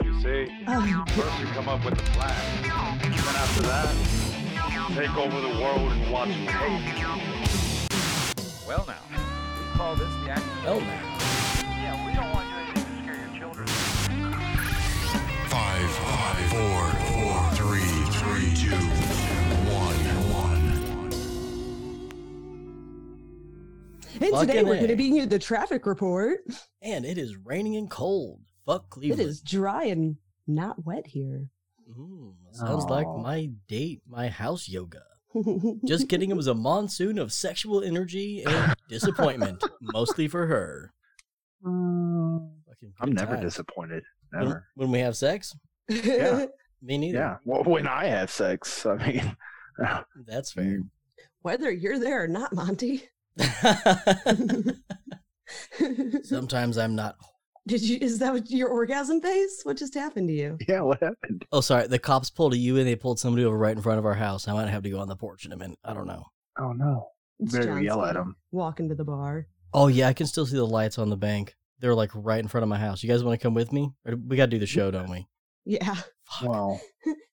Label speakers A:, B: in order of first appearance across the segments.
A: See?
B: Um,
A: First you come up with the plan. Then after that, take over the world and watch it hate.
C: Well now, we call this the act.
D: Well, now.
E: Yeah, we don't want to do anything to scare your children.
F: Five, five, four, four, three, three, two, one, one.
G: And today
D: Fucking
G: we're
D: A.
G: going to be near the traffic report.
D: Man, it is raining and cold. Fuck
G: It
D: Cleveland.
G: is dry and not wet here.
D: Mm, sounds like my date, my house yoga.
G: Just
D: Just kidding. It was a monsoon of sexual energy and disappointment, mostly for her.
G: Mm.
D: Fucking
B: I'm
D: good
B: never
D: times.
B: disappointed.
D: When-
B: Never.
D: When, we have sex,
B: Yeah.
D: me neither.
B: Yeah. Well, when I have sex, I mean,
D: That's fair.
G: Whether you're there or not, Monty.
D: Sometimes I'm not.
G: Did you? Is that what, your orgasm face? What just happened to you?
B: yeah. What happened?
D: Oh, sorry. The cops pulled a U and they pulled somebody over right in front of our house. I might have to go on the porch in a minute. I don't know.
B: Oh no.
G: It's
B: Better yell at
G: Speed
B: him.
G: Walking to the bar.
D: Oh yeah, I can still see the lights on the bank. They're like right in front of my house. You guys want to come with me? Or we got to do the show, don't we?
G: Yeah.
D: Fuck.
B: Wow.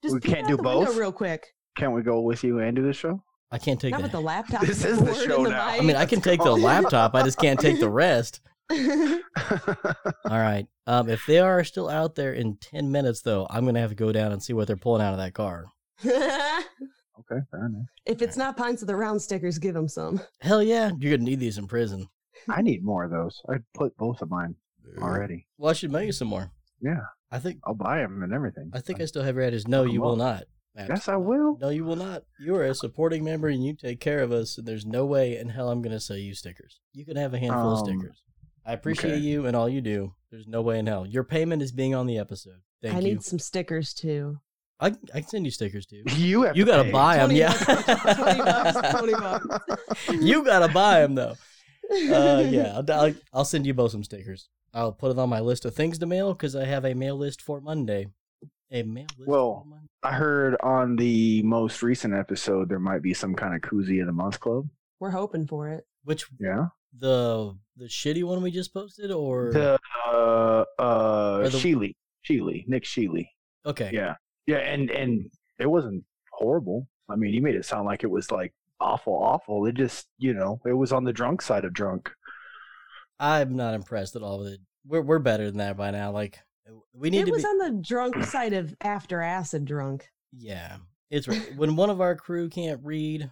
G: just
B: We
G: peek
B: can't
G: out
B: do
G: the window
B: both?
G: real quick.
B: Can't we go with you and do the show?
D: I can't take
G: Not with
D: the.
G: the laptop.
B: This is the
G: cord and
B: show now.
D: I mean, I can take the laptop. I just can't take the rest.
G: mic.
D: All right. Um, if they are still out there in ten minutes, though, I'm gonna have to go down and see what they're pulling out of that car.
B: Okay. Fair enough.
G: if it's not Pines of the Round stickers, give them some.
D: Hell yeah, you're gonna need these in prison.
B: I need more of those. I put both of mine already.
D: Well, I should mail you some more.
B: Yeah.
D: I think
B: I'll buy them and everything.
D: I think I still have your address. No, you will not. Matt.
B: Yes, I will.
D: No, you will not. You are a supporting member, and you take care of us. And there's no way in hell I'm going to sell you stickers. You can have a handful of
B: Um,
D: stickers. I appreciate
B: okay.
D: you and all you do. There's no way in hell. Your payment is being on the episode. Thank
G: I
D: you.
G: need some stickers too.
D: I, can- I can send you stickers too.
B: You have
D: You
B: to
D: gotta
B: pay.
D: buy them,
G: 20
D: yeah.
G: bucks, 20 bucks, 20 bucks.
D: you gotta buy them though. Uh, yeah, I'll, I'll, I'll send you both some stickers. I'll put it on my list of things to mail because I have a mail list for Monday. A mail list.
B: Well,
D: for Monday.
B: I heard on the most recent episode there might be some kind of koozie of the month club.
G: We're hoping for it.
D: which
B: Yeah.
D: the the shitty one we just posted or
B: The uh
D: Or
B: uh
D: the-
B: Sheely. Sheely. Nick Sheely.
D: okay
B: Yeah. Yeah, and and it wasn't horrible. I mean, you made it sound like it was like awful, awful. It just, you know, it was on the drunk side of drunk.
D: I'm not impressed at all with it. We're we're better than that by now. Like we need
G: It
D: to
G: was
D: be.
G: on the drunk side of after acid drunk.
D: yeah, it's right. when one of our crew can't read.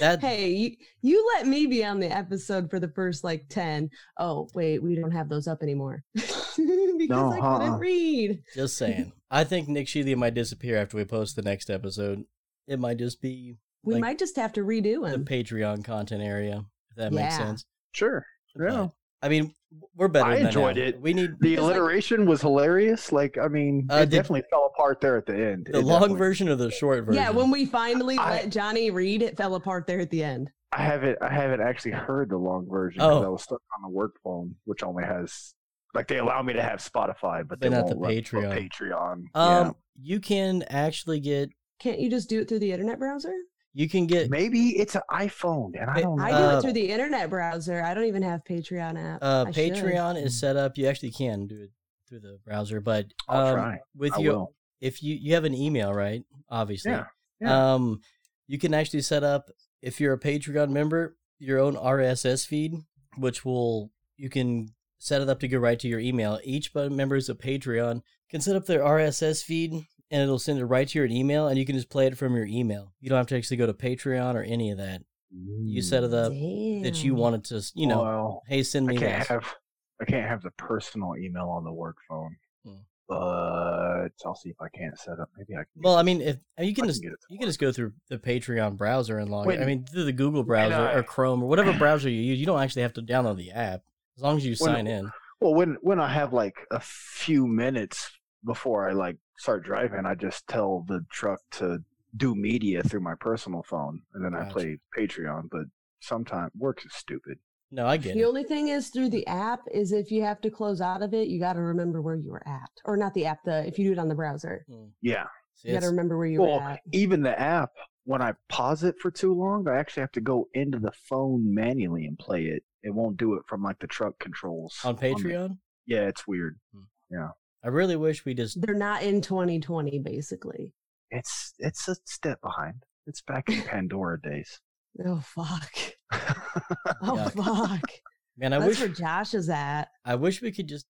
D: That
G: hey, you, you let me be on the episode for the first like 10. Oh, wait, we don't have those up anymore. because
B: No,
G: I
B: uh-uh.
G: couldn't read.
D: just saying. I think Nick Shealy might disappear after we post the next episode. It might just be
G: We
D: Like,
G: might just have to redo
D: the
G: him.
D: Patreon content area. If that makes
G: Um. Yeah.
D: sense.
B: Sure. Yeah.
D: But, I mean, we're better.
B: I
D: than that
B: enjoyed
D: now.
B: it.
D: We need
B: The
G: Because, like-
B: alliteration was hilarious. Like, I mean,
D: Uh,
B: it
D: did-
B: definitely fell apart there at the end.
D: the
B: It
D: long
B: definitely-
D: version or the short version.
G: Yeah, when we finally
B: I-
G: let Johnny read, it fell apart there at the end.
B: I haven't I haven't actually heard the long version because
D: Oh.
B: I was stuck on the work phone, which only has like they allow me to have Spotify, but
D: But
B: they
D: not
B: won't
D: the
B: let me put
D: Patreon.
B: Patreon.
D: um, you can actually get
G: Can't you just do it through the internet browser?
D: you can get
B: yeah. Maybe it's an iPhone, and I
D: It-
B: don't know.
G: I do
D: Uh,
G: it through the internet browser. I don't even have Patreon app.
D: Uh,
G: I should.
D: Patreon
B: Mm.
D: is set up. You actually can do it through the browser, but um,
B: I'll try.
D: with
B: I
D: your
B: will.
D: if you you have an email, right? Obviously,
B: Yeah, yeah.
D: Um, you can actually set up if you're a Patreon member your own RSS feed, which will you can set it up to go right to your email. Each bu- member is a Patreon can set up their RSS feed, and it'll send it right to your email, and you can just play it from your email. You don't have to actually go to Patreon or any of that. You set it up that you
G: Damn.
D: wanted to, s- you know.
B: Well, uh,
D: Hey, send
B: I
D: me
B: can't
D: this.
B: have I can't have the personal email on the work phone.
D: Hmm.
B: But I'll see if I can't set up. Maybe I can.
D: Well, I mean, if I mean, you can
B: I can
D: just
B: get it
D: you
B: to
D: can
B: work.
D: just go through the Patreon browser and log. in. I
B: When-
D: mean, through the Google
B: when
D: browser
B: I-
G: uh,
D: or Chrome or whatever browser you use, you don't actually have to download the app as long as you
B: When-
D: sign in.
B: well, when when I have like a few minutes before I like start driving, I just tell the truck to do media through my personal phone, and then I
D: Gotcha.
B: play Patreon. But sometimes works is stupid.
D: No, I get
G: The
D: it.
G: only thing is through the app is if you have to close out of it, you got to remember where you were at, or not the app. The if you do it on the browser,
B: Yeah.
D: See,
G: you got to
D: it's-
G: remember where you
B: Well,
G: were at.
B: even the app, when I pause it for too long, I actually have to go into the phone manually and play it. It won't do it from like the truck controls
D: on
B: the-
D: Patreon.
B: yeah, it's weird. Yeah.
D: I really wish we just
G: They're not in 2020, basically.
B: It's it's a step behind. It's back in Pandora days.
G: Oh fuck. Oh
D: Yuck.
G: fuck.
D: man. I
G: That's
D: wish
G: where Josh is at.
D: I wish we could just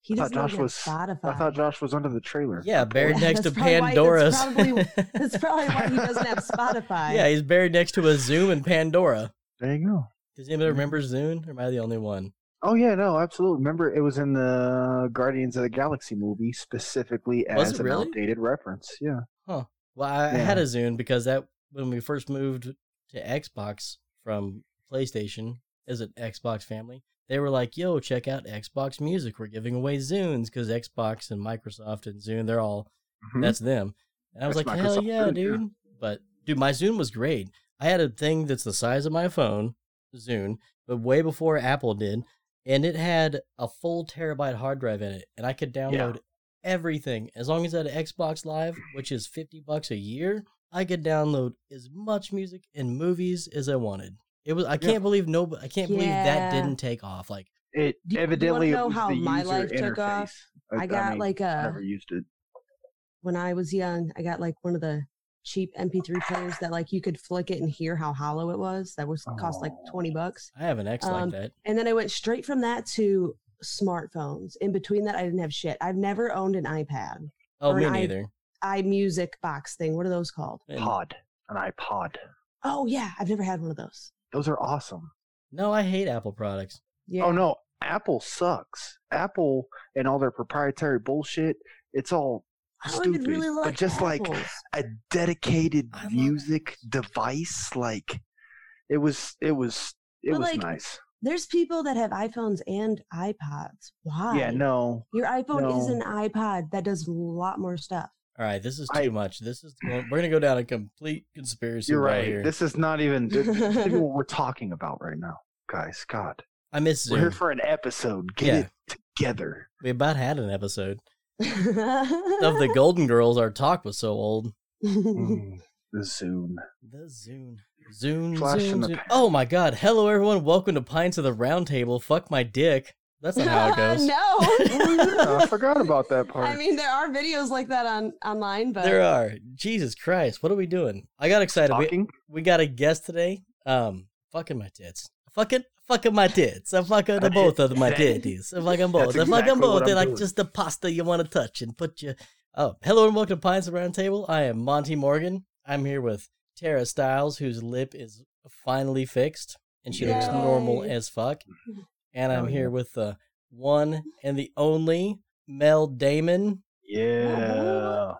G: He
B: I thought
G: doesn't
B: Josh
G: Josh
B: was-
G: was,
B: I
G: Spotify.
B: thought Josh was under the trailer.
D: yeah buried
G: Yeah,
D: next to
G: that's probably why-
D: Pandora's.
G: that's That's probably why he doesn't have Spotify.
D: yeah, he's buried next to a Zoom and Pandora.
B: There you go.
D: Does anybody remember Zoom? Or am I the only one?
B: Oh yeah, no, absolutely. Remember, it was in the Guardians of the Galaxy movie specifically
D: Was
B: as
D: it
B: an
D: really?
B: outdated reference. Yeah.
D: Well, I, I
B: Yeah.
D: had a Zoom because that when we first moved to Xbox from PlayStation as an Xbox family, they were like, "Yo, check out Xbox Music. We're giving away Zunes because Xbox and Microsoft and Zune, they're all
B: Mhm.
D: that's them." And I was
B: That's
D: like, "Hell
B: Microsoft
D: yeah,
B: Zune, yeah.
D: dude!" But dude, my Zune was great. I had a thing that's the size of my phone, Zune, but way before Apple did, and it had a full terabyte hard drive in it, and I could download everything as long as I had an Xbox Live, which is fifty bucks a year. I could download as much music and movies as I wanted. It was I can't believe no, I can't believe
G: Yeah.
D: that didn't take off. Like
B: It
G: Do you- do you wanna
B: evidently it
G: know
B: was
G: how
B: the
G: my
B: user
G: life took off?
B: interface.
G: I got
B: mean,
G: like uh,
B: I
G: a
B: never used it.
G: when I was young, I got like one of the cheap MP3 players that like you could flick it and hear how hollow it was. That was cost like
B: Oh.
G: 20 bucks.
D: I have an X
G: Um,
D: like that.
G: And then I went straight from that to smartphones. In between that, I didn't have shit. I've never owned an iPad,
D: Oh,
G: or
D: me
G: an i-
D: neither.
G: iMusic box thing. What are those called?
D: And-
B: Pod, an iPod.
G: Oh yeah, I've never had one of those.
B: Those are awesome.
D: no, I hate Apple products.
G: Yeah.
B: Oh no, Apple sucks. Apple and all their proprietary bullshit. It's all
G: I don't
B: stupid.
G: even really like
B: but just like
G: Apples.
B: a dedicated
D: I love
B: music device, like it was, it was, it
G: But,
B: was
G: like,
B: nice.
G: There's people that have iPhones and iPods. Why?
B: Yeah, no,
G: Your iPhone is
B: no.
G: an iPod that does a lot more stuff.
D: All right, this is too
B: I-
D: much. This is we're gonna go down a complete conspiracy
B: you're
D: route
B: right.
D: here.
B: This is not even, this is not even what we're talking about right now, guys. God,
D: I miss
B: we're here
D: Zoom.
B: for an episode. Get
D: Yeah.
B: it together.
D: we about had an episode of
G: of
D: the Golden Girls. Our talk was so old.
B: Mm, the Zune.
D: The Zune, Zune,
B: Flash in
D: Zune,
B: the
D: Zune.
B: pan.
D: Oh my God! Hello, everyone. Welcome to Pints of the Round Table. Fuck my dick. That's not how it goes.
B: Yeah, I
G: no.
B: forgot about that part.
G: I mean, there are videos like that on online, but
D: There are. Jesus Christ, what are we doing? I got excited. We,
B: Talking?
D: we got a guest today. Um, fucking my tits. Fucking, fucking my tits. I fucking the both of my
B: Exactly.
D: titties. I fucking both. I
B: That's
D: fucking
B: exactly
D: both.
B: what
D: They're
B: I'm
D: like
B: doing.
D: just the pasta you want to touch and put your. Oh, hello and welcome to Pines Around Table. I am Monty Morgan. I'm here with Tara Styles, whose lip is finally fixed and she looks
G: Yay.
D: normal as fuck. And I'm
B: Oh,
D: here
B: yeah.
D: with the one and the only Mel Damon.
B: Yeah.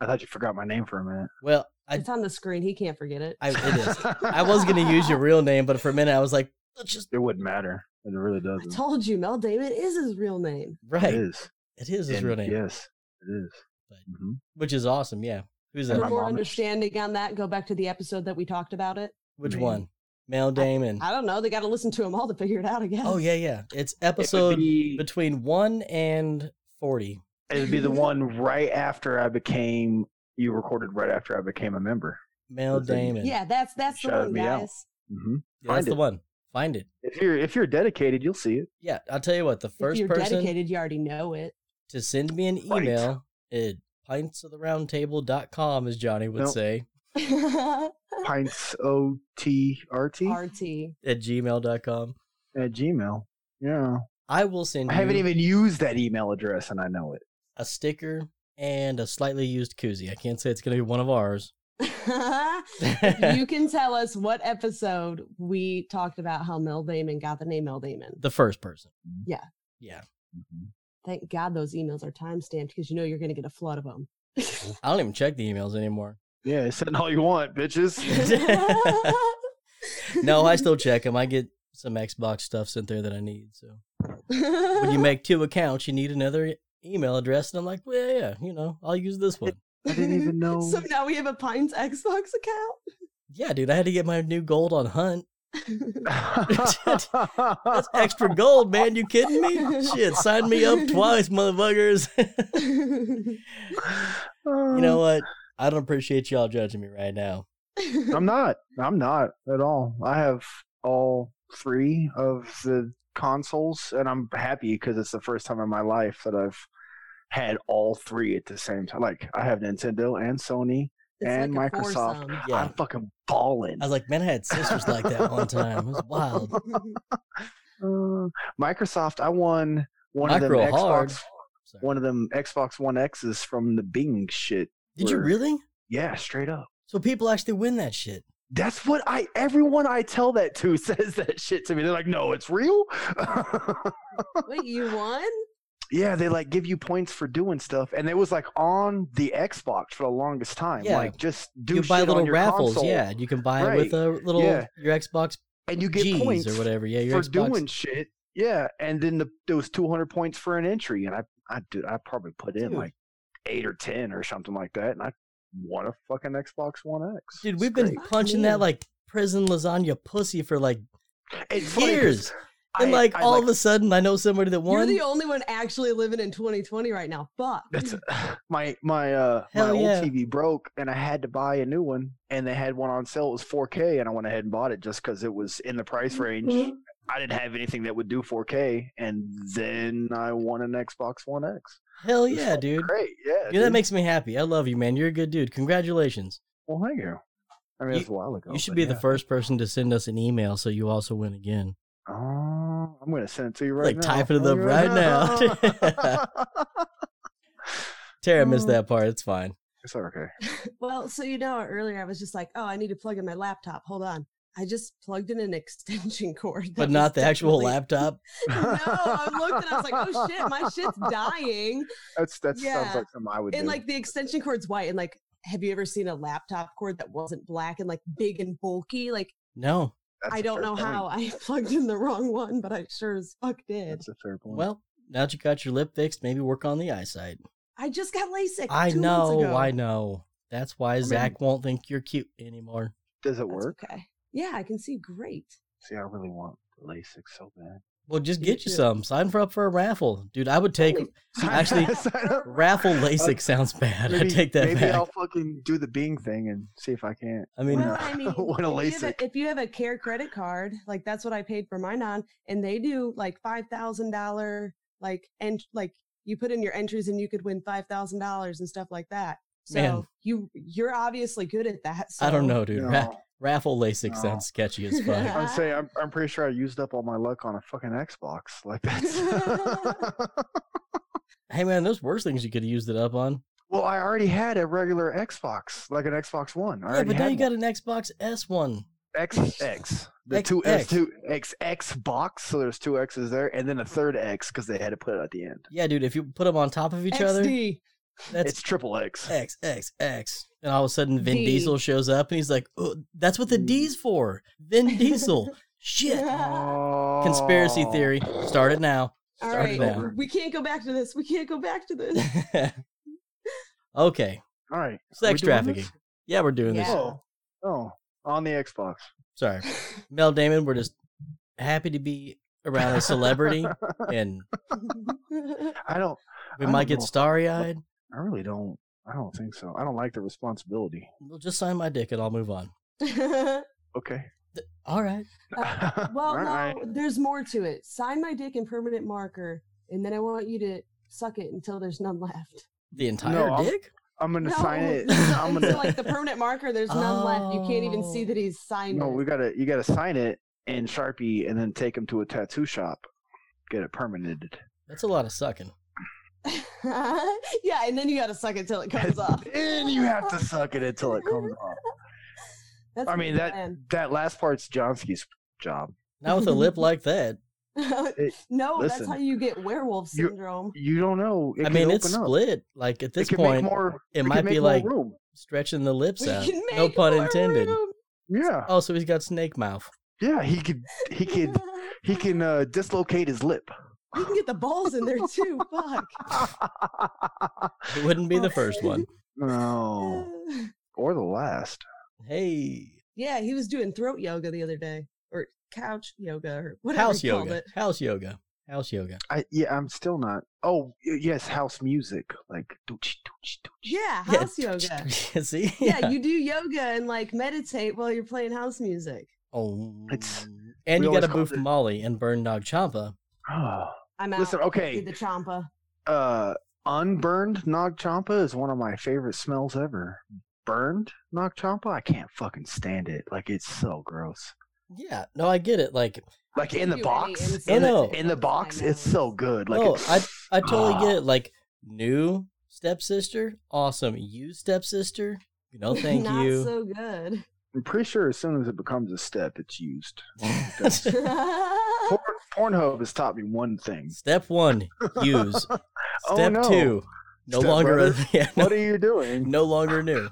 B: I thought you forgot my name for a minute.
D: Well, I,
G: it's on the screen. He can't forget it.
D: I it is. I
B: it
D: was gonna use your real name, but for a minute I was like, let's just
B: wouldn't matter. It really
G: I
B: doesn't.
G: told you, Mel Damon is his real name.
B: It
D: right.
B: is.
D: It is his
B: And
D: real name,
B: Yes, it is.
D: But-
B: Mhm.
D: which is awesome. Yeah. Who's
B: And
G: For
B: my
D: that?
G: more
B: mom is-
G: understanding on that, go back to the episode that we talked about it.
D: Which
B: me.
D: one? Mel Damon.
G: I don't know. They got to listen to them all to figure it out, I guess.
D: Oh yeah, yeah. It's
B: would
D: episode
B: be-
D: between one and forty.
B: It'd be the one right after I became. You recorded right after I became a member.
D: Mel
B: That's a-
D: Damon.
G: Yeah, that's that's the
B: Shouted
G: one,
B: me out.
G: guys.
B: hmm
D: Yeah, that's
B: find
D: the
B: it.
D: one. Find it.
B: If you're if you're dedicated, you'll see it.
D: Yeah, I'll tell you what. The
G: if
D: first
G: you're
D: person
G: dedicated, you already know it.
D: to send me an
B: Right.
D: email at pintsoftheroundtable.com, as Johnny would
B: Nope.
D: say,
B: Pints O T R T
G: RT.
D: at gmail.com.
B: at Gmail. Yeah,
D: I will send
B: I
D: you
B: haven't even used that email address, and I know it.
D: a sticker and a slightly used koozie. I can't say it's going to be one of ours.
G: you can tell us what episode we talked about how Mel Damon got the name Mel Damon.
D: the first person.
G: Yeah.
D: Yeah.
B: Mhm.
G: Thank God those emails are time stamped because you know you're going to get a flood of them.
D: I don't even check the emails anymore.
B: Yeah, send all you want, bitches.
D: No, I still check them. I get some Xbox stuff sent there that I need. So when you make two accounts, you need another e, email address. And I'm like, well, yeah, yeah, you know, I'll use this one.
B: I didn't even know.
G: So now we have a Pines Xbox
D: Yeah, dude, I had to get my new gold on Hunt.
G: account.
D: That's extra gold, man. You kidding me? Shit, sign me up twice, motherfuckers. you know what? I don't appreciate y'all judging me right now.
B: I'm not. I'm not at all. I have all three of the consoles, and I'm happy because it's the first time in my life that I've had all three at the same time. Like I have Nintendo and Sony.
G: It's
B: And
G: like a
B: Microsoft.
G: foursome.
D: Yeah.
B: I'm fucking balling.
D: I was like, man, I had sisters like that one time. It was wild.
B: Uh, Microsoft, I won one of
D: Micro
B: them Xbox,
D: hard. Sorry.
B: one of them Xbox One X's from the Bing shit.
D: Did you
B: were-
D: really?
B: Yeah, straight up.
D: So people actually win that shit.
B: That's what I. Everyone I tell that to says that shit to me. They're like, "No, it's real."
G: Wait, you won?
B: yeah, they like give you points for doing stuff, and it was like on the Xbox for the longest time.
D: Yeah.
B: Like, just do
D: you
B: shit
D: buy
B: on
D: little
B: your
D: raffles,
B: console,
D: yeah. You can buy it with a little
B: yeah.
D: your Xbox
B: and you get
D: G's
B: points
D: or whatever. Yeah,
B: for
D: your Xbox.
B: doing shit. Yeah, and then the, there was 200 points for an entry, and I, I dude, I probably put in
D: Dude.
B: like eight or ten or something like that, and I won a fucking Xbox One X.
D: Dude,
B: It's
D: we've been
B: great.
G: Fuck
D: punching
G: yeah.
D: that like prison lasagna pussy for like
B: It's funny 'cause
D: years,
B: I-
D: and like
B: I,
D: all of a sudden, I know somebody that
G: You're
D: won.
G: the only one actually living in 2020 right now. Fuck.
B: That's my my uh my
D: Hell
B: old
D: yeah.
B: TV broke and I had to buy a new one and they had one on sale. It was 4K and I went ahead and bought it just because it was in the price range.
D: Mm-hmm.
B: I didn't have anything that would do 4K and then I won an Xbox One X.
D: Hell
B: It was
D: yeah,
B: fucking
D: dude.
B: Great, yeah.
D: Yeah, that
B: dude.
D: makes me happy. I love you, man. You're a good dude. Congratulations.
B: well. Thank you. I mean,
D: You-
B: it's a while ago.
D: you should
B: but
D: be
B: Oh, yeah.
D: the first person to send us an email so you also win again.
B: Oh, I'm gonna send it to you right
D: Like,
B: now.
D: type it up right now. Tara missed
B: Mm.
G: Oh.
D: that part. It's fine.
B: it's okay.
G: Well, so you know, earlier I was just like, oh, I need to plug in my laptop. Hold on. I just plugged in an extension cord. that
D: But
G: was
D: not the actual
G: definitely-
D: laptop.
G: no, I looked and I was like, oh shit, my shit's dying.
B: That's that
G: Yeah.
B: sounds like something I would
G: And
B: do.
G: like the extension cord's white. And like, have you ever seen a laptop cord that wasn't black and like big and bulky? Like,
D: No.
B: That's
G: I
B: a
G: don't
B: fair
G: know
B: point.
G: how I plugged in the wrong one, but I sure as fuck did.
B: That's a fair point.
D: Well, now that you got your lip fixed, maybe work on the eyesight.
G: I just got LASIK.
D: I
G: two months
D: know,
G: ago.
D: I know. That's why
B: mean-
D: Zach won't think you're cute anymore.
B: does
G: That's
B: it work?
G: Okay. Yeah, I can see great.
B: See, I really want LASIK so bad.
D: Well, just
G: You
D: get you
G: should.
D: some. Sign for up for a raffle, dude. I would take
G: Holy-
D: Actually-
B: Sign up.
D: raffle LASIK. sounds bad. I
B: Maybe-
D: take that
B: Maybe
D: back.
B: I'll fucking do the Bing thing and see if I can't.
D: I mean-
B: win
G: well,
B: a-
G: I mean,
B: win a
G: if you, have
B: LASIK.
G: a, if you have a care credit card, like that's what I paid for mine on, and they do like five thousand dollar, like and like you put in your entries and you could win five thousand dollars and stuff like that. So
D: Man.
G: you you're obviously good at that. So.
D: I don't know, dude. Ra-
B: No.
D: raffle LASIK
B: No.
D: sounds sketchy as fuck.
G: Uh-huh.
B: I'm saying I'm, I'm pretty sure I used up all my luck on a fucking Xbox. Like that's.
D: hey, man, there's worse things you could have used it up on.
B: well, I already had a regular Xbox, like an Xbox One. I
D: Yeah,
B: already
D: but now
B: had
D: you got an Xbox S one.
B: one. X X. The
D: X-
B: two
D: X.
B: X two X X box. So there's two X's there, and then a third X because they had to put it at the end.
D: Yeah, dude. If you put them on top of each other,
G: XD.
D: that's
B: it's triple X.
D: X X X. And all of a sudden, Vin
G: D.
D: Diesel shows up, and he's like, oh, "That's what the D's for." Vin Diesel. Shit. Conspiracy
B: Oh.
D: theory. Start it now.
G: All
D: Start
G: right,
D: it
B: over.
G: we can't go back to this. We can't go back to this.
D: now. okay.
B: All right. Are we
D: Sex
B: doing
D: trafficking.
B: this?
D: Yeah, we're doing
G: Yeah.
D: this.
B: Oh, oh, on the Xbox.
D: Sorry. Mel Damon, we're just happy to be around a celebrity and
B: I don't.
D: we
B: I
D: might
B: don't
D: get
B: know.
D: starry eyed.
B: I really don't. I don't think so. I don't like the responsibility.
D: Well, just sign my dick and I'll move on.
B: Okay.
D: Th- All right.
G: Well,
B: All right.
G: no, there's more to it. Sign my dick in permanent marker, and then I want you to suck it until there's none left.
D: The entire
B: I'll-
D: dick?
B: I'm gonna sign
G: No.
B: it. I'm
G: So,
B: gonna.
G: like the permanent marker, there's none left. You can't even see
D: Oh.
G: that he's signed.
B: no,
G: No,
B: we gotta. You gotta sign it in Sharpie and then take him to a tattoo shop. Get it permanented.
D: That's a lot of sucking.
G: yeah, and then you gotta suck it till it comes off.
B: and you have to suck it until it comes off.
G: That's
B: I mean
G: the
B: that
G: plan.
B: that last part's Johnsky's job.
D: Not with a lip like that.
B: it-
G: no,
B: listen,
G: that's how you get werewolf
B: you-
G: syndrome.
B: You don't know. It
D: I
B: could
D: mean, it's
B: open up.
D: split. Like at
B: It
D: this
B: could
D: point,
B: make more.
D: it
B: could
D: might
B: make
D: be
B: more
D: like
B: room.
D: stretching the lips
G: We
D: out.
G: can
D: No
G: make
D: pun
G: more
D: intended.
G: room.
B: Yeah,
D: Oh, so he's got snake mouth.
B: yeah. He could. He could. He can uh, dislocate his lip.
G: You can get the balls in there too. Fuck.
D: It wouldn't be the first one.
G: Oh.
B: no,
D: Oh.
B: or the last.
D: Hey,
G: Yeah, he was doing throat yoga the other day, or couch yoga, or whatever
D: house
G: you called
D: yoga.
G: it.
D: House yoga. House yoga.
B: I yeah, I'm still not. Oh y- yes, house music like doochie doochie doochie.
G: Yeah,
D: Yeah,
G: house yoga.
D: See?
G: Yeah, you do yoga and like meditate while you're playing house music.
D: Oh,
B: It's-
D: And
B: We
D: you got to boof
B: always called it-
D: Molly and burn Nog Champa.
G: I'm out.
B: Listen, okay.
G: Did the Champa.
B: uh unburned Nog Champa is one of my favorite smells ever. Burned Nog Champa, I can't fucking stand it. Like it's so gross.
D: Yeah, no, I get it. Like,
B: Like
G: can't
B: in the
G: do any
B: box,
G: inside
B: in
D: No.
B: the, in the box,
G: I know.
B: it's so good. Like
D: oh,
B: it-
D: I, I totally
B: Ah.
D: get it. Like, new stepsister, awesome. You stepsister, no Oh, thank
G: Not
D: you.
G: so good.
B: I'm pretty sure as soon as it becomes a step, it's used.
D: That's-
B: Porn, Pornhub has taught me one thing.
D: Step one, use. Step
B: Oh, no.
D: two, no
B: Step
D: longer,
B: brother.
D: yeah, no,
B: What are you doing?
D: no longer new.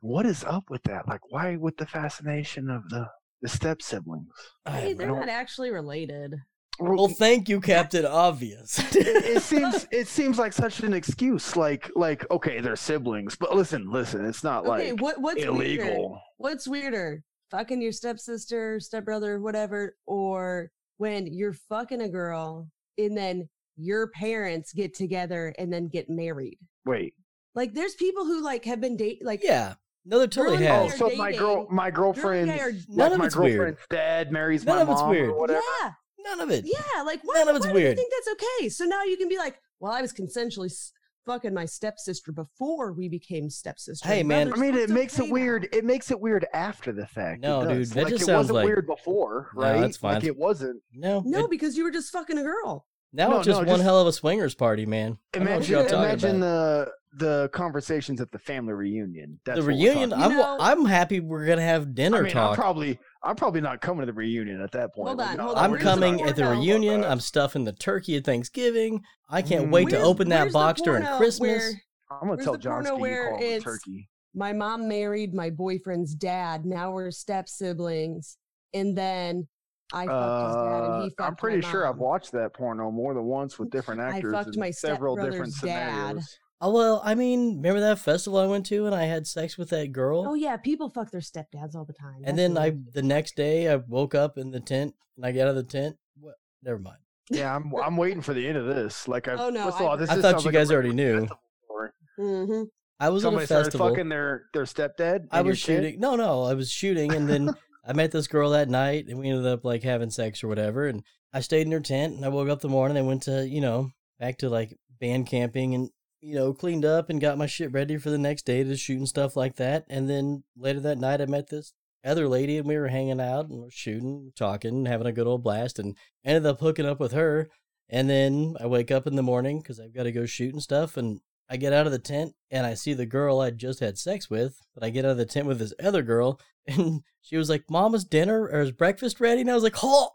B: What is up with that? Like, why with the fascination of the the step siblings?
D: I-
G: Hey, they're
B: don't-
G: not actually related.
D: well, thank you, Captain Obvious.
B: it, it seems it seems like such an excuse. Like like okay, they're siblings, but listen, listen, it's not
G: Okay,
B: like
G: what what's Weirder?
B: illegal.
G: What's weirder? Fucking your stepsister, stepbrother, whatever, or when you're fucking a girl and then your parents get together and then get married.
B: Wait.
G: Like there's people who like have been date like
D: yeah, no, there totally
G: Really?
B: Oh,
D: has.
G: they're
B: so my girl,
G: dating.
B: my girlfriend,
G: are-
D: None
B: like
D: of
B: my
D: it's weird.
B: girlfriend's dad marries
D: None
B: my
D: of it's
B: mom
D: weird.
B: or whatever.
G: Yeah,
D: None of it.
G: yeah. Like why,
D: None of
G: why
D: it's
G: do
D: weird.
G: you think that's okay? So now you can be like, well, I was consensually s- fucking my stepsister before we became stepsister.
D: Hey,
G: and
D: man.
B: I
G: brothers,
B: mean,
G: so
B: it
G: it's
B: makes
G: okay
B: it
G: now."
B: weird. It makes it weird after the fact.
D: No,
B: it does.
D: dude, that
B: like,
D: just
B: it
D: sounds
B: wasn't
D: like-
B: weird before,
D: No,
B: right?
D: that's fine.
B: Like it wasn't.
D: No,
G: No,
D: it-
G: because you were just fucking a girl.
D: now
B: no,
D: it's just
B: no,
D: one
B: just-
D: hell of a swingers party, man. I know what
B: Imagine,
D: y'all talking
B: imagine
D: about.
B: the the conversations at the family reunion. That's
D: the
B: what we're
D: reunion.
B: talking
D: I'm
G: You know-
D: I'm happy we're gonna have dinner
B: I mean, I'm
D: talk.
B: probably I'm probably not coming to the reunion at that point.
G: Hold
B: Like,
G: on,
B: no,
G: hold on.
D: I'm
B: we're
G: Where's
B: just
D: coming
B: not
G: the
D: at the
B: talking about
G: porno?
D: reunion.
B: that.
D: I'm stuffing the turkey at Thanksgiving. I can't
B: Mm.
D: wait to
G: Where's-
D: open that
G: where's the
D: box during
G: porno
D: Christmas.
G: where
B: I'm gonna
G: Where's
B: tell
G: the porno
B: John Ski you
G: where
B: call him
G: it's-
B: turkey.
G: my mom married my boyfriend's dad. Now we're step siblings, and then I fucked his dad, and
B: Uh,
G: he fucked.
B: I'm
G: my
B: pretty sure I've
G: mom.
B: watched that porno more than once with different
G: I
B: actors
G: fucked
B: and
G: my
B: several different
G: stepbrother's dad.
B: scenarios.
D: Oh well, I mean, remember that festival I went to and I had sex with that girl?
G: Oh yeah, people fuck their stepdads all the time.
D: And
G: That's
D: then I
G: weird.
D: the next day I woke up in the tent and I got out of the tent. What? Never mind.
B: Yeah, I'm I'm waiting for the end of this. Like, I,
G: Oh, no,
B: first of all,
G: I-
B: this
D: I
B: just
D: thought
B: sounds
D: you
B: like a
D: guys already
B: regular
D: knew.
B: festival story.
G: Mhm.
D: I was at
B: Somebody
D: a
B: started
D: festival.
B: fucking their their stepdad. and
D: I
B: your
D: was
B: kid?
D: shooting. No, no, I was shooting, and then I met this girl that night, and we ended up like having sex or whatever. And I stayed in her tent, and I woke up the morning. I went to you know back to like band camping, and you know cleaned up and got my shit ready for the next day to shoot and stuff like that. And then later that night, I met this other lady, and we were hanging out and we're shooting, talking, having a good old blast, and ended up hooking up with her. And then I wake up in the morning because I've got to go shoot and stuff, and I get out of the tent and I see the girl I just had sex with, but I get out of the tent with this other girl and she was like, Mom, is dinner or is breakfast ready? And I was like, Oh,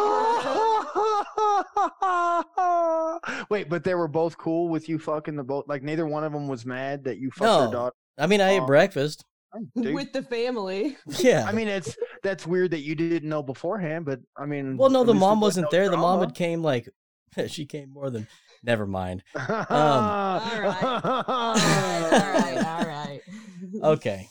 B: Wait, but they were both cool with you fucking the boat. Like, neither one of them was mad that you fucked
D: No.
B: their daughter.
D: I mean, I
B: Oh.
D: ate breakfast.
B: Dude,
G: with the family.
D: Yeah.
B: I mean, it's that's weird that you didn't know beforehand, but I mean,
D: well, no,
B: at
D: the
B: least it
D: mom wasn't
B: no
D: there. The mom
B: drama.
D: had came like, she came more than, never mind. Um,
G: all right, all right, all right.
D: Okay.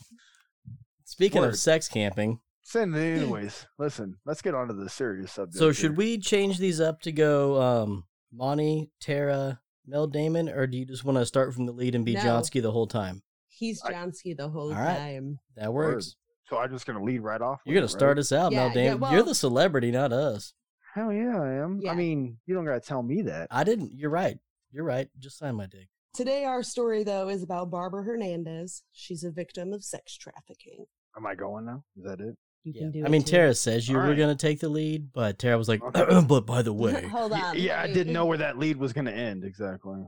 D: Speaking
B: Word.
D: of sex camping,
B: Send it anyways. Listen, let's get on to the serious subject.
D: so should we change these up to go um Monty, Tara, Mel Damon, or do you just want to start from the lead and be
G: No.
D: Johnsky the whole time?
G: He's
B: I-
G: Johnsky the whole
D: All right.
G: time.
D: That
B: Word.
D: works.
B: So I'm just gonna lead right off.
D: You're gonna start us out,
G: Yeah,
D: Mel
G: yeah,
D: Damon. You're
G: well-
D: the celebrity, not us.
B: Hell yeah, I am.
G: Yeah.
B: I mean, you don't gotta tell me that.
D: I didn't. You're right. You're right. Just sign my dick.
G: Today, our story though is about Barbara Hernandez. She's a victim of sex trafficking.
B: Am I going now? Is that it?
G: You
D: Yeah.
G: can do.
D: I
G: it
D: mean,
G: too.
D: Tara says you
B: All
D: were
B: right.
D: gonna take the lead, but Tara was like,
B: Okay.
D: "But by the way,
G: Hold
B: Y-
G: on.
B: yeah, I
G: wait,
B: didn't know where that lead was going to end exactly.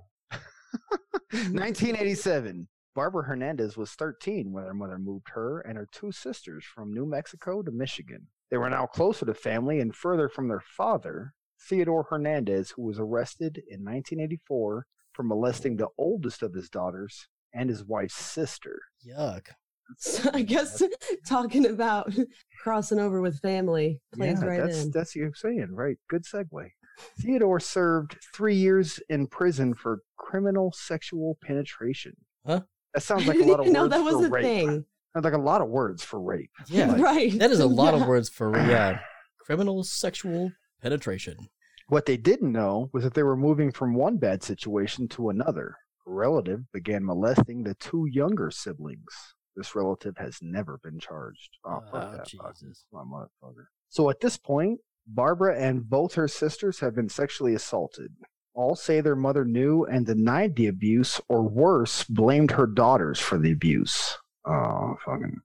B: 1987. Barbara Hernandez was 13 when her mother moved her and her two sisters from New Mexico to Michigan. They were now closer to family and further from their father, Theodore Hernandez, who was arrested in 1984 for molesting the oldest of his daughters and his wife's sister.
D: yuck."
G: So I guess talking about crossing over with family plays
B: yeah,
G: right
B: that's
G: in.
B: that's what you're saying, right? Good segue. Theodore served three years in prison for criminal sexual penetration.
D: Huh?
B: That sounds
G: I
B: like a
G: didn't
B: lot of
G: even know
B: words
G: that was
B: for
G: a
B: rape.
G: thing.
B: Sounds like a lot of words for rape.
D: Yeah,
G: right.
D: that is a lot
G: Yeah.
D: of words for yeah, criminal sexual penetration.
B: What they didn't know was that they were moving from one bad situation to another. A relative began molesting the two younger siblings. This relative has never been charged. Oh, fuck
D: Oh,
B: that fucking-
D: Jesus.
B: my motherfucker. So at this point, Barbara and both her sisters have been sexually assaulted. All say their mother knew and denied the abuse, or worse, blamed her daughters for the abuse. Oh, fucking.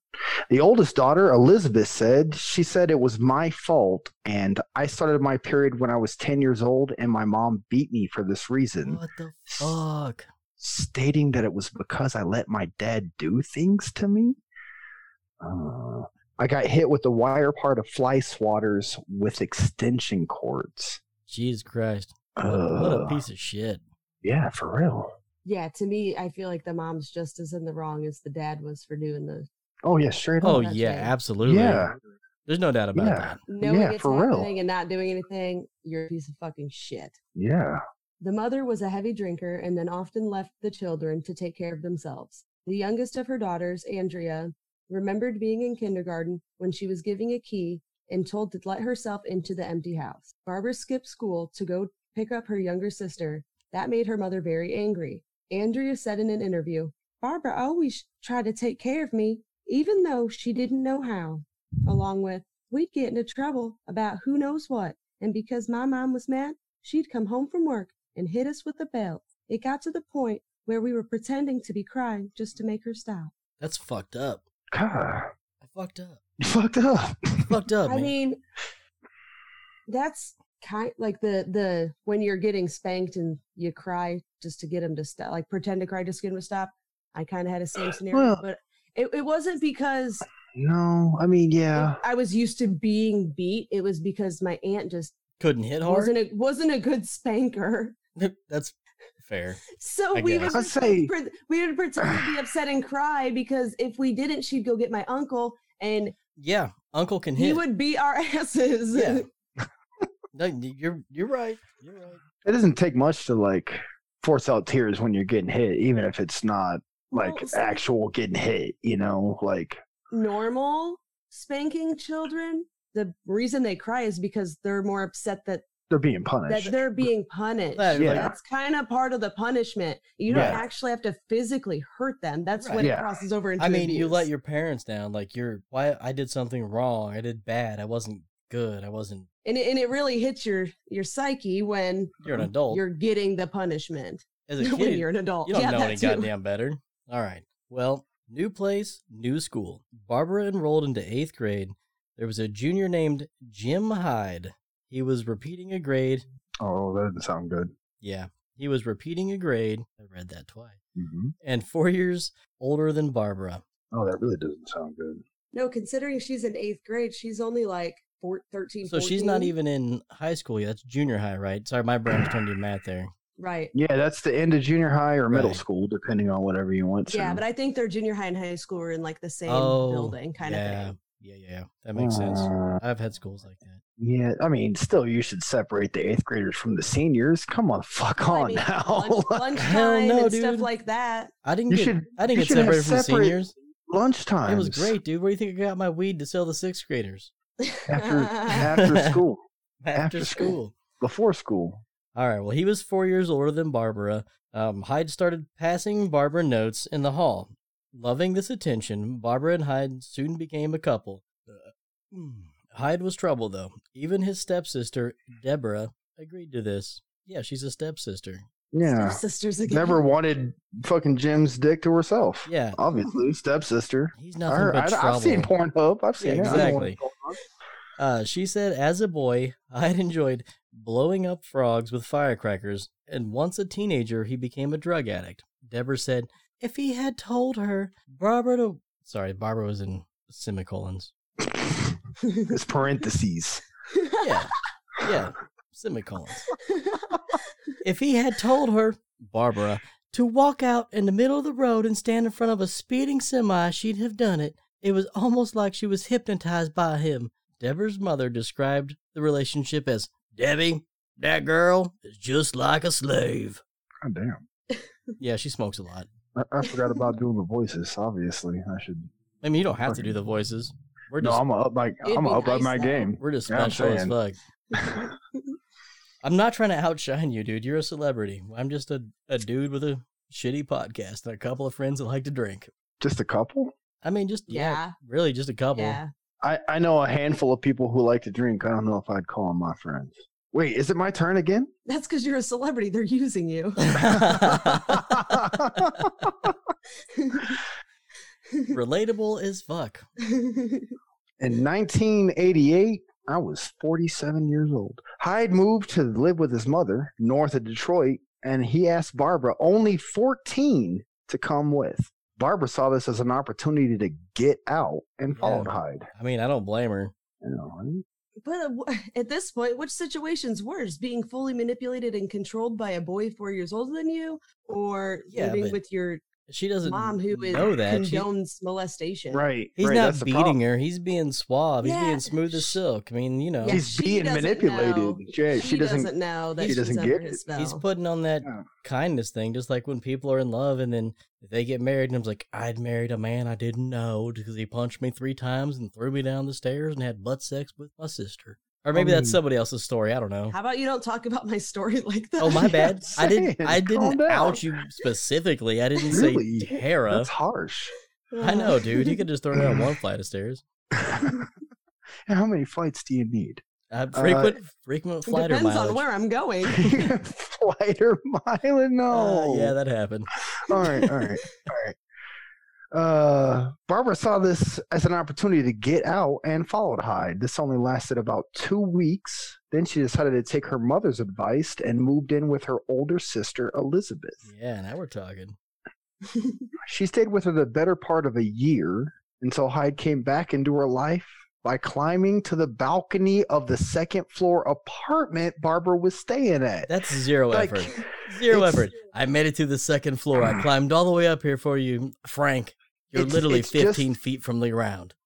B: The oldest daughter, Elizabeth, said, She said it was my fault, and I started my period when I was 10 years old, and my mom beat me for this reason,
D: What the fuck?
B: stating that it was because I let my dad do things to me. Uh, I got hit with the wire part of fly swatters with extension cords.
D: Jesus Christ. What, what a
B: Ugh.
D: piece of shit.
B: Yeah, for real.
G: Yeah, to me, I feel like the mom's just as in the wrong as the dad was for doing the.
B: Oh, yeah, straight
D: Oh,
B: up.
G: that's
D: yeah,
G: right.
D: absolutely.
B: Yeah,
D: There's no doubt about
B: Yeah.
D: that.
G: Knowing
B: Yeah,
G: it's
B: for real.
G: happening and not doing anything, you're a piece of fucking shit.
B: yeah.
G: The mother was a heavy drinker and then often left the children to take care of themselves. The youngest of her daughters, Andrea, remembered being in kindergarten when she was giving a key and told to let herself into the empty house. Barbara skipped school to go pick up her younger sister. That made her mother very angry. Andrea said in an interview, Barbara always tried to take care of me, even though she didn't know how. Along with, we'd get into trouble about who knows what. And because my mom was mad, she'd come home from work and hit us with a belt. It got to the point where we were pretending to be crying just to make her stop.
D: That's fucked up.
B: God,
D: I fucked up.
B: you fucked up.
D: fucked up,
G: I
D: man.
G: mean, that's kind like the the when you're getting spanked and you cry just to get him to stop, like pretend to cry just to get him to stop. I kind of had a same scenario,
B: Well-
G: but it, it wasn't because
B: No, I mean, yeah.
G: I was used to being beat. It was because my aunt just
D: Couldn't hit hard.
G: wasn't a, wasn't a good spanker.
D: That's fair.
G: So
D: I
G: we would,
D: guess.
B: I'd say-
G: pre- we would pretend to be upset and cry because if we didn't, she'd go get my uncle and
D: Yeah, Uncle can
G: he
D: hit.
G: would beat our asses.
D: Yeah. No, you're you're right. You're right.
B: It doesn't take much to like force out tears when you're getting hit, even if it's not like
G: Well, so-
B: actual getting hit. You know, like
G: Normal spanking children. The reason they cry is because they're more upset that,
B: they're being
G: that
B: punished.
G: they're being punished.
D: That is
B: Yeah.
D: like-
G: That's kind of part of the punishment. You don't
B: Yeah.
G: actually have to physically hurt them. That's
D: Right.
G: when
B: Yeah.
G: it crosses over into
D: I mean, you let
G: abuse.
D: your parents down. Like you're why I did something wrong. I did bad. I wasn't good. I wasn't.
G: and it, and it really hits your your psyche when
D: You're an adult.
G: you're getting the punishment
D: Oh. As a
G: when
D: kid,
G: you're an adult.
D: You don't
G: yeah,
D: know
G: that
D: any
G: too.
D: goddamn better. All right. Well, new place, new school. Barbara enrolled into eighth grade. There was a junior named Jim Hyde. He was repeating a grade.
B: oh, that doesn't sound good.
D: Yeah, he was repeating a grade. I read that twice.
B: hmm
D: And four years older than Barbara.
B: Oh, that really doesn't sound good.
G: No, considering she's in eighth grade, she's only like four, 13,
D: So she's not
G: 14.
D: even in high school yet. That's junior high, right? Sorry, my brain's trying to do math there.
G: Right.
B: Yeah, that's the end of junior high or middle
D: Right.
B: school, depending on whatever you want.
G: Yeah,
B: to.
G: but I think their junior high and high school were in like the same
D: Oh,
G: building kind
D: yeah.
G: of thing.
D: Yeah, yeah. That makes sense.
B: Uh,
D: I've had schools like that.
B: Yeah, I mean, still, you should separate the eighth graders from the seniors. Come on, fuck
G: Well, I
B: on
G: mean,
B: now.
G: Lunch, lunchtime
D: no,
G: and stuff
D: dude.
G: like that.
D: I didn't
B: You
D: get
B: should-
D: I didn't
B: you
D: get
B: should have
D: separated from
B: separate-
D: seniors.
B: Lunchtime.
D: It was great, dude. Where do you think I got my weed to sell the sixth graders?
B: after after school,
D: After
B: After school.
D: school.
B: before school.
D: All right. Well, he was four years older than Barbara. Um, Hyde started passing Barbara notes in the hall. Loving this attention, Barbara and Hyde soon became a couple. Hmm. Hyde was trouble, though. Even his stepsister, Deborah, agreed to this. Yeah, she's a stepsister.
B: Yeah,
G: Sisters again.
B: never wanted fucking Jim's dick to herself.
D: Yeah,
B: Obviously, stepsister.
D: he's
B: I
D: nothing
B: heard-
D: but
B: I,
D: trouble.
B: have seen Pornhub.
D: Yeah,
B: I've seen it. I know what's
D: exactly.
B: going on.
D: Uh, she said, as a boy, I'd enjoyed blowing up frogs with firecrackers, and once a teenager, he became a drug addict. Deborah said, if he had told her, Barbara to. Sorry, Barbara was in semicolons.
B: It's parentheses.
D: Yeah. yeah. Semicolons. If he had told her, Barbara, to walk out in the middle of the road and stand in front of a speeding semi, she'd have done it. It was almost like she was hypnotized by him. Deborah's mother described the relationship as Debbie, that girl is just like a slave.
B: God damn.
D: Yeah, she smokes a lot.
B: I, I forgot about doing the voices. Obviously, I should.
D: I mean, you don't have to do the voices. We're
B: No,
D: just
B: I'm a up my.
G: It'd
B: I'm a
G: be
B: up
G: nice,
B: my
G: though.
B: game.
D: we're just
B: Yeah, I'm
D: special as
B: saying.
D: fuck. I'm not trying to outshine you, dude. You're a celebrity. I'm just a, a dude with a shitty podcast and a couple of friends that like to drink.
B: Just a couple.
D: I mean, just yeah,
G: Yeah.
D: really just a couple.
G: yeah.
B: I, I know a handful of people who like to drink. I don't know if I'd call them my friends. Wait, is it my turn again?
G: That's because you're a celebrity. They're using you.
D: Relatable as fuck.
B: In 1988, I was 47 years old. Hyde moved to live with his mother north of Detroit, and he asked Barbara, only 14, to come with. Barbara saw this as an opportunity to get out and followed
D: Yeah.
B: Hyde.
D: I mean, I don't blame her.
B: You know, right?
G: but uh, wh- at this point, which situation's worse? Being fully manipulated and controlled by a boy four years older than you, or
D: Yeah,
G: living
D: but
G: with your
D: She doesn't
G: mom who is
D: know that. She-
G: condones molestation?
B: Right.
D: he's
B: right,
D: not
B: that's the
D: beating
B: problem.
D: her. He's being suave. He's
G: Yeah,
D: being smooth as
G: sh-
D: silk. I mean, you know,
G: Yeah,
B: She's
G: she
B: being
G: doesn't
B: manipulated.
G: know.
B: Yeah, she,
G: she
B: doesn't.
G: doesn't, know that
D: she
G: she's
B: doesn't
G: under
B: get
G: his
B: it.
G: spell.
D: he's putting on that
B: Yeah.
D: kindness thing, just like when people are in love and then they get married. And I'm like, I'd married a man I didn't know because he punched me three times and threw me down the stairs and had butt sex with my sister. Or maybe that's
B: mean-
D: somebody else's story. I don't know.
G: How about you don't talk about my story like that?
D: Oh my bad. I didn't.
B: saying,
D: I
B: calm
D: didn't
B: down.
D: out you specifically. I didn't
B: Really?
D: say Tara.
B: That's harsh.
D: I know, dude. You could just throw down one flight of stairs.
B: How many flights do you need?
D: Uh, frequent, frequent
G: It
D: flighter
G: depends
D: mileage.
G: on where I'm going.
B: Flight or mileage?
D: Uh,
B: No.
G: Oh.
D: yeah, that happened.
B: all right, all right, all right. Uh, Barbara saw this as an opportunity to get out and followed Hyde. This only lasted about two weeks. Then she decided to take her mother's advice and moved in with her older sister, Elizabeth.
D: Yeah, now we're talking.
B: She stayed with her the better part of a year until Hyde came back into her life by climbing to the balcony of the second floor apartment Barbara was staying at.
D: That's zero
B: Like,
D: effort. Zero
B: it's-
D: effort. I made it to the second floor. I climbed all the way up here for you, Frank. You're
B: It's-
D: literally
B: it's just-
D: 15 feet from the ground.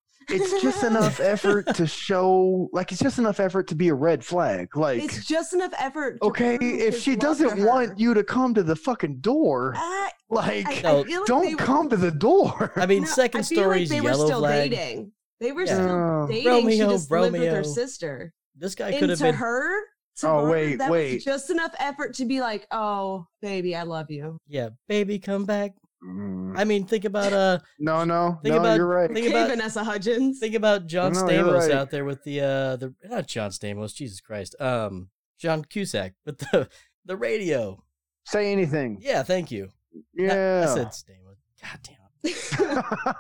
B: It's just enough effort to show, like, it's just enough effort to be a red flag. Like,
G: It's just enough effort. to
B: okay,
G: prove
B: if
G: his
B: she
G: love to
B: doesn't
G: her.
B: want you to come to the fucking door,
G: I,
B: like,
G: I,
D: No,
G: I feel like
B: don't
G: they,
B: come to the door.
D: I mean,
G: No,
D: second
G: I feel like
D: story's
G: they were
D: yellow
G: still
D: flag.
G: dating. They were
D: Yeah.
G: still
B: Oh.
G: dating. she
D: Romeo,
G: just lived with
D: Romeo.
G: her sister.
D: This guy could
G: And
D: have
G: to
D: been.
G: her, to
B: Oh,
G: her,
B: wait,
G: that was
B: wait.
G: just enough effort to be like, "Oh, baby, I love you."
D: Yeah, baby, come back.
B: Mm.
D: I mean, think about uh,
B: no, no,
D: Think
B: no,
D: about-
B: you're right.
D: think
G: okay,
D: about
G: Vanessa Hudgens.
D: Think about John
B: No, you're
D: Stamos
B: right.
D: out there with the uh the not John Stamos, Jesus Christ. Um John Cusack with the the radio.
B: Say anything.
D: Yeah, thank you. I-
B: Yeah.
D: I, said Stamos. God damn. it.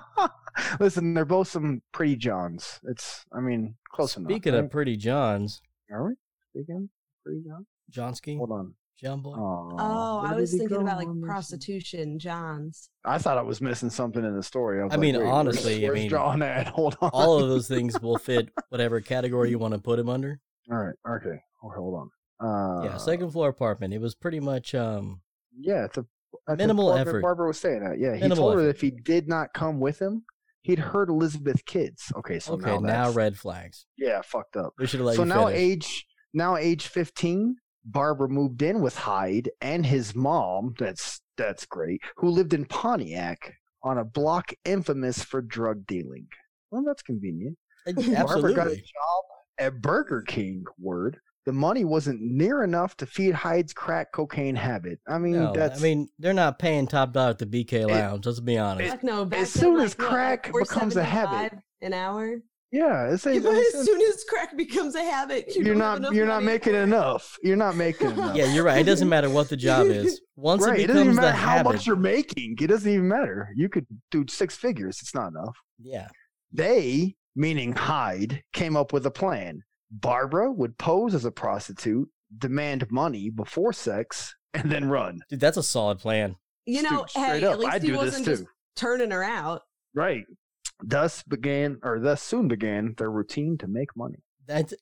B: Listen, they're both some pretty Johns. It's, I mean, close enough.
D: Speaking of pretty Johns,
B: Are we? Speaking of pretty John?
D: Johnsky,
B: Hold on.
D: John Boy.
B: Oh,
G: oh,
B: where
G: I
B: did
G: was
B: he
G: thinking
B: go?
G: about like
B: I'm missing-
G: prostitution, Johns.
B: I thought I was missing something in the story. I, was
D: I
B: like,
D: mean,
B: wait, where's-
D: honestly, I
B: where's
D: mean,
B: John at? Hold on.
D: All of those things will fit whatever category you want to put him under.
B: All right. Okay. Oh, hold on. Uh,
D: yeah, second floor apartment. It was pretty much um
B: Yeah, it's a at the
D: Minimal
B: apartment
D: effort.
B: Barbara was saying that. Yeah, he
D: Minimal
B: told her
D: effort.
B: that if he did not come with him, he'd hurt Elizabeth kids. Okay, so
D: okay,
B: now,
D: now
B: that's-
D: red flags.
B: yeah, fucked up.
D: We should have let
B: so
D: you
B: now
D: finish.
B: age now age fifteen, Barbara moved in with Hyde and his mom. That's that's great. Who lived in Pontiac on a block infamous for drug dealing. Well, that's convenient. Barbara got a
D: Absolutely.
B: job at Burger King. Word. The money wasn't near enough to feed Hyde's crack cocaine habit. I mean,
D: No, I
B: that's
D: mean, they're not paying top dollar at the BK Lounge. let's be honest.
G: Fuck no. Back
B: as
G: then,
B: soon
G: like,
B: as
G: what,
B: crack
G: like
B: becomes a habit.
G: $4.75 an hour.
B: yeah. It's,
G: Yeah,
B: it's,
G: but as
B: it's-
G: soon as crack becomes a habit, you
B: you're
G: don't have
B: not
G: enough
B: you're not
G: money
B: making
G: for it.
B: enough. You're not making enough.
D: yeah, you're right. It doesn't matter what the job is. Once
B: right.
D: it
B: It doesn't even
D: becomes the
B: matter how
D: habit,
B: much you're making. It doesn't even matter. You could do six figures. It's not enough.
D: yeah.
B: They, meaning Hyde, came up with a plan. Barbara would pose as a prostitute, demand money before sex, and then run.
D: Dude, that's a solid plan.
G: You know,
B: Dude,
G: hey,
B: straight
G: at
B: up,
G: least
B: I'd
G: he
B: do this
G: wasn't
B: too.
G: just turning her out.
B: Right. Thus began, or thus soon began, their routine to make money.
D: That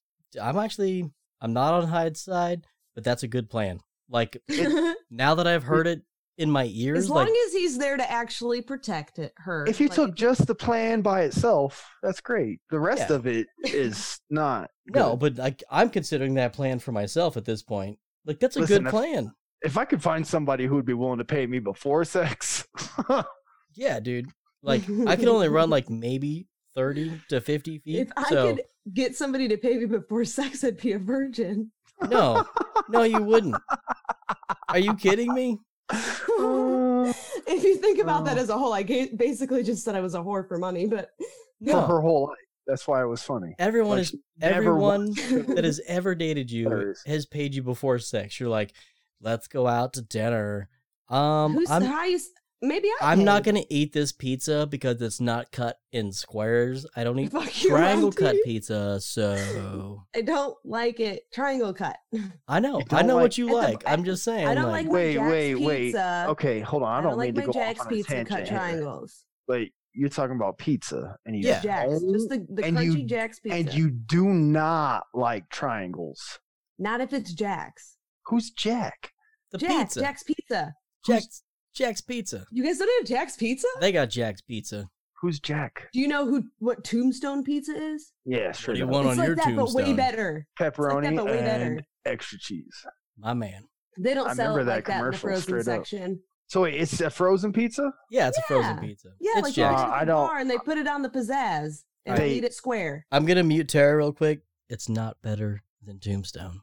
D: I'm actually I'm not on Hyde's side, but that's a good plan. Like now that I've heard it in my ears,
G: as long
D: like
G: as he's there to actually protect it, her.
B: If you
G: Like,
B: took just the plan by itself, that's great. The rest
D: Yeah.
B: of it is not.
D: no,
B: good.
D: but like I'm considering that plan for myself at this point. Like that's a
B: Listen,
D: good
B: if-
D: plan.
B: if I could find somebody who would be willing to pay me before sex,
D: Yeah, dude. Like I can only run like maybe thirty to fifty feet.
G: If I
D: so
G: could get somebody to pay me before sex, I'd be a virgin.
D: no, no, you wouldn't. Are you kidding me?
G: Mm,
B: Uh,
G: if you think about that
B: Oh.
G: as a whole, I ga- basically just said I was a whore for money, but
B: for
D: No,
B: her whole life. That's why it was funny.
D: Everyone
B: Like,
D: is
B: she never
D: everyone
B: watched
D: that has ever dated you
B: Hilarious.
D: has paid you before sex. You're like, let's go out to dinner. Um,
G: Who's
D: I'm
G: the highest? Maybe I.
D: I'm not gonna eat this pizza because it's not cut in squares. I don't eat
G: Fuck you,
D: triangle
G: Monty.
D: cut pizza, so
G: I don't like it. Triangle cut.
D: I know,
B: You
D: I
B: don't
D: know
B: like-
D: what
G: At
D: you
G: the-
D: like.
G: I-
D: I'm just saying.
G: I don't
D: like,
G: like
B: Wait,
G: my Jack's
B: wait, wait.
G: pizza.
B: Okay, hold on. I
G: I
B: don't,
G: don't like
B: mean
G: my
B: to go
G: Jack's
B: off on a
G: pizza
B: tangent,
G: cut
B: here,
G: triangles.
B: but you're talking about pizza, and you
D: Yeah.
G: Jack's, just the, the
B: And
G: crunchy
B: you-
G: Jack's pizza.
B: and you do not like triangles.
G: not if it's Jack's.
B: Who's Jack?
D: the
G: Jack's,
D: pizza.
G: Jack's pizza.
D: Jack's Jack's pizza.
G: You guys don't have Jack's pizza?
D: They got Jack's pizza.
B: Who's Jack?
G: Do you know who what Tombstone pizza is?
B: Yeah, straight
D: do you
B: up.
D: want
G: it's
D: on
G: like
D: your
G: that, but way
D: tombstone?
G: better.
B: pepperoni
G: but way better.
B: and extra cheese.
D: My man.
G: They don't
B: I
G: sell
B: remember
G: it
B: that
G: like that in the
B: commercial
G: frozen
B: straight up.
G: section.
B: So wait, it's a frozen pizza?
D: Yeah, it's a frozen
G: Yeah.
D: pizza.
G: Yeah,
D: it's
G: like you
D: Jack's.
G: take it to
B: Uh, I
G: the
B: don't-
G: bar and they put it on the pizzazz and
B: They-
G: they eat it square.
D: I'm gonna mute Tara real quick. It's not better than Tombstone.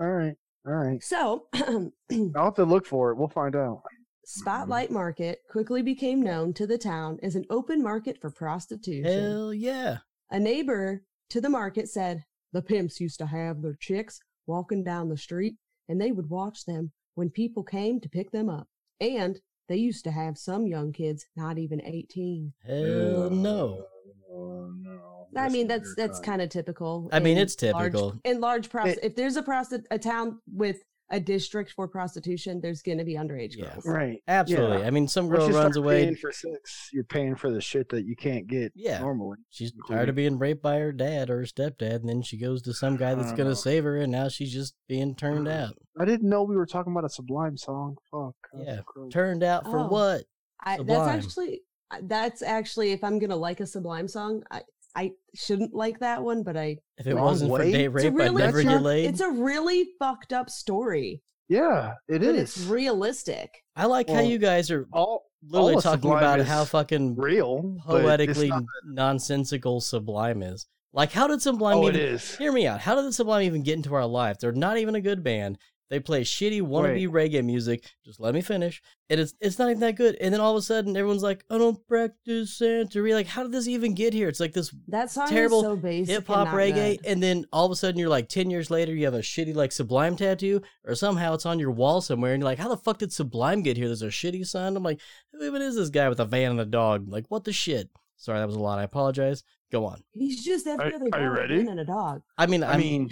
B: All right, all right.
G: so, Hmm.
B: I'll have to look for it. We'll find out.
G: Spotlight Market quickly became known to the town as an open market for prostitution.
D: Hell yeah.
G: A neighbor to the market said, The pimps used to have their chicks walking down the street, and they would watch them when people came to pick them up. And they used to have some young kids not even 18.
D: Hell no.
B: Oh, no.
G: Uh, I mean, that's that's kind of typical.
D: I mean,
G: in
D: it's
G: large-
D: typical.
G: in large prost-
B: It-
G: if there's a prosti- a town with a district for prostitution, there's going to be underage
D: Yeah.
G: girls.
B: right.
D: Absolutely.
B: Yeah.
D: I mean, some
B: Once
D: girl
B: you
D: runs
B: start
D: away.
B: Paying for sex, you're paying for the shit that you can't get
D: Yeah.
B: normally.
D: She's
B: Including-
D: tired of being raped by her dad or her stepdad, and then she goes to some guy that's
B: I
D: going
B: know.
D: to save her, and now she's just being turned out.
B: I didn't know we were talking about a Sublime song. Fuck. that's
D: Yeah.
B: gross.
D: Turned out for
G: Oh.
D: what?
G: I, that's
D: Sublime.
G: actually that's actually if I'm going to like a Sublime song, I I shouldn't like that one, but I
D: If it
B: Wrong
D: wasn't for
B: way?
D: day
G: It's a
D: rape, I'd
G: really,
D: never
G: it's a-
D: get laid.
G: It's a really fucked up story.
B: Yeah, it
G: but
B: is.
G: It's realistic.
D: I like how
B: well,
D: you guys are
B: all
D: literally
B: all of
D: talking
B: Sublime
D: about
B: is
D: how fucking
B: real, but it's
D: poetically
B: not-
D: nonsensical Sublime is. Like, how did Sublime
B: oh, it
D: even
B: is.
D: Hear me out. How did the Sublime even get into our life? They're not even a good band. They play shitty wannabe reggae music. Just let me finish. And it's it's not even that good. And then all of a sudden, everyone's like, "I don't practice Santeria." Like, how did this even get here? It's like this
G: That song
D: Terrible
G: is so basic. and
D: hip hop
G: not
D: reggae,
G: good.
D: and then all of a sudden, you're like, ten years later, you have a shitty like Sublime tattoo, or somehow it's on your wall somewhere, and you're like, "How the fuck did Sublime get here?" There's a shitty sign. I'm like, "Who even is this guy with a van and a dog?" Like, what the shit? Sorry, that was a lot. I apologize. Go on.
G: He's just every
B: Are-
G: other
B: are
G: guy
B: you
G: with a
B: ready?
G: gun and a dog.
D: I mean,
B: I mean,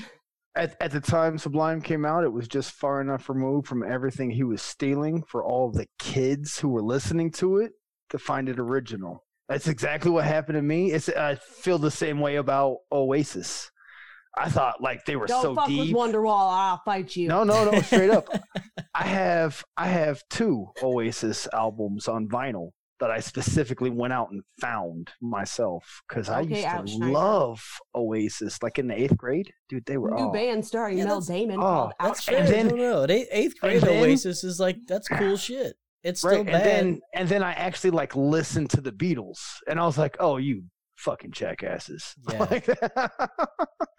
B: at, at the time Sublime came out, it was just far enough removed from everything he was stealing for all the kids who were listening to it to find it original. That's exactly what happened to me. It's I feel the same way about Oasis. I thought like they were
G: Don't
B: so
G: fuck
B: deep.
G: with Wonderwall. I'll fight you.
B: No, no, no, straight up. I have I have two Oasis albums on vinyl that I specifically went out and found myself because I
G: Okay,
B: used to
G: ouch, Schneider.
B: love Oasis. Like in the eighth grade, dude, they were
G: New
B: oh,
G: band starring
D: Yeah,
G: Mel
D: that's-
G: Damon
B: oh,
G: called
D: That's
G: Outrageous.
D: fair.
B: then-
D: no, no, no. It ain't- eighth grade
B: then-
D: Oasis is like that's cool shit. It's still
B: right.
D: bad.
B: And then and then I actually like listened to the Beatles, and I was like, oh, you fucking jackasses.
D: Yeah.
B: Like,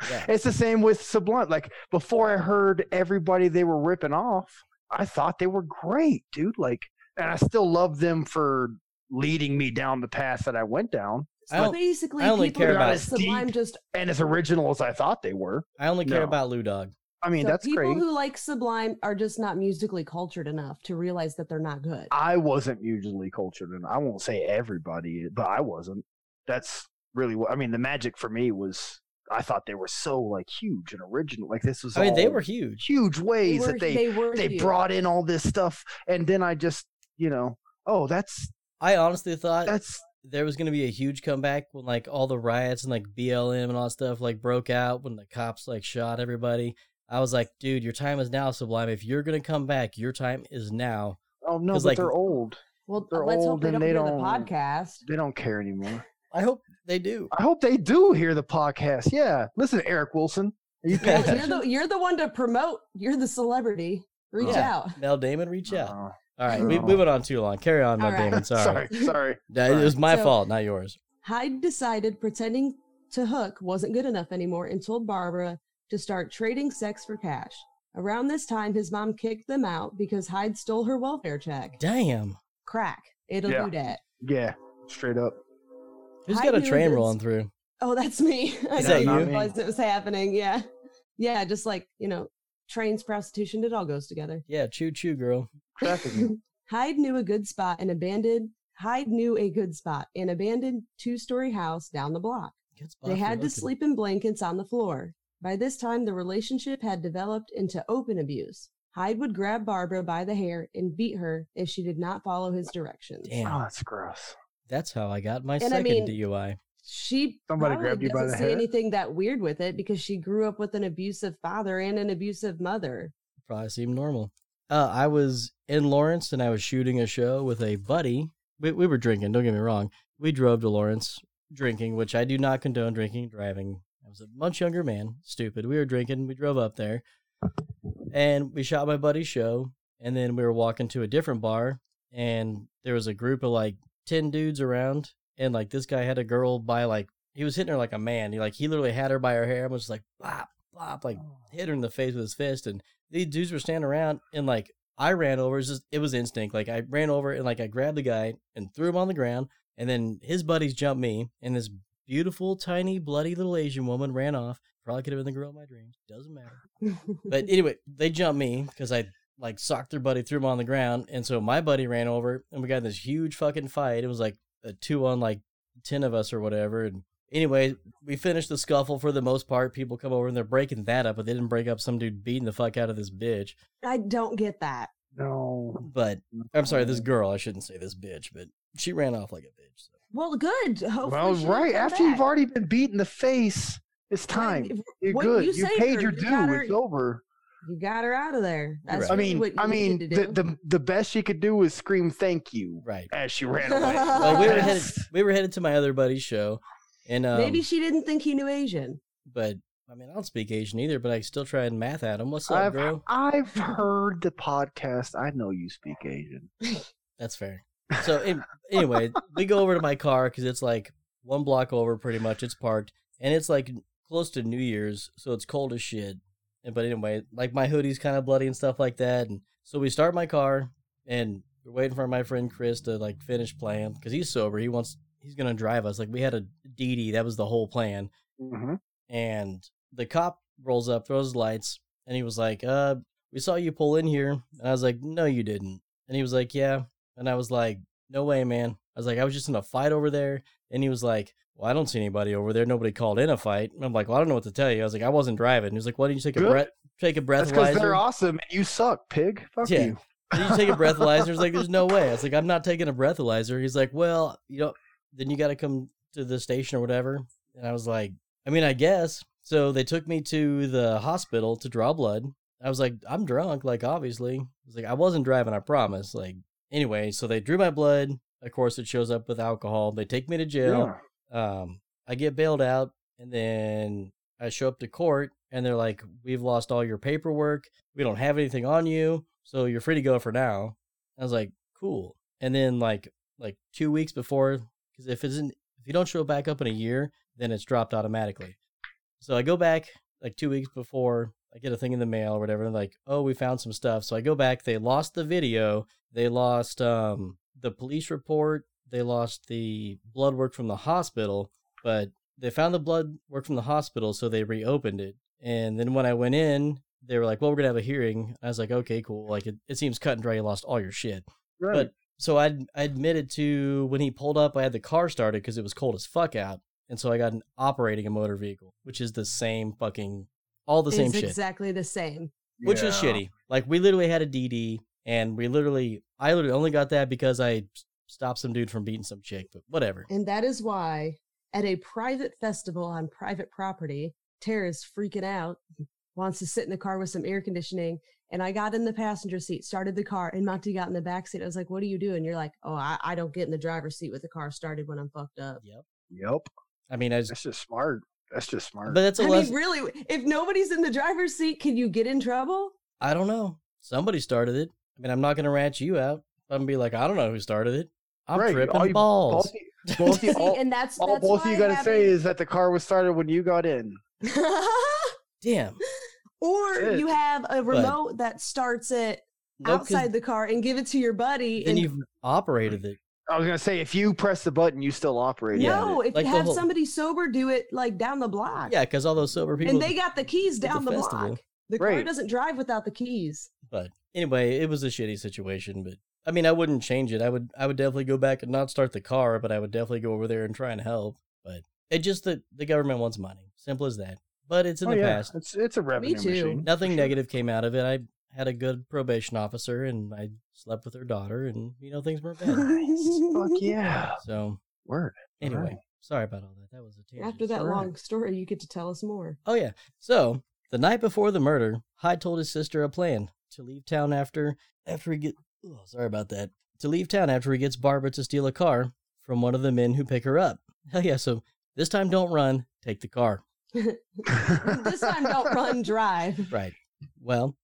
D: Yeah.
B: It's the same with Sublime. Like before I heard everybody they were ripping off, I thought they were great, dude. Like, and I still love them for leading me down the path that I went down
D: I
G: So
D: don't-
G: basically,
D: I only
G: people
D: care
G: thought
D: about
G: that Sublime
B: deep-
G: just
B: and as original as I thought they were.
D: I only care
B: No.
D: about Lou Dog.
B: I mean,
G: so
B: that's
G: people
B: great.
G: who like Sublime are just not musically cultured enough to realize that they're not good.
B: I wasn't usually cultured, and I won't say everybody, but I wasn't. That's really what I mean. The magic for me was I thought they were so like huge and original. Like this was
D: I mean, they
B: all
D: were huge.
B: huge ways
G: were,
B: that they
G: were
B: they
G: huge.
B: brought in all this stuff, and then I just you know oh that's
D: I honestly thought
B: that's
D: there was gonna be a huge comeback when like all the riots and like BLM and all that stuff like broke out when the cops like shot everybody. I was like, dude, your time is now, Sublime. If you're gonna come back, your time is now.
B: oh no,
D: 'Cause,
B: but
D: like,
B: they're old.
G: Well,
B: They're
G: let's
B: old
G: hope they
B: and
G: don't
B: they
G: hear the
B: don't-
G: podcast.
B: They don't care anymore.
D: I hope they do.
B: I hope they do hear the podcast. Yeah, listen, Eric Wilson, are you
D: Yeah,
B: paying
G: Well, you're
B: attention?
G: the you're the one to promote. You're the celebrity. Reach
D: Yeah.
G: out.
D: Mel Damon, reach out.
B: Oh,
D: All right, we,
B: no.
D: we went on too long. Carry on, Mel
G: All right.
D: Damon. Sorry.
B: sorry, sorry.
D: That- It was my
G: So-
D: fault, not yours.
G: Hyde decided pretending to hook wasn't good enough anymore and told Barbara to start trading sex for cash. Around this time, his mom kicked them out because Hyde stole her welfare check.
D: Damn.
G: Crack. It'll
B: Yeah.
G: do that.
B: Yeah, Straight up.
D: Who's
G: I
D: got a
G: knew
D: train
G: this-
D: rolling through?
G: Oh, that's me. I
D: Is
B: that
G: didn't
B: you?
G: realize it was happening. Yeah. Yeah, just like, you know, trains, prostitution, it all goes together.
D: Yeah, choo choo girl.
B: Trafficking.
G: Hyde knew a good spot and abandoned Hyde knew a good spot, an abandoned two story house down the block.
D: Good spot
G: They
D: for
G: had to
D: looking.
G: sleep in blankets on the floor. By this time, the relationship had developed into open abuse. Hyde would grab Barbara by the hair and beat her if she did not follow his directions.
D: Damn,
B: oh, that's gross.
D: that's how I got my
G: And I
D: second
G: mean-
D: DUI.
G: She
B: Somebody
G: probably
B: grabbed you by
G: doesn't
B: the
G: see
B: hair?
G: anything that weird with it because she grew up with an abusive father and an abusive mother.
D: Probably seemed normal. Uh, I was in Lawrence and I was shooting a show with a buddy. We, we were drinking. Don't get me wrong. We drove to Lawrence drinking, which I do not condone drinking and driving. I was a much younger man, stupid. We were drinking. We drove up there, and we shot my buddy's show. And then we were walking to a different bar, and there was a group of like ten dudes around, and like this guy had a girl by like he was hitting her like a man. He like he literally had her by her hair and was just like bop bop like hit her in the face with his fist. And these dudes were standing around, and like I ran over. It was, just, it was instinct. Like I ran over and like I grabbed the guy and threw him on the ground. And then his buddies jumped me, and this beautiful, tiny, bloody little Asian woman ran off. Probably could have been the girl of my dreams. Doesn't matter. But anyway, they jumped me because I like socked their buddy, threw him on the ground, and so my buddy ran over, and we got in this huge fucking fight. It was like a two on like ten of us or whatever. And anyway, we finished the scuffle for the most part. People come over and they're breaking that up, but they didn't break up some dude beating the fuck out of this bitch.
G: I don't get that.
B: No.
D: But I'm sorry, this girl. I shouldn't say this bitch, but she ran off like a bitch. So.
G: Well, good. Hopefully
B: Well,
G: she
B: right.
G: won't come
B: After you've
G: back.
B: already been beat in the face, it's time.
G: Right, if-
B: You're
G: what
B: good.
G: you
B: You,
G: say
B: paid
G: or
B: your
G: you
B: due.
G: got her-
B: It's over.
G: you got her out of there. That's
D: right.
B: I
G: really
B: mean,
G: what
B: I
G: you
B: mean,
G: needed to
B: the,
G: do.
B: the the best she could do was scream thank you
D: Right.
B: as she ran away.
G: Well,
D: we were
B: That's-
D: headed. We were headed to my other buddy's show, and um,
G: Maybe she didn't think he knew Asian.
D: but I mean, I don't speak Asian either, but I still try and math at him. What's up,
B: I've,
D: girl?
B: I've heard the podcast. I know you speak Asian.
D: That's fair. So an- anyway, we go over to my car because it's like one block over, pretty much. It's parked, and it's like close to New Year's, so it's cold as shit. And but anyway, like my hoodie's kind of bloody and stuff like that. And so we start my car, and we're waiting for my friend Chris to like finish playing because he's sober. He wants he's gonna drive us. Like we had a DD, that was the whole plan.
B: Mhm.
D: and the cop rolls up, throws his lights, and he was like, "Uh, we saw you pull in here," and I was like, "No, you didn't," and he was like, "Yeah," and I was like, "No way, man." I was like, "I was just in a fight over there," and he was like, "Well, I don't see anybody over there. Nobody called in a fight." And I'm like, "Well, I don't know what to tell you." I was like, "I wasn't driving." And he was like, "Why didn't you take a
B: Good.
D: breath? Take a
B: That's because they're
D: breathalyzer?
B: awesome and you suck, pig. Fuck
D: Yeah.
B: you.
D: Did you take a breathalyzer?" He's like, "There's no way." I was like, "I'm not taking a breathalyzer." He's like, "Well, you know, then you got to come to the station or whatever." And I was like, I mean, I guess. So they took me to the hospital to draw blood. I was like, I'm drunk, like obviously. I was like, I wasn't driving, I promise. Like anyway, so they drew my blood. Of course, it shows up with alcohol. They take me to jail.
B: Yeah.
D: Um, I get bailed out, and then I show up to court, and they're like, "We've lost all your paperwork. We don't have anything on you, so you're free to go for now." I was like, "Cool." And then like like two weeks before, because if it's in, if you don't show back up in a year, then it's dropped automatically. So I go back like two weeks before I get a thing in the mail or whatever. And like, oh, we found some stuff. So I go back. They lost the video. They lost um, the police report. They lost the blood work from the hospital. But they found the blood work from the hospital, so they reopened it. And then when I went in, they were like, "Well, we're gonna have a hearing." I was like, "Okay, cool." Like it, it seems cut and dry. You lost all your shit.
B: Right.
D: But so I, I admitted to when he pulled up, I had the car started because it was cold as fuck out, and so I got an operating a motor vehicle, which is the same fucking all the same
G: it's
D: shit,
G: exactly the same.
D: which was
C: Yeah.
D: shitty. Like we literally had a DD, and we literally I literally only got that because I stopped some dude from beating some chick, but whatever.
G: And that is why at a private festival on private property, Tara's freaking out, wants to sit in the car with some air conditioning. And I got in the passenger seat, started the car, and Monty got in the back seat. I was like, What are you doing? You're like, Oh, I, I don't get in the driver's seat with the car started when I'm fucked up.
B: Yep.
D: I mean, I just
B: That's just smart. That's just
D: but
B: smart.
D: that's a
G: I mean,
D: lesson.
G: really, if nobody's in the driver's seat, can you get in trouble?
D: I don't know. Somebody started it. I mean, I'm not gonna rat you out. I'm gonna be like, I don't know who started it. I'm
B: Right, all
D: tripping
B: you-
D: balls.
B: both, you- both you-
G: See,
B: all,
G: and that's,
B: all
G: that's
B: both you
G: why
B: gotta say
G: having-
B: is that the car was started when you got in.
D: Damn.
G: or
B: Shit.
G: you have a remote that starts it
D: No, 'cause
G: outside the car and give it to your buddy
D: then
G: and
D: you've operated it.
B: I was gonna say if you press the button, you still operate.
D: Yeah.
G: no, if
D: Like
G: you
D: the
G: have
D: whole-
G: somebody sober do it like down the block.
D: Yeah, because all those sober people.
G: and they got the keys
D: the
G: down the,
D: festival.
G: block. The car
B: Right.
G: doesn't drive without the keys.
D: But anyway, it was a shitty situation. But I mean, I wouldn't change it. I would, I would definitely go back and not start the car, but I would definitely go over there and try and help. But it just that the government wants money. Simple as that. But it's in
B: Oh,
D: the
B: yeah.
D: past.
B: It's it's a revenue
G: too.
B: machine.
D: Nothing
B: for sure.
D: negative came out of it. I had a good probation officer, and I slept with her daughter, and you know things weren't bad.
B: Fuck yeah.
D: So
B: Word.
D: anyway,
B: Alright.
D: sorry about all that. That was a tangent.
G: After that
B: Alright.
G: long story, you get to tell us more.
D: Oh yeah. So the night before the murder, Hyde told his sister a plan to leave town after after he get. Oh, sorry about that. To leave town after he gets Barbara to steal a car from one of the men who pick her up. Hell yeah! So this time, don't run. Take the car.
G: this time, don't run, drive.
D: Right. Well,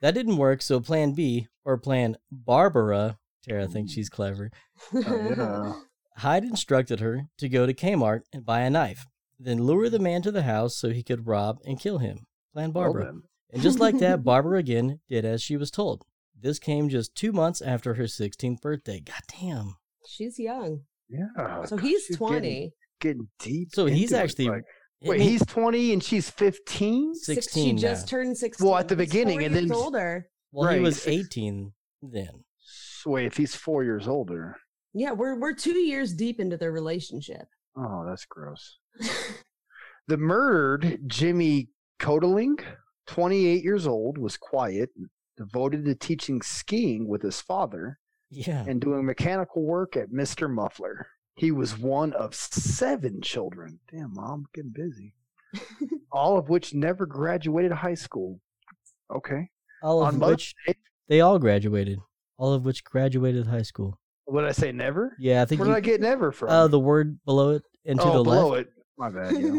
D: that didn't work. So Plan B or Plan Barbara. Tara thinks she's clever.
B: Oh,
D: Hyde instructed her to go to Kmart and buy a knife, then lure the man to the house so he could rob and kill him. Plan
B: Well
D: Barbara.
B: then.
D: And just like that, Barbara again did as she was told. This came just two months after her 16th birthday. God damn.
G: She's young.
B: Yeah.
G: So he's
B: Oh, she's getting-
G: 20.
B: Getting deep.
D: So he's
B: into it,
D: actually-
B: like-
D: It
B: wait,
D: mean-
B: he's twenty and she's fifteen.
G: Six-
D: 16
G: She just
D: now.
G: turned 16.
B: Well, at the
G: He's
B: beginning,
G: four
B: and then-
G: years older.
D: well, he
B: right,
D: was
B: six-
D: 18 then.
B: Wait, if he's four years older.
G: Yeah, we're we're two years deep into their relationship.
B: Oh, that's gross. The murdered Jimmy Codeling, 28 years old, was quiet, devoted to teaching skiing with his father,
D: Yeah.
B: and doing mechanical work at Mr. Muffler. He was one of seven children. Damn, mom, getting busy. all of which never graduated high school. Okay.
D: All of
B: on Mother's
D: which they all graduated. All of which graduated high school.
B: What did I say? Never?
D: Yeah, I think
B: Where
D: you,
B: did I get never from?
D: uh, the word below it and to
B: oh,
D: the
B: below
D: left.
B: it. My bad. Yeah.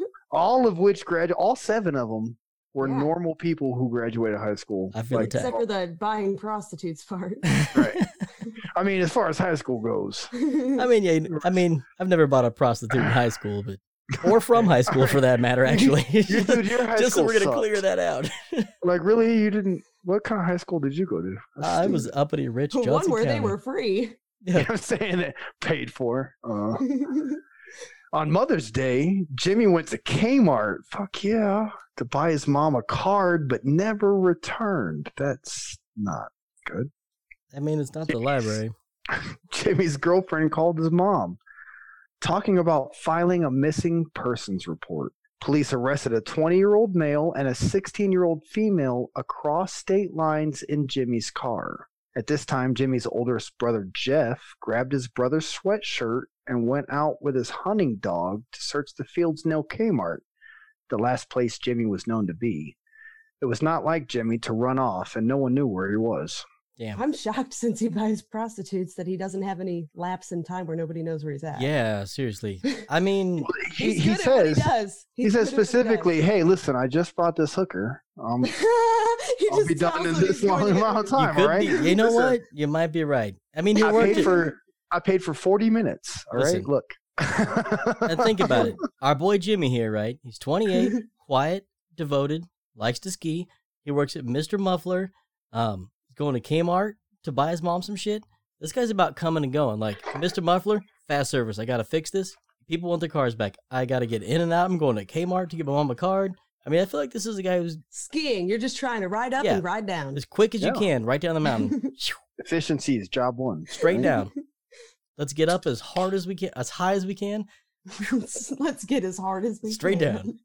B: all of which gradu all seven of them were
G: Yeah.
B: normal people who graduated high school.
D: I feel attacked.
G: Except for the buying prostitutes part.
B: Right. I mean, as far as high school goes,
D: I mean, yeah, I mean, I've never bought a prostitute in high school, but or from high school for that matter, actually.
B: you, dude, your high
D: just so
B: school
D: we're gonna
B: sucked.
D: clear that out.
B: Like, really, you didn't. What kind of high school did you go to? That's
D: I was
B: stupid.
D: uppity rich Johnson
G: One where they
D: County.
G: were free.
B: You know what I'm saying that paid for.
D: Uh-huh.
B: Uh, on Mother's Day, Jimmy went to Kmart. Fuck yeah, to buy his mom a card, but never returned. That's not.
D: I mean, it's not the
B: Jeez.
D: library.
B: Jimmy's girlfriend called his mom, talking about filing a missing persons report. Police arrested a 20 year old male and a 16 year old female across state lines in Jimmy's car. At this time, Jimmy's oldest brother, Jeff, grabbed his brother's sweatshirt and went out with his hunting dog to search the fields near Kmart, the last place Jimmy was known to be. It was not like Jimmy to run off, and no one knew where he was.
D: Damn.
G: I'm shocked since he buys prostitutes that he doesn't have any lapse in time where nobody knows where he's at.
D: Yeah, seriously. I mean,
G: He's good at what he does.
B: he
G: He's
B: says
G: good at what does.
B: specifically, "Hey, listen, I just bought this hooker. Um,
G: he
B: I'll be
G: just
B: done
G: tells
B: in
G: them he's
B: this long
G: going to-
B: amount of
D: you
B: time.
D: could
B: all right?
D: be- you know
B: Listen,
D: what? You might be right. I mean, he
B: I
D: worked.
B: paid
D: It,
B: for I paid for forty minutes. All right,
D: Listen.
B: look.
D: and think about it. Our boy Jimmy here, right? He's 28, quiet, devoted, likes to ski. He works at Mr. Muffler. Um, he's going to Kmart to buy his mom some shit. This guy's about coming and going. Like Mr. Muffler, fast service. I gotta fix this. People want their cars back. I gotta get in and out. I'm going to Kmart to get my mom a card. I mean, I feel like this is a guy who's
G: Skiing, you're just trying to ride up
D: Yeah.
G: and ride down.
D: as quick as you
B: Yeah.
D: can, right down the mountain.
B: Efficiency is job one.
D: straight
B: right?
D: down. Let's get up as hard as we can, as high as we can.
G: Let's get as hard as we
D: Straight
G: can.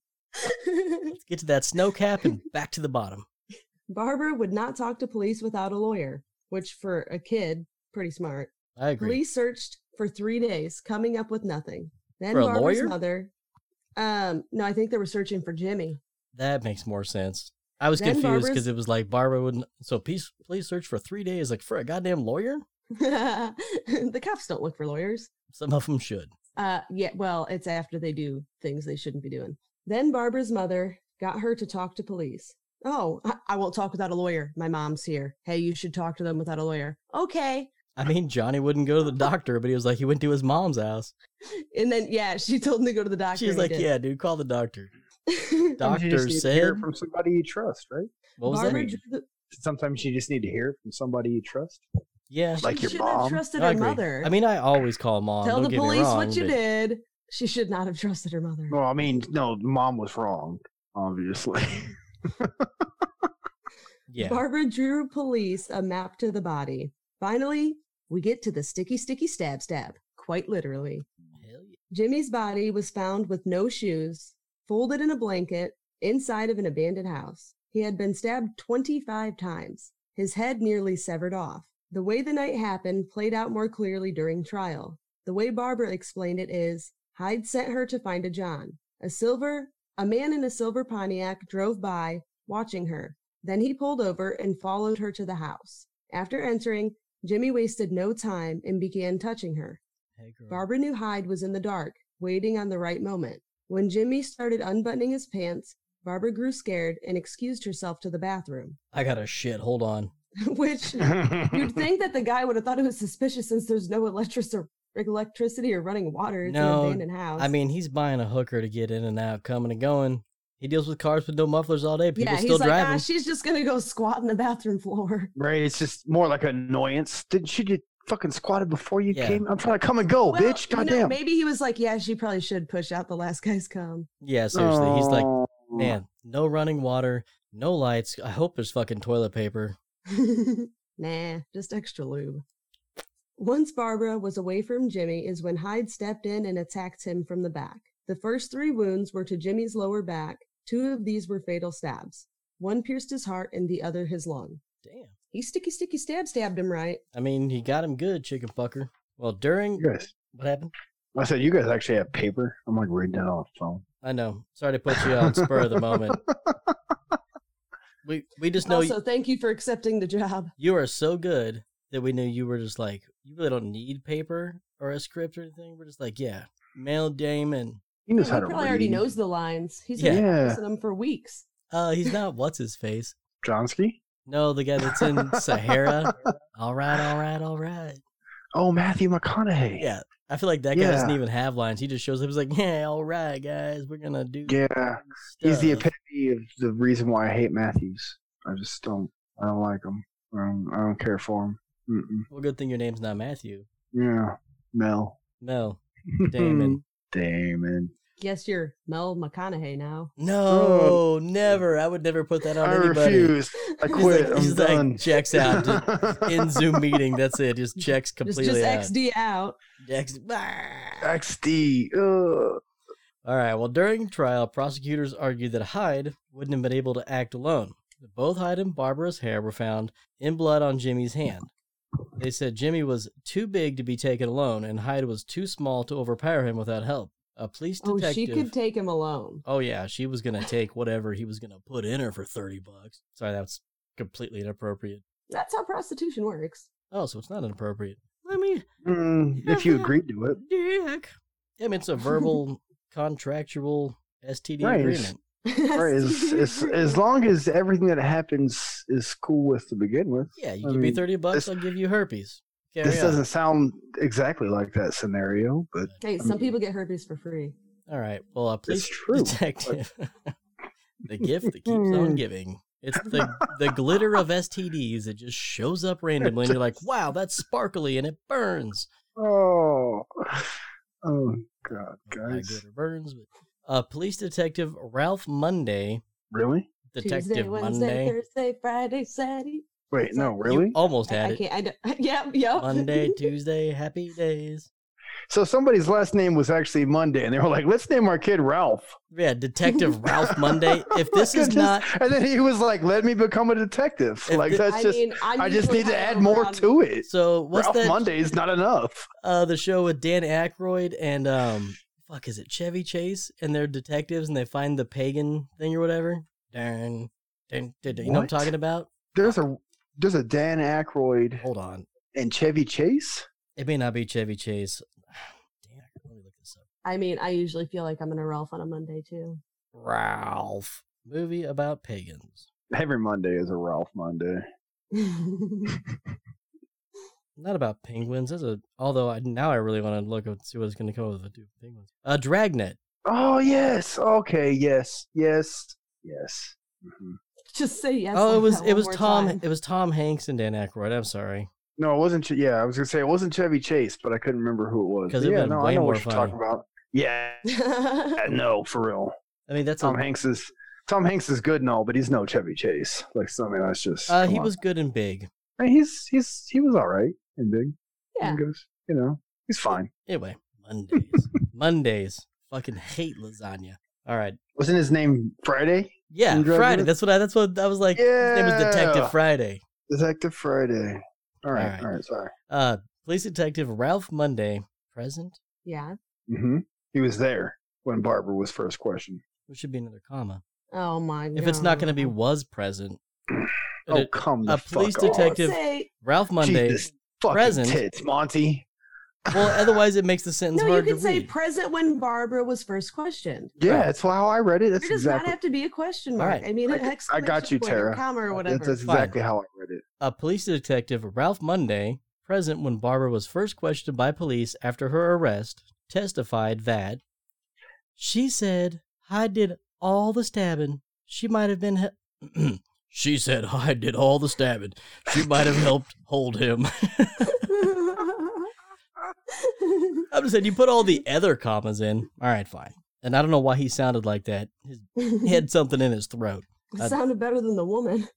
D: Let's get to that snow cap and back to the bottom.
G: Barbara would not talk to police without a lawyer, which for a kid, pretty smart.
D: I agree.
G: Police searched for three days, coming up with nothing. Then
D: For a
G: Barbara's
D: lawyer?
G: mother. Um, no, I think they were searching for Jimmy.
D: That makes more sense. I was
G: Then
D: confused because
G: Barbara's-
D: it was like Barbara wouldn't. So please, please search for three days, like for a goddamn lawyer.
G: the cops don't look for lawyers.
D: Some of them should.
G: Uh, yeah, well, it's after they do things they shouldn't be doing. Then Barbara's mother got her to talk to police. Oh, I, I won't talk without a lawyer. My mom's here. Hey, you should talk to them without a lawyer. Okay.
D: I mean, Johnny wouldn't go to the doctor, but he was like, he went to his mom's house.
G: And then, yeah, she told him to go to the doctor.
D: She was like, yeah, dude, call the doctor.
B: Sometimes
D: Doctor
B: you just need to hear
D: said,
B: it from somebody you trust, right?
D: what was
G: Barbara
D: that?
G: drew the-
B: Sometimes you just need to hear it from somebody you trust.
D: Yeah.
B: Like
G: she
B: your
G: shouldn't
B: mom?
G: have trusted
D: I
G: her
D: agree.
G: mother.
D: I mean, I always call mom.
G: tell
D: don't
G: the
D: get me
G: police
D: wrong,
G: what you
D: but-
G: did. She should not have trusted her mother.
B: Well, I mean, no, mom was wrong, obviously.
D: Yeah.
G: Barbara drew police a map to the body. Finally, we get to the sticky, sticky stab stab, quite literally.
D: Hell yeah.
G: Jimmy's body was found with no shoes, folded in a blanket, inside of an abandoned house. He had been stabbed 25 times, his head nearly severed off. The way the night happened played out more clearly during trial. The way Barbara explained it is Hyde sent her to find a John. A silver, a man in a silver Pontiac drove by, watching her. Then he pulled over and followed her to the house. After entering, Jimmy wasted no time and began touching her.
D: Hey, girl.
G: Barbara knew Hyde was in the dark, waiting on the right moment. When Jimmy started unbuttoning his pants, Barbara grew scared and excused herself to the bathroom.
D: I got a shit. Hold on.
G: Which you'd think that the guy would have thought it was suspicious since there's no electric or electricity or running water. It's
D: No,
G: an abandoned house.
D: I mean, he's buying a hooker to get in and out, coming and going. He deals with cars with no mufflers all day. People
G: yeah,
D: still
G: he's like,
D: driving.
G: ah, she's just gonna go squat on the bathroom floor.
B: right? It's just more like annoyance. Didn't you get fucking squatted before you
D: Yeah.
B: came? I'm trying to come and
D: Oh,
B: go,
G: Well,
B: bitch.
G: you know,
B: Goddamn.
G: maybe he was like, yeah, she probably should push out the last guy's cum.
D: yeah, seriously. He's like,
B: Oh,
D: man, no running water, no lights. I hope there's fucking toilet paper.
G: nah, just extra lube. Once Barbara was away from Jimmy is when Hyde stepped in and attacked him from the back. The first three wounds were to Jimmy's lower back. Two of these were fatal stabs. One pierced his heart and the other his lung.
D: Damn.
G: He sticky sticky stab stabbed him right.
D: I mean, he got him good, chicken fucker. Well, during
B: You guys,
D: what happened?
B: I said you guys actually have paper. I'm like reading that off the phone.
D: I know. Sorry to put you on spur of the moment. We we just know
G: also,
D: you,
G: thank you for accepting the job.
D: you are so good that we knew you were just like you really don't need paper or a script or anything. We're just like, yeah, male Damon.
B: He knows
G: he
B: how to
G: probably
B: read.
G: already knows the lines. He's
D: Yeah.
G: been
B: Yeah.
G: practicing them for weeks.
D: Uh, he's not what's his face.
B: Johnsky.
D: No, the guy that's in Sahara. All right, all right, all right.
B: Oh, Matthew McConaughey.
D: Yeah, I feel like that guy doesn't
B: Yeah.
D: even have lines. He just shows up. He's like, yeah, all right, guys, we're gonna do.
B: Yeah. He's the
D: stuff."
B: epitome of the reason why I hate Matthews. I just don't. I don't like him. I don't, I don't care for him. Mm-mm.
D: Well, good thing your name's not Matthew.
B: Yeah, Mel.
D: No, Damon.
B: Damon.
G: Guess you're Mel McConaughey now.
D: No, never. I would never put that on
B: Oh, I
D: anybody.
B: refuse. I
D: He's
B: quit.
D: like-
B: I'm
D: he's like,
B: done.
D: checks out just in Zoom meeting. That's it. Just checks
G: Just,
D: completely
G: just
D: out.
G: XD out.
D: Ex-
B: XD. Ugh.
D: All right. Well, during trial, prosecutors argued that Hyde wouldn't have been able to act alone. Both Hyde and Barbara's hair were found in blood on Jimmy's hand. They said Jimmy was too big to be taken alone, and Hyde was too small to overpower him without help. A police
G: Oh,
D: detective.
G: she could take him alone.
D: Oh yeah, she was gonna take whatever he was gonna put in her for thirty bucks. Sorry, that's completely inappropriate.
G: That's how prostitution works.
D: Oh, so it's not inappropriate. Let me
B: Mm, if you agreed to it,
D: dick. I mean, it's a verbal contractual STD
B: Nice.
D: agreement.
B: right? As, as, as long as everything that happens is cool with to begin with.
D: Yeah, you
B: I
D: give me
B: mean,
D: thirty bucks,
B: this-
D: I'll give you herpes. Carry
B: This
D: on.
B: doesn't sound exactly like that scenario, but
G: Hey, some people get herpes for free.
D: All right. Well, a police
B: true, but-
D: detective. the gift that keeps on giving. It's the the glitter of STDs that just shows up randomly, and you're like, "Wow, that's sparkly and it burns."
B: oh, oh god,
D: Not
B: guys,
D: Glitter burns. But, uh, police detective Ralph Monday,
B: really?
D: Detective
G: Tuesday, Wednesday,
D: Monday.
G: Thursday, Friday, Saturday.
B: Wait,
G: It's
B: no,
G: like
B: really?
D: You almost
G: I,
D: had
G: I
D: it.
G: can't. I don't, yeah, yeah.
D: Monday, Tuesday, happy days.
B: So somebody's last name was actually Monday, and they were like, "Let's name our kid Ralph."
D: Yeah, Detective Ralph Monday. If this is
B: Just-
D: not
B: and then he was like, "Let me become a detective."
D: If
B: Like
D: thi-
B: that's just,
G: mean, I'm
B: I just
G: usually
B: need to add
G: hungover
B: more
G: on-
B: to it.
D: so, what's
B: Ralph
D: that?
B: Monday is not enough.
D: Uh, the show with Dan Aykroyd and um, fuck, is it Chevy Chase? And they're detectives, and they find the pagan thing or whatever. Darn, dun, dun, dun. you know what I'm
B: What?
D: talking about?
B: There's a there's a Dan Aykroyd
D: Hold on,
B: and Chevy Chase.
D: it may not be Chevy Chase. Damn, let me look this up.
G: I mean, I usually feel like I'm in a Ralph on a Monday too.
D: Ralph movie about pagans.
B: Every Monday is a Ralph Monday.
D: Not about penguins. That's a although I, now I really want to look and see what's going to come up with the two penguins. Uh, Dragnet.
B: Oh yes, okay, yes, yes, yes. Mhm.
G: just say yes.
D: oh,
G: like
D: it was
G: that
D: it
G: one
D: was
G: more
D: Tom
G: time.
D: it was Tom Hanks and Dan Aykroyd. I'm sorry.
B: No, it wasn't. Che- Yeah, I was gonna say it wasn't Chevy Chase, but I couldn't remember who it was.
D: 'Cause
B: But
D: it
B: yeah,
D: would've
B: no,
D: way
B: I know
D: more
B: what you're talking about. Yeah, yeah, no, for real.
D: I mean, that's a,
B: Tom Hanks is Tom Hanks is good and all, but he's no Chevy Chase. Like, so, I mean, that's just.
D: uh,
B: come
D: he
B: on.
D: was good and big.
B: I mean, he's he's he was all right and big.
G: Yeah.
B: He goes, you know, he's fine.
D: Anyway, Mondays. Mondays. Fucking hate lasagna. All right.
B: Wasn't his name Friday?
D: Yeah,
B: You drive
D: Friday.
B: it?
D: That's what I. That's what I was like. His name was
B: Yeah.
D: Detective Friday.
B: Detective Friday. All right, all right,
D: All
B: sorry.
D: Uh, police detective Ralph Monday, present,
G: yeah.
B: hmm He was there when Barbara was first questioned.
D: which should be another comma.
G: Oh my god.
D: If it's not going to be was present,
B: Oh,
D: it-
B: come the
D: a police
B: fuck off.
D: detective Ralph Monday.
B: Jesus fucking
D: present.
B: tits, Monty.
D: Well, otherwise it makes the sentence
G: No, you
D: hard
G: could
D: to
G: say
D: read.
G: present when Barbara was first questioned.
B: Yeah,
D: Right.
B: that's how I read it. That's
G: There does not
B: exactly.
G: have to be a question
D: All
G: mark.
D: right.
G: I mean,
B: I-
G: an
B: I
G: exclamation
B: got you,
G: point or
B: Tara.
G: comma or
B: That's,
G: whatever.
B: that's
D: Fine.
B: exactly how I read it.
D: a police detective Ralph Monday, present when Barbara was first questioned by police after her arrest, testified that she said I did all the stabbing. She might have been. He- she said I did all the stabbing. She might have helped hold him. I'm just saying you put all the other commas in. All right, fine. And I don't know why he sounded like that. His, he had something in his throat.
G: It sounded better than the woman.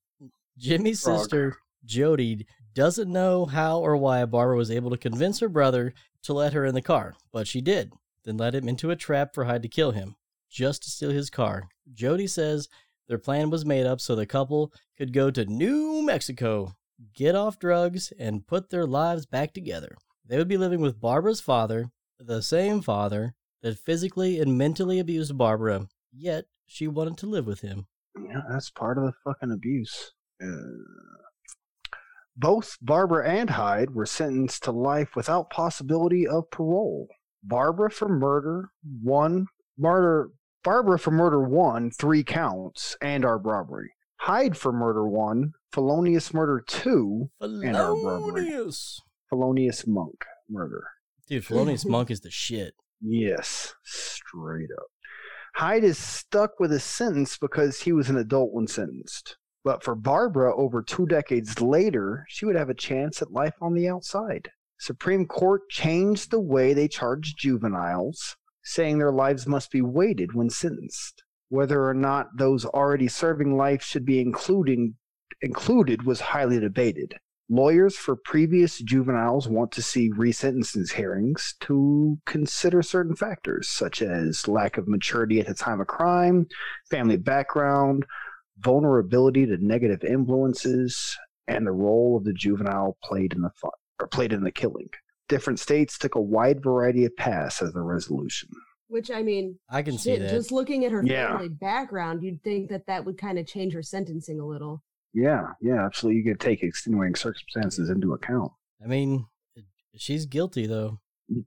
D: Jimmy's
B: Frog.
D: sister, Jody, doesn't know how or why Barbara was able to convince her brother to let her in the car, but she did, then led him into a trap for Hyde to kill him, just to steal his car. Jody says their plan was made up so the couple could go to New Mexico, get off drugs, and put their lives back together. They would be living with Barbara's father, the same father that physically and mentally abused Barbara, yet she wanted to live with him.
B: Yeah, that's part of the fucking abuse. Uh, both Barbara and Hyde were sentenced to life without possibility of parole. Barbara for murder one murder Barbara for murder one, three counts, and armed robbery. Hyde for murder one, felonious murder two, our robbery.
D: Felonious.
B: felonious monk murder.
D: Dude, Felonious Monk is the shit.
B: Yes, straight up. Hyde is stuck with his sentence because he was an adult when sentenced. But for Barbara, over two decades later, she would have a chance at life on the outside. Supreme Court changed the way they charge juveniles, saying their lives must be weighted when sentenced. Whether or not those already serving life should be including, included was highly debated. Lawyers for previous juveniles want to see resentencing hearings to consider certain factors, such as lack of maturity at the time of crime, family background, vulnerability to negative influences, and the role of the juvenile played in the fu- or played in the killing. Different states took a wide variety of paths as a resolution.
G: Which I mean,
D: I can see
G: shit,
D: that.
G: just looking at her
B: Yeah.
G: family background, you'd think that that would kind of change her sentencing a little.
B: Yeah, yeah, absolutely. You could take extenuating circumstances into account.
D: I mean, she's guilty though.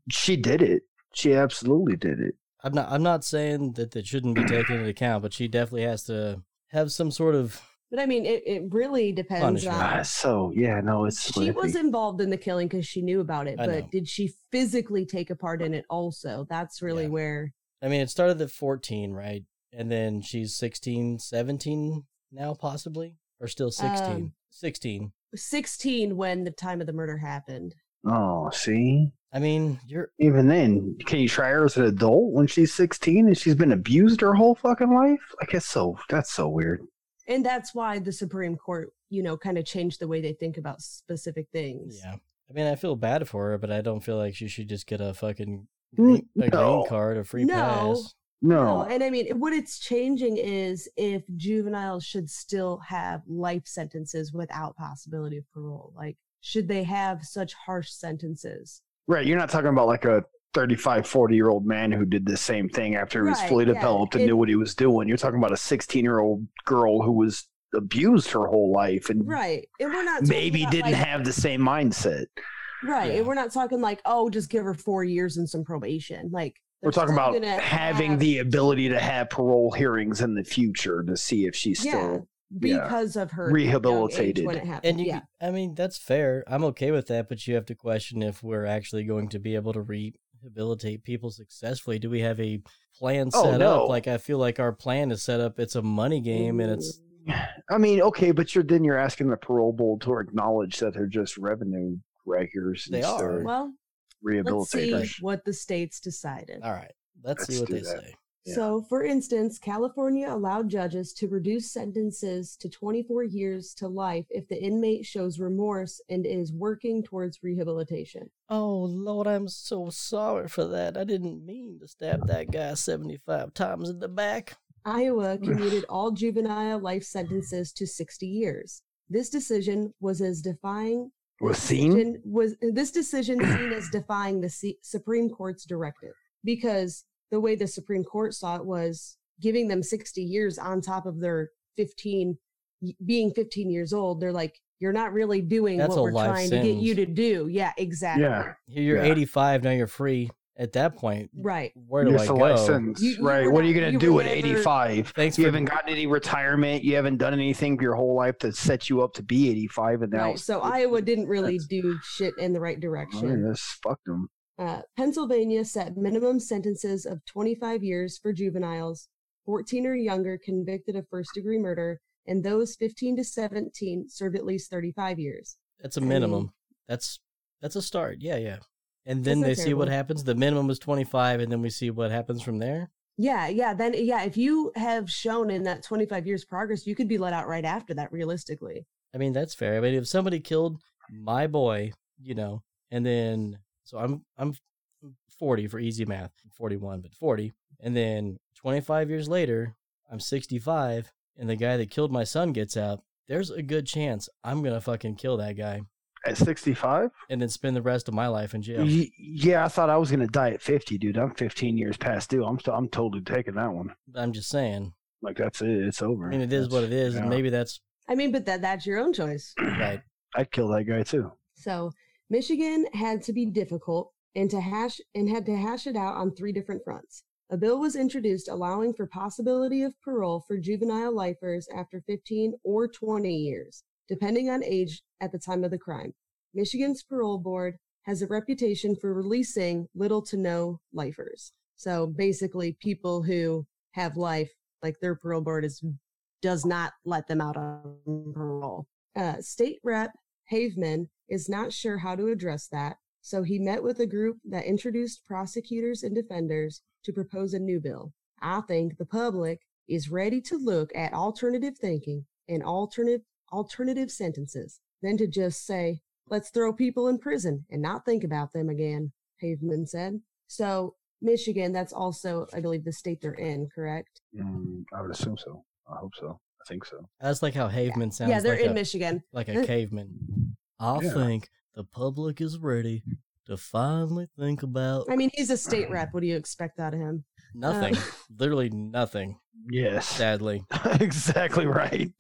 B: She did it. She absolutely did it.
D: I'm not. I'm not saying that that shouldn't be taken into account, but she definitely has to have some sort of.
G: But I mean, it, it really depends
D: Punishment.
G: on.
B: Ah, so yeah, no, it's
G: She was
B: iffy.
G: involved in the killing because she knew about it,
D: I
G: but
D: know.
G: did she physically take a part in it also? That's really
D: Yeah.
G: where.
D: I mean, it started at 14, right? And then she's 16, 17 now, possibly, or still 16.
G: Um,
D: 16.
G: 16 when the time of the murder happened.
B: Oh, see,
D: I mean, you're
B: even then, can you try her as an adult when she's 16 and she's been abused her whole fucking life? Like, it's so that's so weird.
G: And that's why the Supreme Court, you know, kind of changed the way they think about specific things.
D: Yeah. I mean, I feel bad for her, but I don't feel like she should just get a fucking
B: Mm,
D: green, a
B: no.
D: green card, a free
G: No.
D: pass.
B: No,
G: and I mean, what it's changing is if juveniles should still have life sentences without possibility of parole. Like, should they have such harsh sentences?
B: right? You're not talking about like a 35, 40 year old man who did the same thing after he was
G: Right,
B: fully
G: yeah,
B: developed and
G: it-
B: knew what he was doing. You're talking about a 16 year old girl who was abused her whole life and
G: Right. And we're not talking
B: maybe
G: about,
B: didn't
G: like-
B: have the same mindset.
G: Right.
D: Yeah.
G: And we're not talking like, oh, just give her four years and some probation. Like
B: We're
G: they're
B: talking
G: still
B: about
G: gonna
B: having
G: have-
B: the ability to have parole hearings in the future to see if she's
G: yeah,
B: still yeah,
G: because of her young age
B: rehabilitated.
G: when it happened.
D: And you,
G: yeah.
D: I mean, that's fair. I'm okay with that, but you have to question if we're actually going to be able to rehabilitate people successfully. Do we have a plan
B: Oh,
D: set
B: no.
D: up? Like, I feel like our plan is set up. It's a money game, and it's
B: I mean, okay, but you're then you're asking the parole board to acknowledge that they're just revenue wreckers.
D: They
B: instead
D: are.
B: of
G: Well, let's see
B: Rehabilitators.
G: what the states decided.
D: All right, let's, see
B: Let's
D: what
B: do
D: they
B: that.
D: say.
B: Yeah.
G: So, for instance, California allowed judges to reduce sentences to 24 years to life if the inmate shows remorse and is working towards rehabilitation.
D: Oh Lord, I'm so sorry for that. I didn't mean to stab that guy 75 times in the back.
G: Iowa commuted all juvenile life sentences to 60 years. This decision was as defying
B: Was seen?
G: decision was this decision seen as defying the C- Supreme Court's directive because the way the Supreme Court saw it was giving them 60 years on top of their 15 y- being 15 years old they're like you're not really doing
D: That's
G: what
D: a
G: we're
D: life
G: trying to get you to do yeah exactly
B: Yeah.
D: Here you're
B: Yeah.
D: 85, now you're free. At that point,
G: right
D: where do
B: Just
D: I
B: a
D: go?
B: life sentence,
G: You- you
B: right?
G: were
B: What are you
G: not-
B: going
G: you
B: to do
G: were
B: at
G: never-
B: 85?
D: Thanks
B: You
D: for-
B: haven't gotten any retirement. You haven't done anything your whole life to set you up to be 85. And now,
G: right so Iowa didn't really
B: that's-
G: do shit in the right
B: Man,
G: direction
B: this fucked them.
G: Uh, Pennsylvania set minimum sentences of 25 years for juveniles 14 or younger convicted of first degree murder, and those 15 to 17 serve at least 35 years.
D: That's a
G: I mean-
D: minimum. that's that's a start. Yeah, yeah. And
G: That's
D: then
G: not
D: they see what
G: terrible.
D: happens. The minimum is 25, and then we see what happens from there.
G: Yeah, yeah. Then, yeah, if you have shown in that 25 years progress, you could be let out right after that, realistically.
D: I mean, that's fair. I mean, if somebody killed my boy, you know, and then so I'm I'm 40 for easy math, 41, but 40, and then 25 years later, I'm 65, and the guy that killed my son gets out. There's a good chance I'm gonna fucking kill that guy
B: At 65?
D: and then spend the rest of my life in jail.
B: Y- Yeah, I thought I was going to die at 50, dude. I'm 15 years past due. I'm, i I'm totally taking that one.
D: I'm just saying.
B: Like, that's it. It's over.
D: I mean, it is what it is, and
B: yeah.
D: maybe that's
G: I mean, but that that's your own choice.
D: right.
B: I'd kill that guy, too.
G: So Michigan had to be difficult and to hash and had to hash it out on three different fronts. A bill was introduced allowing for possibility of parole for juvenile lifers after 15 or 20 years, depending on age at the time of the crime. Michigan's parole board has a reputation for releasing little to no lifers. So basically people who have life, like their parole board is does not let them out on parole. Uh, state rep Haveman is not sure how to address that, so he met with a group that introduced prosecutors and defenders to propose a new bill. I think the public is ready to look at alternative thinking and alternative alternative sentences than to just say, let's throw people in prison and not think about them again, Haveman said. So Michigan, that's also, I believe, the state they're in, correct?
B: Mm, I would assume so. I hope so. I think so.
D: That's like how Haveman sounds.
G: yeah, they're
D: like
G: in
D: a-
G: Michigan.
D: like a caveman. I
B: Yeah.
D: think the public is ready to finally think about
G: I mean, he's a state rep. What do you expect out of him?
D: nothing. Literally nothing,
B: Yes.
D: sadly.
B: exactly right.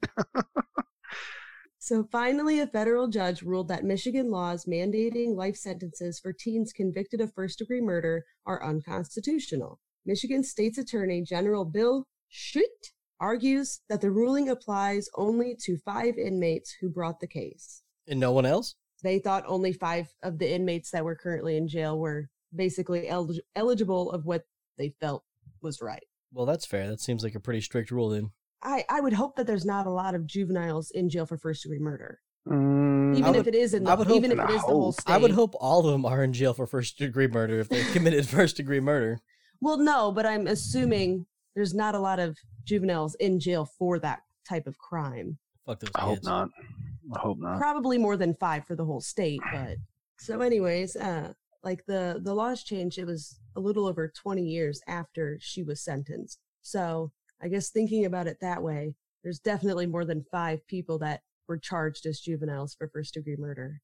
G: So finally, a federal judge ruled that Michigan laws mandating life sentences for teens convicted of first degree murder are unconstitutional. Michigan State's Attorney General Bill Schutt argues that the ruling applies only to five inmates who brought the case.
D: And no one else?
G: They thought only five of the inmates that were currently in jail were basically elig- eligible of what they felt was right.
D: Well, that's fair. That seems like a pretty strict rule then.
G: I, I would hope that there's not a lot of juveniles in jail for first degree murder.
B: Mm,
G: Even
D: would-
G: if it is in
D: I
G: the,
D: would hope-
G: even if it is the whole state.
D: I would hope all of them are in jail for first degree murder if they committed first degree murder.
G: Well, no, but I'm assuming there's not a lot of juveniles in jail for that type of crime.
D: Fuck those
B: I hope
D: kids.
B: not. I hope not.
G: Probably more than five for the whole state, but so anyways, uh like the the laws changed, it was a little over 20 years after she was sentenced. So I guess thinking about it that way, there's definitely more than five people that were charged as juveniles for first degree murder.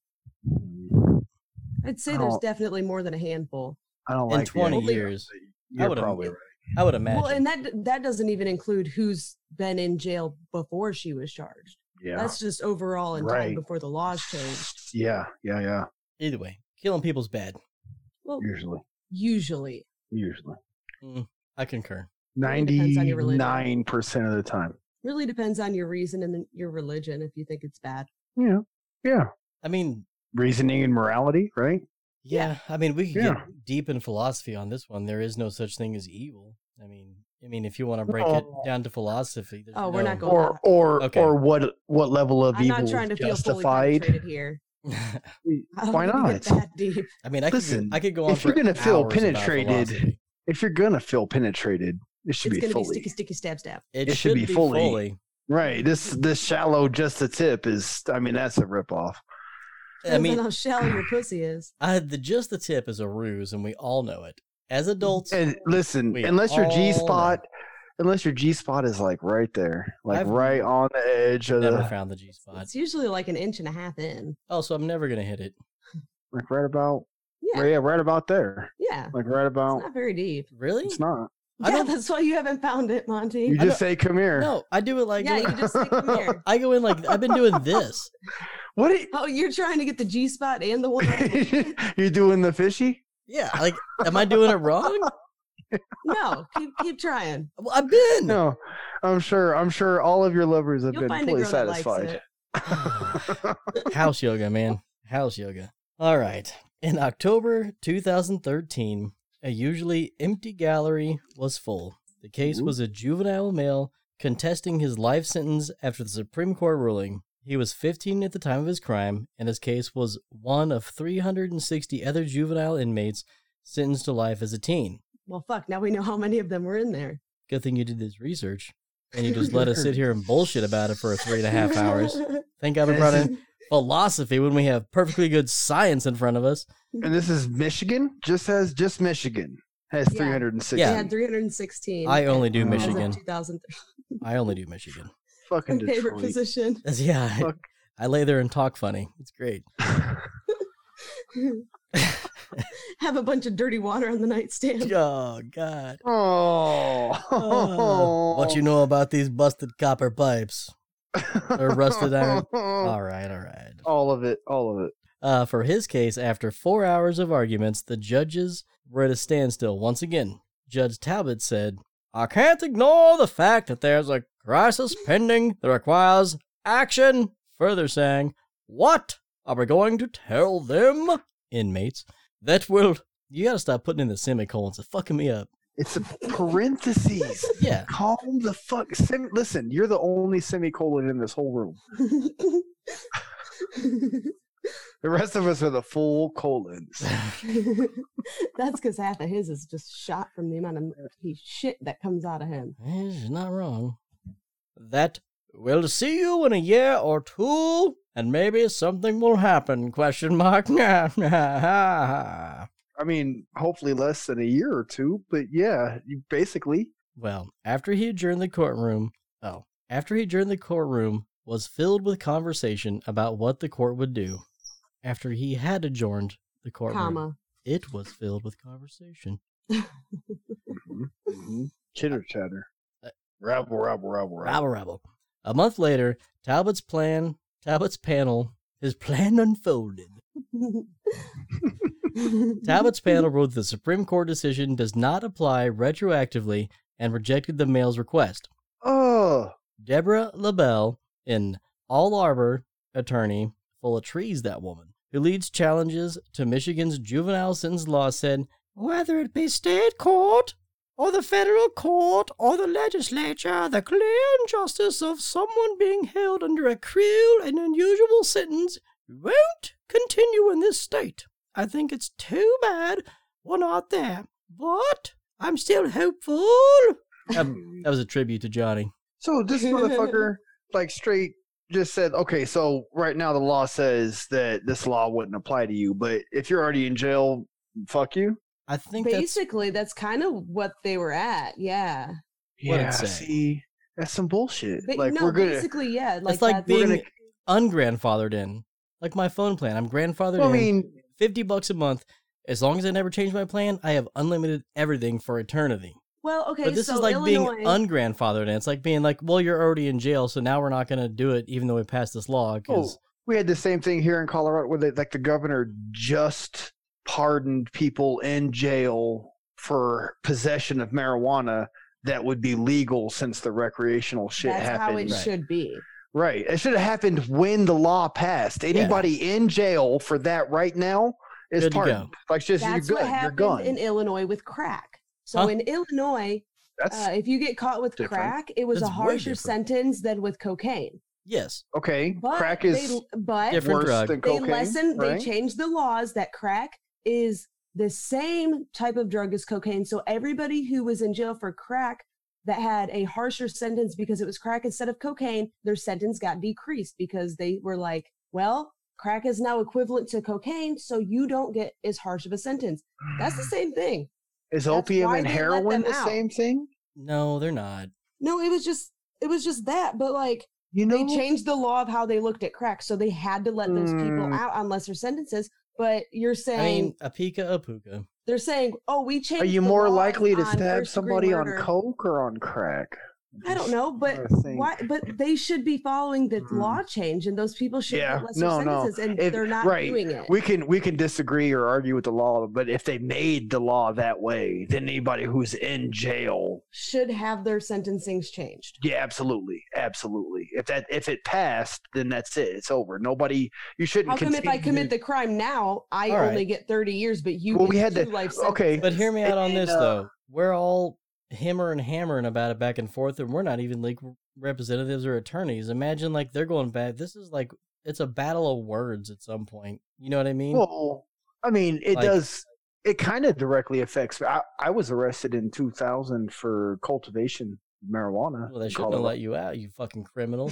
G: I'd say there's
B: Oh.
G: definitely more than a handful.
B: Mm. I don't
D: In
B: like the
D: 20
B: idea.
D: years. I
B: You're
D: would-
B: probably right.
D: I would imagine.
G: Well, and that that doesn't even include who's been in jail before she was charged.
B: Yeah.
G: That's just overall in time
B: Right.
G: before the laws changed.
B: Yeah. Yeah. Yeah.
D: Either way, killing people's bad.
G: Well,
B: Usually.
G: usually.
B: Usually.
D: I concur.
G: Really depends on your religion.
B: 99% of the time.
G: Really depends on your reason and your religion if you think it's bad.
B: Yeah. Yeah.
D: I mean,
B: Reasoning and morality, right?
D: yeah, I mean, we could
B: Yeah.
D: get deep in philosophy on this one. There is no such thing as evil. I mean, I mean, if you want to break it
B: No.
D: down to philosophy, there's
G: Oh, we're not
D: no-
G: going-
B: or or
D: Okay.
B: or what what level of
G: I'm
B: evil
G: not trying to
B: is
G: feel fully
B: justified?
G: penetrated here. I don't
B: Why
G: think we
B: not?
G: get That deep.
D: I mean, I
B: Listen,
D: could, I could go on.
B: if you're
D: for
B: gonna feel
D: hours about
B: penetrated,
D: philosophy.
B: If you're gonna feel penetrated, it should
G: It's
B: be
G: gonna be
B: fully
G: sticky, sticky, stab, stab.
D: it,
B: it
D: should, be fully.
B: right. This this shallow just the tip is. I mean, that's a ripoff.
D: I
G: Depends on
D: mean,
G: how shallow your pussy is.
D: I, the just the tip is a ruse, and we all know it. As adults,
B: And listen,
D: We
B: unless your
D: all
B: G spot, unless your G spot is like right there, like
D: I've
B: right on the edge of
D: never
B: the,
D: found the G spot.
G: It's usually like an inch and a half in.
D: Oh, so I'm never gonna hit it.
B: like right about,
G: Yeah,
B: yeah, yeah right about there,
G: yeah. It's
B: like right about.
G: not very deep.
D: Really?
B: It's not.
D: I
G: Yeah,
D: don't-
G: that's why you haven't found it,
B: You
G: Monty.
D: I
B: just say, "Come here."
D: No, I do it like
G: Yeah, you just stick them here.
D: I go in like I've been doing this.
B: What? do you-
G: Oh, you're trying to get the G spot and the one.
B: you doing the fishy?
D: Yeah, like am I doing it wrong?
G: no, keep keep trying.
D: Well, I've been.
B: No, I'm sure. I'm sure all of your lovers have
G: You'll
B: been
G: find a
B: fully
G: girl that likes
B: satisfied.
G: it.
D: House yoga, man. House yoga. All right. In October 2013, a usually empty gallery was full. The case
B: Ooh.
D: was a juvenile male contesting his life sentence after the Supreme Court ruling. He was 15 at the time of his crime, and his case was one of 360 other juvenile inmates sentenced to life as a teen.
G: Well, fuck. Now we know how many of them were in there.
D: Good thing you did this research and you just let us sit here and bullshit about it for three and a half hours. Thank God we brought in philosophy when we have perfectly good science in front of us.
B: and this is Michigan. Just has just Michigan has
G: Yeah.
B: 360.
G: Yeah,
D: Yeah.
G: they had 316.
D: I only do
B: Wow.
G: as of
D: Michigan.
G: 2003.
D: I only do Michigan.
B: Fucking
G: My favorite
B: Detroit.
G: position.
D: That's- yeah, I,
B: Fuck.
D: I lay there and talk funny. It's great.
G: Have a bunch of dirty water on the nightstand.
D: Oh God.
B: Oh.
D: Uh, what you know about these busted copper pipes? or rusted iron? All right, all right.
B: All of it. All of it.
D: Uh, for his case, after four hours of arguments, the judges were at a standstill once again. Judge Talbot said, I can't ignore the fact that there's a crisis pending that requires action. Further saying, What are we going to tell them, inmates, that will. You gotta stop putting in the semicolons. It's fucking me up.
B: It's a parentheses.
D: Yeah.
B: Calm the fuck. Sem- Listen, you're the only semicolon in this whole room. The rest of us are the full colons.
G: That's because half of his is just shot from the amount of he shit that comes out of him.
D: Eh, She's not wrong. That we'll see you in a year or two, and maybe something will happen. Question mark. well,
B: I mean, hopefully less than a year or two, but yeah, you basically.
D: after he adjourned the courtroom, oh, after he adjourned the courtroom was filled with conversation about what the court would do. After he had adjourned the courtroom,
G: Comma.
D: it was filled with conversation.
B: Chitter chatter.
D: Mm-hmm. Uh,
B: Rabble, rabble, rabble, rabble.
D: Rabble, rabble. A month later, Talbot's plan, Talbot's panel, his plan unfolded. Talbot's panel ruled the Supreme Court decision does not apply retroactively and rejected the male's request.
B: Oh,
D: Deborah LaBelle, an All Arbor attorney full of trees, that woman, who leads challenges to Michigan's juvenile sentence law, said, Whether it be state court or the federal court or the legislature, the clear injustice of someone being held under a cruel and unusual sentence won't continue in this state. I think it's too bad we're not there, but I'm still hopeful. Um, that was a tribute to Johnny.
B: so this motherfucker, like, straight just said, okay, so right now the law says that this law wouldn't apply to you, but if you're already in jail, fuck you.
D: I think that's
G: Basically, that's kind of what they were at. Yeah.
D: What'd it say?
B: see, that's some bullshit.
G: But
B: like,
G: no,
B: we're gonna.
G: basically, yeah. Like, that's-
D: like being-
B: we're gonna
D: ungrandfathered in. Like my phone plan, I'm grandfathered
B: well, I
D: in.
B: mean,
D: Fifty bucks a month. As long as I never change my plan, I have unlimited everything for eternity.
G: well, okay.
D: but this
G: so
D: is like
G: Illinois,
D: being ungrandfathered in. It's like being like, well, you're already in jail, so now we're not going to do it, even though we passed this law.
B: Oh,
D: Because
B: we had the same thing here in Colorado where they, like the governor just pardoned people in jail for possession of marijuana that would be legal since the recreational shit
G: that's how
B: happened.
G: it
D: Right.
G: should be.
B: right. It should have happened when the law passed. Anybody in jail for that right now is
D: Good to go.
B: pardoned. Like just
G: That's
B: you're
G: what
B: good. You're
G: happened
B: gone.
G: in Illinois with crack. So
D: Huh?
G: in Illinois,
B: That's
G: Uh, if you get caught with
B: different.
G: crack, it was
D: That's
G: a
D: way
G: harsher
D: different.
G: sentence than with cocaine.
D: Yes.
B: okay.
G: But
B: Crack is
G: they, but
D: Different
B: worse
D: drug.
B: than
G: they
B: cocaine.
G: lessen
B: right?
G: they changed the laws that crack is the same type of drug as cocaine so everybody who was in jail for crack that had a harsher sentence because it was crack instead of cocaine their sentence got decreased because they were like well crack is now equivalent to cocaine so you don't get as harsh of a sentence that's the same thing
B: Is
G: That's
B: opium
G: why
B: and
G: they let
B: heroin
G: them
B: the
G: out.
B: same thing?
D: No, they're not.
G: no it was just it was just that but like
B: You know,
G: they changed the law of how they looked at crack so they had to let those people
B: Mm.
G: out on lesser sentences but you're saying
D: I mean, Apika Apuka.
G: They're saying, "Oh, we changed."
B: are you
G: the
B: more
G: laws
B: likely to
G: on
B: stab
G: first-degree
B: somebody on
G: murder."
B: coke or on crack?
G: I don't know, but
B: I think-
G: why? But they should be following the
B: Hmm.
G: law change, and those people should
B: Yeah,
G: get lesser
B: no, no.
G: sentences, and
B: If-
G: they're not
B: right.
G: doing it.
B: We can we can disagree or argue with the law, but if they made the law that way, then anybody who's in jail,
G: should have their sentencings changed.
B: yeah, absolutely, absolutely. If that if it passed, then that's it. It's over. Nobody, you shouldn't.
G: How come if I
B: continue-
G: commit the crime now, I
D: All
G: only
D: right.
G: get thirty years, but you
B: Well,
G: get
B: we had
G: two
B: to-
G: life
B: okay,
G: sentences?
D: But hear me out on
B: And,
D: this
B: uh,
D: though. We're all hammer and hammering about it back and forth, and we're not even like representatives or attorneys. Imagine like they're going back. This is like it's a battle of words at some point. You know what I mean?
B: Well, I mean, it
D: Like-
B: does. It kind of directly affects. I, I was arrested in 2000 for cultivation of marijuana.
D: Well, they
B: in
D: shouldn't have
B: Colorado.
D: let you out, you fucking criminal.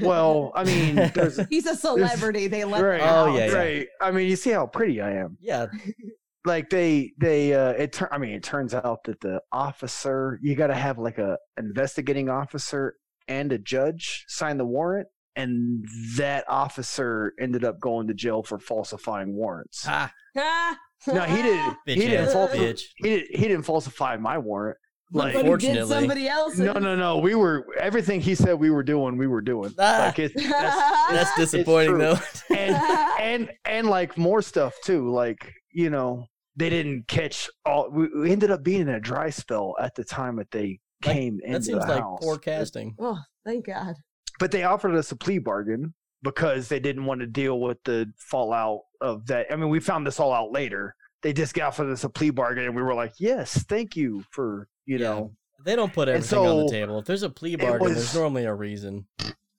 B: well, I mean, there's,
G: He's a celebrity. They let
B: right.
G: him out.
D: Oh, yeah, yeah.
B: right. I mean, you see how pretty I am.
D: Yeah,
B: Like they, they. Uh, it. Tur- I mean, it turns out that the officer, you got to have like a investigating officer and a judge sign the warrant, and that officer ended up going to jail for falsifying warrants.
D: ha,
G: Ah!
B: No, he didn't.
D: bitch,
B: he didn't
D: ass,
B: falsify.
D: bitch.
B: He didn't. He didn't falsify my warrant.
G: But
B: Like
G: he did
D: Fortunately.
G: somebody else.
B: no, no, no. We were everything he said we were doing. We were doing.
D: Ah.
B: Like it, that's,
D: That's disappointing
B: true.
D: though.
B: and and and like more stuff too. Like you know they didn't catch all. We, we ended up being in a dry spell at the time that they
D: Like,
B: came into
D: that seems
B: the
D: like
B: house.
D: poor casting.
G: Oh, thank God.
B: But they offered us a plea bargain because they didn't want to deal with the fallout of that. I mean, we found this all out later. They just offered us a plea bargain, and we were like, "Yes, thank you for you
D: Yeah.
B: know."
D: They don't put everything on the
B: so,
D: table. If there's a plea bargain, there's
B: was-
D: normally a reason.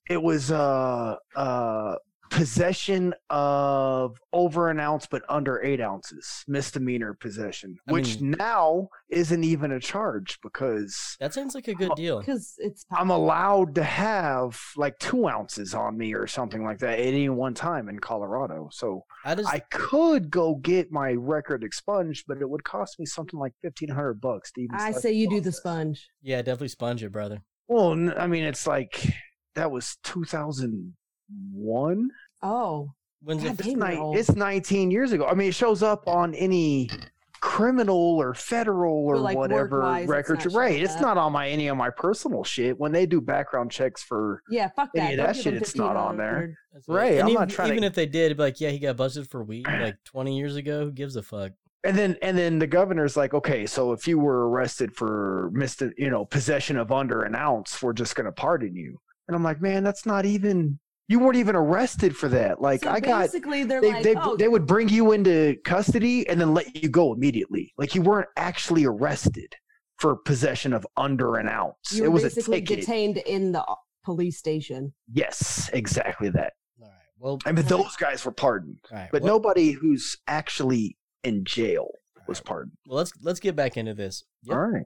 B: it was uh uh possession of over an ounce but under eight ounces misdemeanor possession
D: I
B: which
D: mean-
B: now isn't even a charge because
D: That sounds like a
B: Oh,
D: good deal.
G: Because it's
B: i'm allowed to have like two ounces on me or something like that at any one time in colorado so
D: I just
B: i could go get my record expunged but it would cost me something like 1500 bucks to even
G: I
B: start
G: say you do the
B: process.
G: sponge.
D: yeah, definitely sponge it, brother.
B: well n- i mean it's like that was 2001
G: Oh,
D: When's it
G: God
B: it's,
G: damn,
B: ni-
G: you're old.
B: it's 19 years ago. I mean, it shows up on any criminal or federal or
G: But, like, work-wise,
B: whatever
G: it's
B: records.
G: not showing
B: Right. It's
G: up.
B: not on my any of my personal shit. When they do background checks for
G: Yeah, fuck
B: Any
G: that. Don't
B: of that
G: give
B: shit,
G: him
B: it's not on there.
G: $15
D: That's what-
B: Right,
D: and
B: I'm
D: even,
B: not trying to-
D: even if they did, it'd be like, yeah, he got busted for weed like 20 years ago. Who gives a fuck?
B: and then and then the governor's like, okay, so if you were arrested for mis you know, possession of under an ounce, we're just gonna pardon you. And I'm like, man, that's not even you weren't even arrested for that. Like
G: So
B: I got
G: basically they're
B: they,
G: like,
B: they,
G: oh,
B: they would bring you into custody and then let you go immediately. Like you weren't actually arrested for possession of under an ounce.
G: you
B: it
G: were
B: was a
G: basically
B: ticket.
G: detained in the o- police station.
B: yes, exactly that.
D: All right. Well,
B: I mean, those guys were pardoned,
D: all right,
B: but
D: well-
B: nobody who's actually in jail
D: all
B: was
D: right,
B: pardoned.
D: Well, let's let's get back into this. Yep.
B: All right.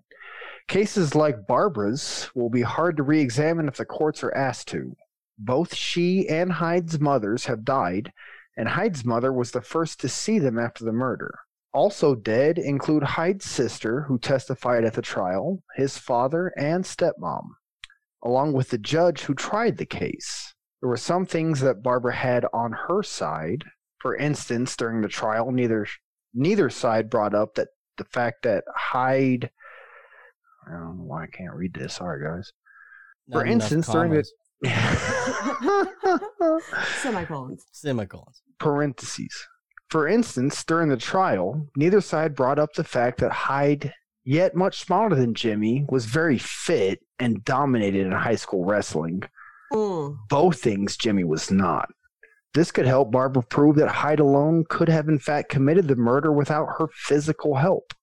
B: Cases like Barbara's will be hard to re examine if the courts are asked to. Both she and Hyde's mothers have died, and Hyde's mother was the first to see them after the murder. Also dead include Hyde's sister, who testified at the trial, his father, and stepmom, along with the judge who tried the case. There were some things that Barbara had on her side. For instance, during the trial, neither neither side brought up that the fact that Hyde. I don't know why I can't read this. Sorry, guys.
D: Not
B: For
D: enough
B: instance, during the-
D: commas.
G: Semicolons.
D: semicolons.
B: Parentheses. For instance, during the trial, neither side brought up the fact that Hyde, yet much smaller than Jimmy, was very fit and dominated in high school wrestling.
G: Mm.
B: both things Jimmy was not. This could help Barbara prove that Hyde alone could have, in fact, committed the murder without her physical help.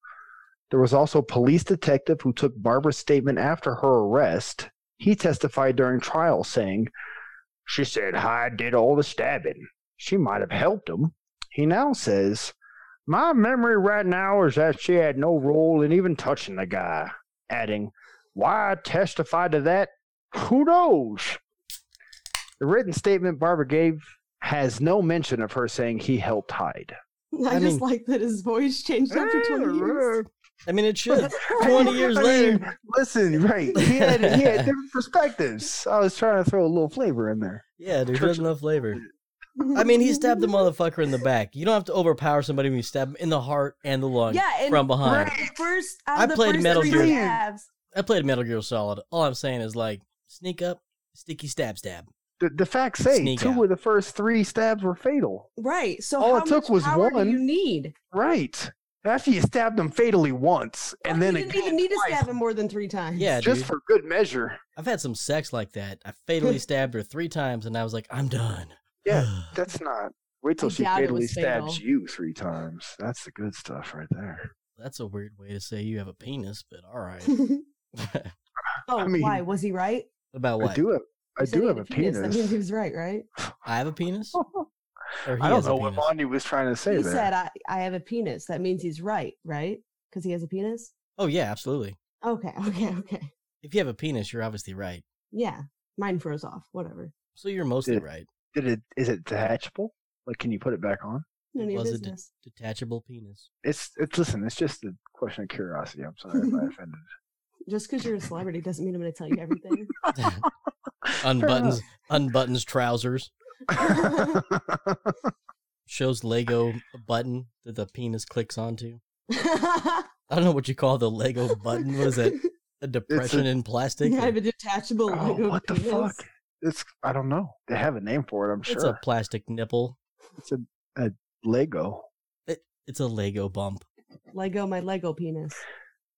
B: There was also a police detective who took Barbara's statement after her arrest. He testified during trial saying, She said Hyde did all the stabbing. She might have helped him. He now says, My memory right now is that she had no role in even touching the guy, adding, Why I testify to that? Who knows? The written statement Barbara gave has no mention of her saying he helped Hyde.
G: I,
D: I
G: just
D: mean-
G: like that his voice changed after 20 years.
D: I mean, it should. 20 years later.
B: Listen, right. He had, he had different perspectives. I was trying to throw a little flavor in there.
D: Yeah, there's not enough flavor. I mean, he stabbed the motherfucker in the back. You don't have to overpower somebody when you stab him in the heart and the lung
G: Yeah, and
D: from behind.
G: the first out of
D: I
G: the
D: played
G: first
D: Metal
G: three
B: Gear.
G: stabs.
D: I played Metal Gear Solid. All I'm saying is like sneak up, sticky stab stab.
B: The, the facts say
D: Sneak
B: two
D: out.
B: of the first three stabs were fatal.
G: Right. So
B: All
G: how
B: it took
G: much
B: was
G: power do
B: one.
G: you need?
B: Right. After you stabbed him fatally once, and
G: Fuck,
B: then
G: Oh, you didn't
B: again
G: even need to
B: twice,
G: stab him more than three times.
D: Yeah,
B: just
D: dude.
B: for good measure.
D: I've had some sex like that. I fatally stabbed her three times, and I was like, I'm done.
B: Yeah, that's not. Wait till
G: I
B: she
G: doubt it
B: fatally
G: was
B: stabs
G: fatal.
B: you three times. That's the good stuff right there.
D: That's a weird way to say you have a penis, but all right.
G: oh,
B: I mean-
G: why was he right?
D: About what?
B: I do have. I
G: He said
B: do
G: he
B: have
G: had
B: a penis.
G: That means he was right, right?
D: I have a penis? Or he
B: I don't
D: has
B: know
D: a
B: what
D: penis?
B: Bondi was trying to say
G: he
B: there.
G: said, I, "I have a penis." That means he's right, right? Because he has a penis.
D: Oh, yeah, absolutely.
G: Okay, okay, okay.
D: If you have a penis, you're obviously right.
G: Yeah, mine froze off. Whatever.
D: So you're mostly
B: Yeah.
D: right.
B: Did it? Is it detachable? Like, can you put it back on?
G: None of your
D: Was it d-
G: business.
D: Detachable penis.
B: It's it's listen, it's just a question of curiosity. I'm sorry if I offended.
G: Just because you're a celebrity doesn't mean I'm going to tell you everything.
D: unbuttons, unbuttons trousers. Shows Lego a button that the penis clicks onto.
G: I
D: I don't know what you call the Lego button. What is it? A depression in plastic?
G: have a detachable
B: Oh,
G: Lego
B: what the
G: penis.
B: fuck? It's I don't know. They have a name for it, I'm
D: It's a
B: sure.
D: plastic nipple.
B: Lego.
D: It's a Lego bump.
G: Lego, my Lego penis.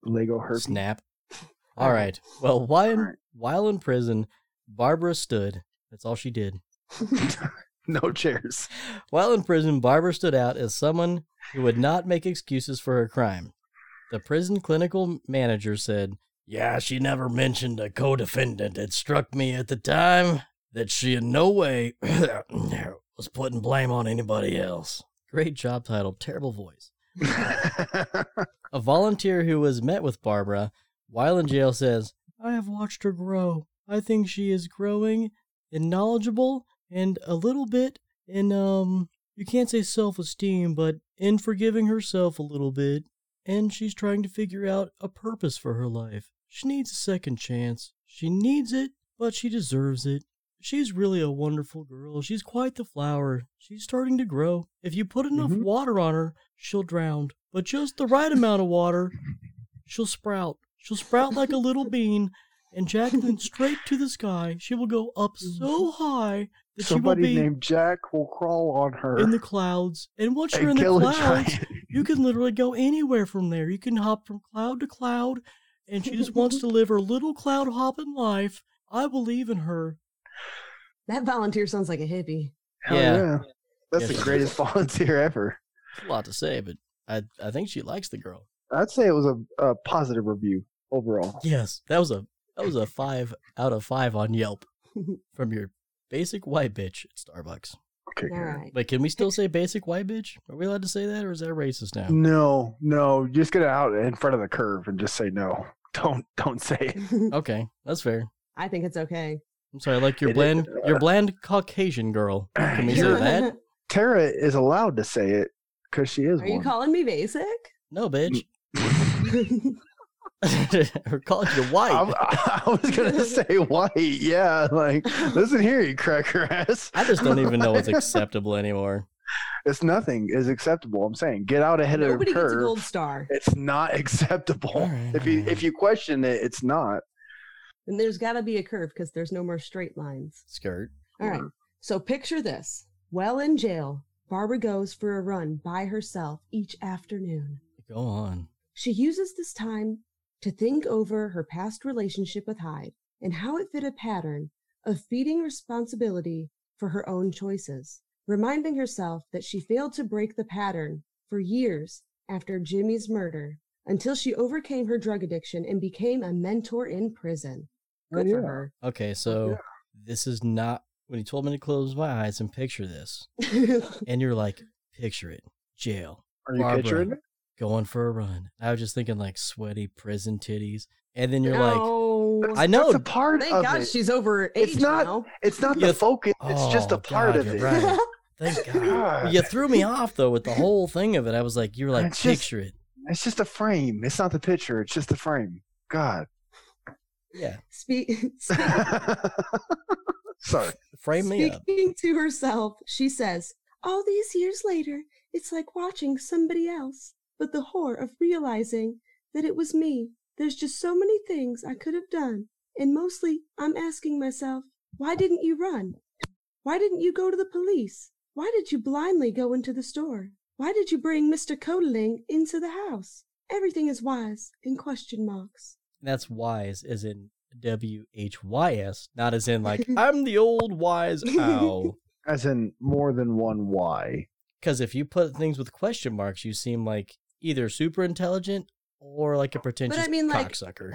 B: Lego herpes.
D: Snap. All right. Well, while in,
B: All right.
D: while in prison, Barbara stood. That's all she did.
B: No chairs.
D: While in prison, Barbara stood out as someone who would not make excuses for her crime. The prison clinical manager said, Yeah, she never mentioned a co defendant. It struck me at the time that she in no way was putting blame on anybody else. Great job title, terrible voice. A volunteer who was met with Barbara while in jail says, I have watched her grow. I think she is growing and knowledgeable and a little bit in, um, you can't say self esteem, but in forgiving herself a little bit. And she's trying to figure out a purpose for her life. She needs a second chance. She needs it, but she deserves it. She's really a wonderful girl. She's quite the flower. She's starting to grow. If you put enough
B: Mhm.
D: water on her, she'll drown. But just the right amount of water, she'll sprout. She'll sprout like a little bean, and Jacqueline straight to the sky. She will go up so high that
B: Somebody
D: she will be
B: named Jack will crawl on her
D: in the clouds. And once you're in
B: and
D: the
B: kill a
D: clouds,
B: giant.
D: you can literally go anywhere from there. You can hop from cloud to cloud, and she just wants to live her little cloud hopping life. I believe in her.
G: That volunteer sounds like a hippie.
B: Hell
D: Yeah.
B: yeah. That's
D: Yeah, she
B: the greatest volunteer ever.
D: It's a lot to say, but I, I think she likes the girl.
B: I'd say it was a, a positive review overall.
D: Yes, that was a that was a five out of five on Yelp from your basic white bitch at Starbucks.
B: Okay,
G: All
B: good.
G: right.
D: But can we still say basic white bitch? Are we allowed to say that, or is that racist
B: Mm.
D: now?
B: No, no, just get it out in front of the curve and just say no. Don't don't say it.
D: Okay, that's fair.
G: I think it's okay.
D: I'm sorry, like your
B: It is-
D: bland, your bland Caucasian girl. Can we say
B: You're-
D: that?
B: Tara is allowed to say it because she is
G: Are you
B: one.
G: calling me basic?
D: No, bitch. or call you white.
B: Mm. I'm- I, was gonna say white, yeah. Like, listen here, you cracker ass.
D: I just don't even know what's acceptable anymore.
B: It's nothing is acceptable. I'm saying get out ahead
G: Nobody
B: of the
G: gets a
B: curve.
G: gold star.
B: It's not acceptable.
D: Alright,
B: If you
D: alright.
B: if you question it, it's not.
G: And there's got to be a curve because there's no more straight lines.
D: Skirt.
G: All right. So picture this. Well, in jail, Barbara goes for a run by herself each afternoon.
D: Go on.
G: She uses this time to think over her past relationship with Hyde and how it fit a pattern of feeding responsibility for her own choices, reminding herself that she failed to break the pattern for years after Jimmy's murder until she overcame her drug addiction and became a mentor in prison.
B: Oh,
G: Good
B: yeah.
G: for her.
D: Okay, so
B: Yeah.
D: this is not when he told me to close my eyes and picture this, and you're like, picture it, jail,
B: Are you
D: Barbara.
B: picturing it?
D: going for a run. I was just thinking like sweaty prison titties, and then you're like,
G: no.
D: I know.
B: That's a part
G: Thank
B: of
G: God
B: it.
G: she's over age
B: It's not-
G: now.
B: It's not
D: Yeah.
B: the focus. It's just
D: Oh,
B: a part
D: God,
B: of
D: you're
B: it.
D: right. thank God.
B: God.
D: You threw me off though with the whole thing of it. I was like, you were like,
B: It's just-
D: picture it.
B: It's just a frame. It's not the picture. It's just the frame. God.
D: Yeah,
G: Spe-
B: Sorry.
D: frame me up.
G: Speaking to herself, she says, All these years later, it's like watching somebody else, but the horror of realizing that it was me. There's just so many things I could have done. And mostly, I'm asking myself, why didn't you run? Why didn't you go to the police? Why did you blindly go into the store? Why did you bring Mr. Codeling into the house? Everything is wise in question marks.
D: And that's wise as in W H Y S, not as in like I'm the old wise owl.
B: As in more than one why.
D: Because if you put things with question marks, you seem like either super intelligent or like a pretentious
G: mean, like-
D: cocksucker.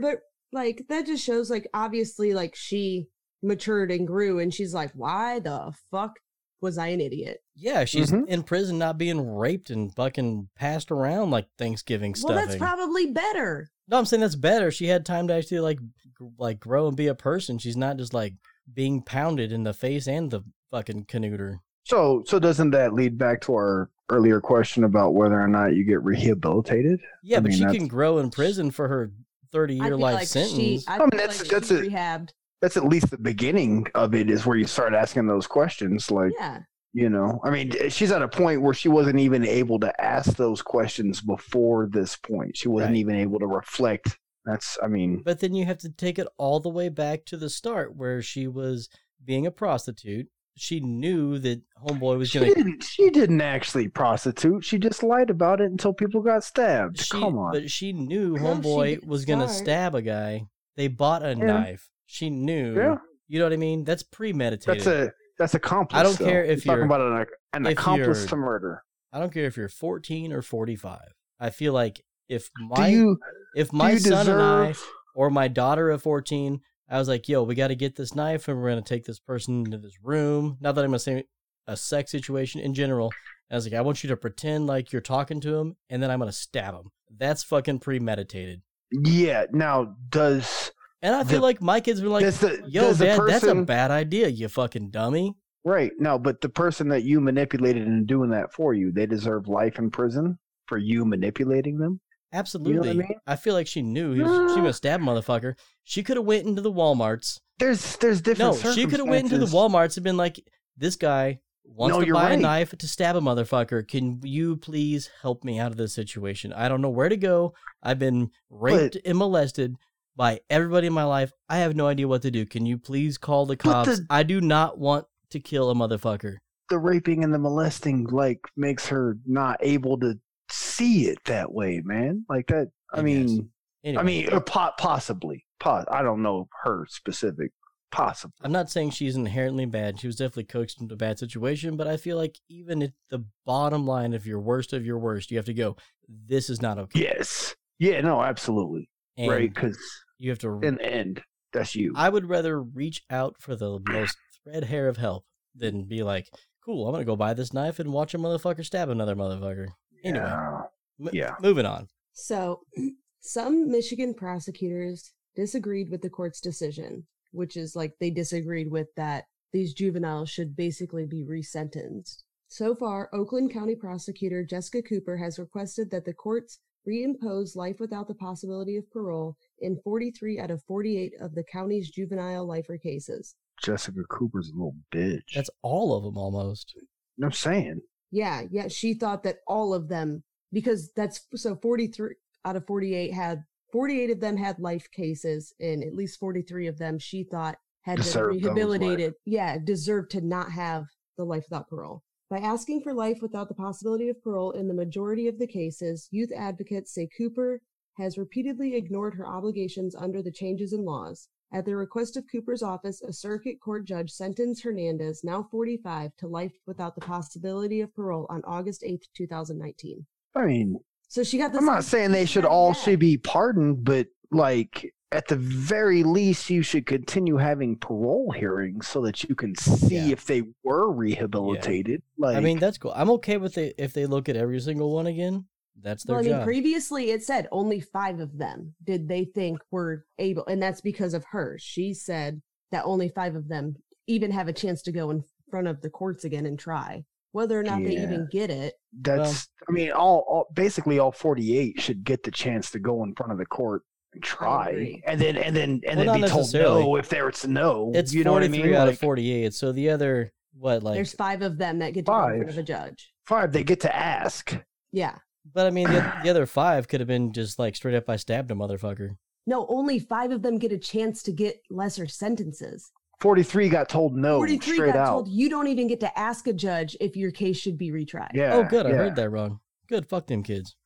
G: But like that just shows like obviously like she matured and grew and she's like, Why the fuck was I an idiot?
D: Yeah, she's
G: Mm-hmm.
B: Mhm.
D: in prison not being raped and fucking passed around like Thanksgiving
G: Well
D: stuffing.
G: that's probably better.
D: no, I'm saying that's better. She had time to actually like gr- like grow and be a person. She's not just like being pounded in the face and the fucking canoodler.
B: So so doesn't that lead back to our earlier question about whether or not you get rehabilitated?
D: Yeah,
B: I
D: but
B: mean,
D: she
B: that's-
D: can grow in prison for her 30
G: I
D: year
G: feel
D: life
G: like
D: sentence.
G: she I,
B: I
G: feel
B: mean, that's-
G: like
B: that's
G: she's
B: it.
G: rehabbed.
B: That's at least the beginning of it is where you start asking those questions like
G: Yeah.
B: you know i mean she's at a point where she wasn't even able to ask those questions before this point she wasn't
D: Right.
B: even able to reflect that's i mean
D: But then you have to take it all the way back to the start where she was being a prostitute. She knew that homeboy was
B: she
D: going to
B: didn't she didn't actually prostitute she just lied about it until people got stabbed
D: she,
B: come on
D: But she knew
G: she
D: homeboy
G: didn't
D: was going to
G: start.
D: stab a guy. They bought a knife. She knew.
B: Yeah.
D: You know what I mean? That's premeditated.
B: that's a that's accomplice
D: I don't
B: though.
D: care if
B: You're
D: you're-
B: talking about an, an
D: if
B: accomplice
D: you're-
B: to murder
D: I don't care if you're 14 or 45. I feel like if
B: do
D: my
B: you
D: if
B: do
D: my
B: you
D: son and I
B: deserve
D: or my daughter of 14, I was like, yo, we got to get this knife and we're going to take this person into this room. Not that I'm going to say a sex situation in general. I was like, I want you to pretend like you're talking to him and then I'm going to stab him. That's fucking premeditated.
B: yeah now does
D: And I feel
B: The-
D: like my kids been like,
B: does the
D: yo,
B: does the
D: dad, that's a
B: person
D: bad idea, you fucking dummy.
B: Right. No, but the person that you manipulated into doing that for you, they deserve life in prison for you manipulating them.
D: Absolutely. I,
B: mean? Ah.
D: feel like she knew he was, she
B: No.
D: was a stab motherfucker. She could have went into the Walmarts.
B: There's there's
D: No,
B: different.
D: she could have went into the
B: circumstances.
D: Walmarts and been like, "This guy wants
B: No,
D: to
B: you're
D: buy a
B: right.
D: knife to stab a motherfucker. Can you please help me out of this situation? I don't know where to go. I've been raped and molested." By everybody in my life, I have no idea what to do. Can you please call the
B: But
D: cops?
B: the-
D: I do not want to kill a motherfucker.
B: The raping and the molesting like makes her not able to see it that way, man. Like that.
D: I
B: I,
D: guess.
B: mean,
D: Anyway,
B: I mean, uh, or po- possibly. Po- I don't know her specific. Possibly.
D: I'm not saying she's inherently bad. She was definitely coaxed into a bad situation, but I feel like even at the bottom line of your worst of your worst, you have to go, this is not okay.
B: Yes. Yeah. No. Absolutely.
D: And
B: right. Because
D: You have to.
B: in the end, that's you.
D: I would rather reach out for the most thread hair of help than be like, cool, I'm going to go buy this knife and watch a motherfucker stab another motherfucker. Anyway,
B: Yeah.
D: m-
B: yeah.
D: moving on.
G: So, some Michigan prosecutors disagreed with the court's decision, which is like they disagreed with that these juveniles should basically be resentenced. So far, Oakland County prosecutor Jessica Cooper has requested that the courts reimpose life without the possibility of parole in 43 out of 48 of the county's juvenile lifer cases.
B: Jessica Cooper's a little bitch.
D: That's all of them almost.
B: I'm saying.
G: Yeah, yeah, she thought that all of them because that's so 43 out of 48 had 48 of them had life cases and at least 43 of them she thought had
B: Deserved
G: been
B: those life.
G: rehabilitated. Yeah, deserved to not have the life without parole. By asking for life without the possibility of parole in the majority of the cases, youth advocates say Cooper has repeatedly ignored her obligations under the changes in laws. At the request of Cooper's office, a circuit court judge sentenced Hernandez, now 45, to life without the possibility of parole on August 8, 2019.
B: I mean,
G: So she got this.
B: I'm not saying they should all should be pardoned, but like at the very least, you should continue having parole hearings so that you can see
D: Yeah.
B: if they were rehabilitated. Like,
D: I mean, that's cool. I'm okay with it if they look at every single one again. That's their
G: Well, I mean,
D: job.
G: previously it said only five of them did they think were able, and that's because of her. She said that only five of them even have a chance to go in front of the courts again and try. Whether or not they
B: Yeah.
G: even get it,
B: that's I mean, all, all basically all 48 should get the chance to go in front of the court and try,
G: agree.
B: and then and then
D: Well,
B: and then
D: not
B: be told
D: necessarily.
B: no if there it's no.
D: it's
B: you know what I
D: 43
B: mean?
D: out
B: Like,
D: of 48. So the other, what, like,
G: there's five of them that get to go in front
B: Five.
G: of a judge.
B: five, they get to ask.
G: Yeah.
D: but I mean, the, the other five could have been just like straight up, I stabbed a motherfucker.
G: No, only five of them get a chance to get lesser sentences.
B: 43 got told no
G: 43
B: Oh, straight
G: got
B: out.
G: told you don't even get to ask a judge if your case should be retried.
B: yeah.
D: oh, good. I
B: yeah.
D: heard that wrong. Good. Fuck them kids.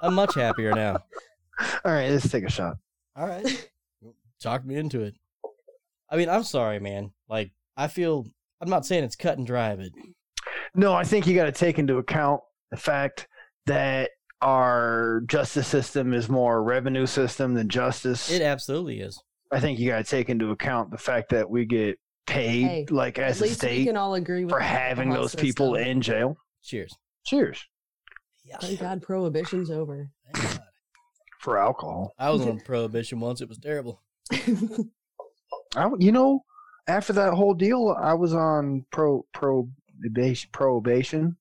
D: I'm much happier now.
B: All right, let's take a shot.
D: All right. Talk me into it. I mean, I'm sorry, man. Like, I feel, I'm not saying it's cut and dry, but
B: No, I think you got to take into account the fact that our justice system is more revenue system than justice.
D: it absolutely is.
B: I think you got to take into account the fact that we get paid
G: Hey,
B: like
G: At
B: as a
G: least we
B: state
G: can all agree with
B: for
G: the
B: having
G: alcohol
B: those people
G: system.
B: in jail.
D: Cheers.
B: Cheers
G: Thank God prohibition's over.
D: Thank God.
B: for alcohol.
D: I was on prohibition once. It was terrible.
B: I, you know, after that whole deal, I was on pro probation prohibition.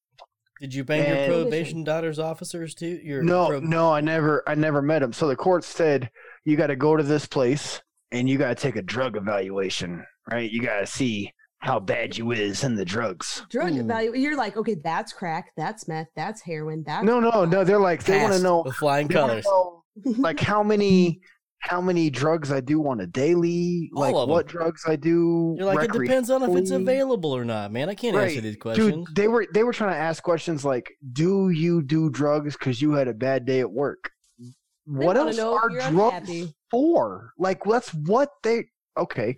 D: Did you bang your
B: And-
D: prohibition daughters officers too? Your
B: no
D: prob-
B: no i never i never met him so the court said you got to go to this place and you got to take a drug evaluation right you got to see how bad you is in the drugs
G: Drug
D: Hmm.
G: evaluation. You're like, okay, that's crack, that's meth, that's heroin, that's
B: no no no they're like they want to
D: Passed
B: know
D: with flying
B: they wanna
D: colors.
B: know, like how many how many drugs i do on a daily
D: All
B: like
D: of 'em.
B: what drugs i do
D: You're like, it
B: recre-
D: depends on if it's
B: recreationally-
D: available or not, man. I can't answer
B: Right.
D: these
B: dude
D: questions.
B: they were they were trying to ask questions like do you do drugs because you had a bad day at work what
G: wanna
B: else
G: know if
B: are
G: you're
B: drugs
G: unhappy.
B: for like that's what they okay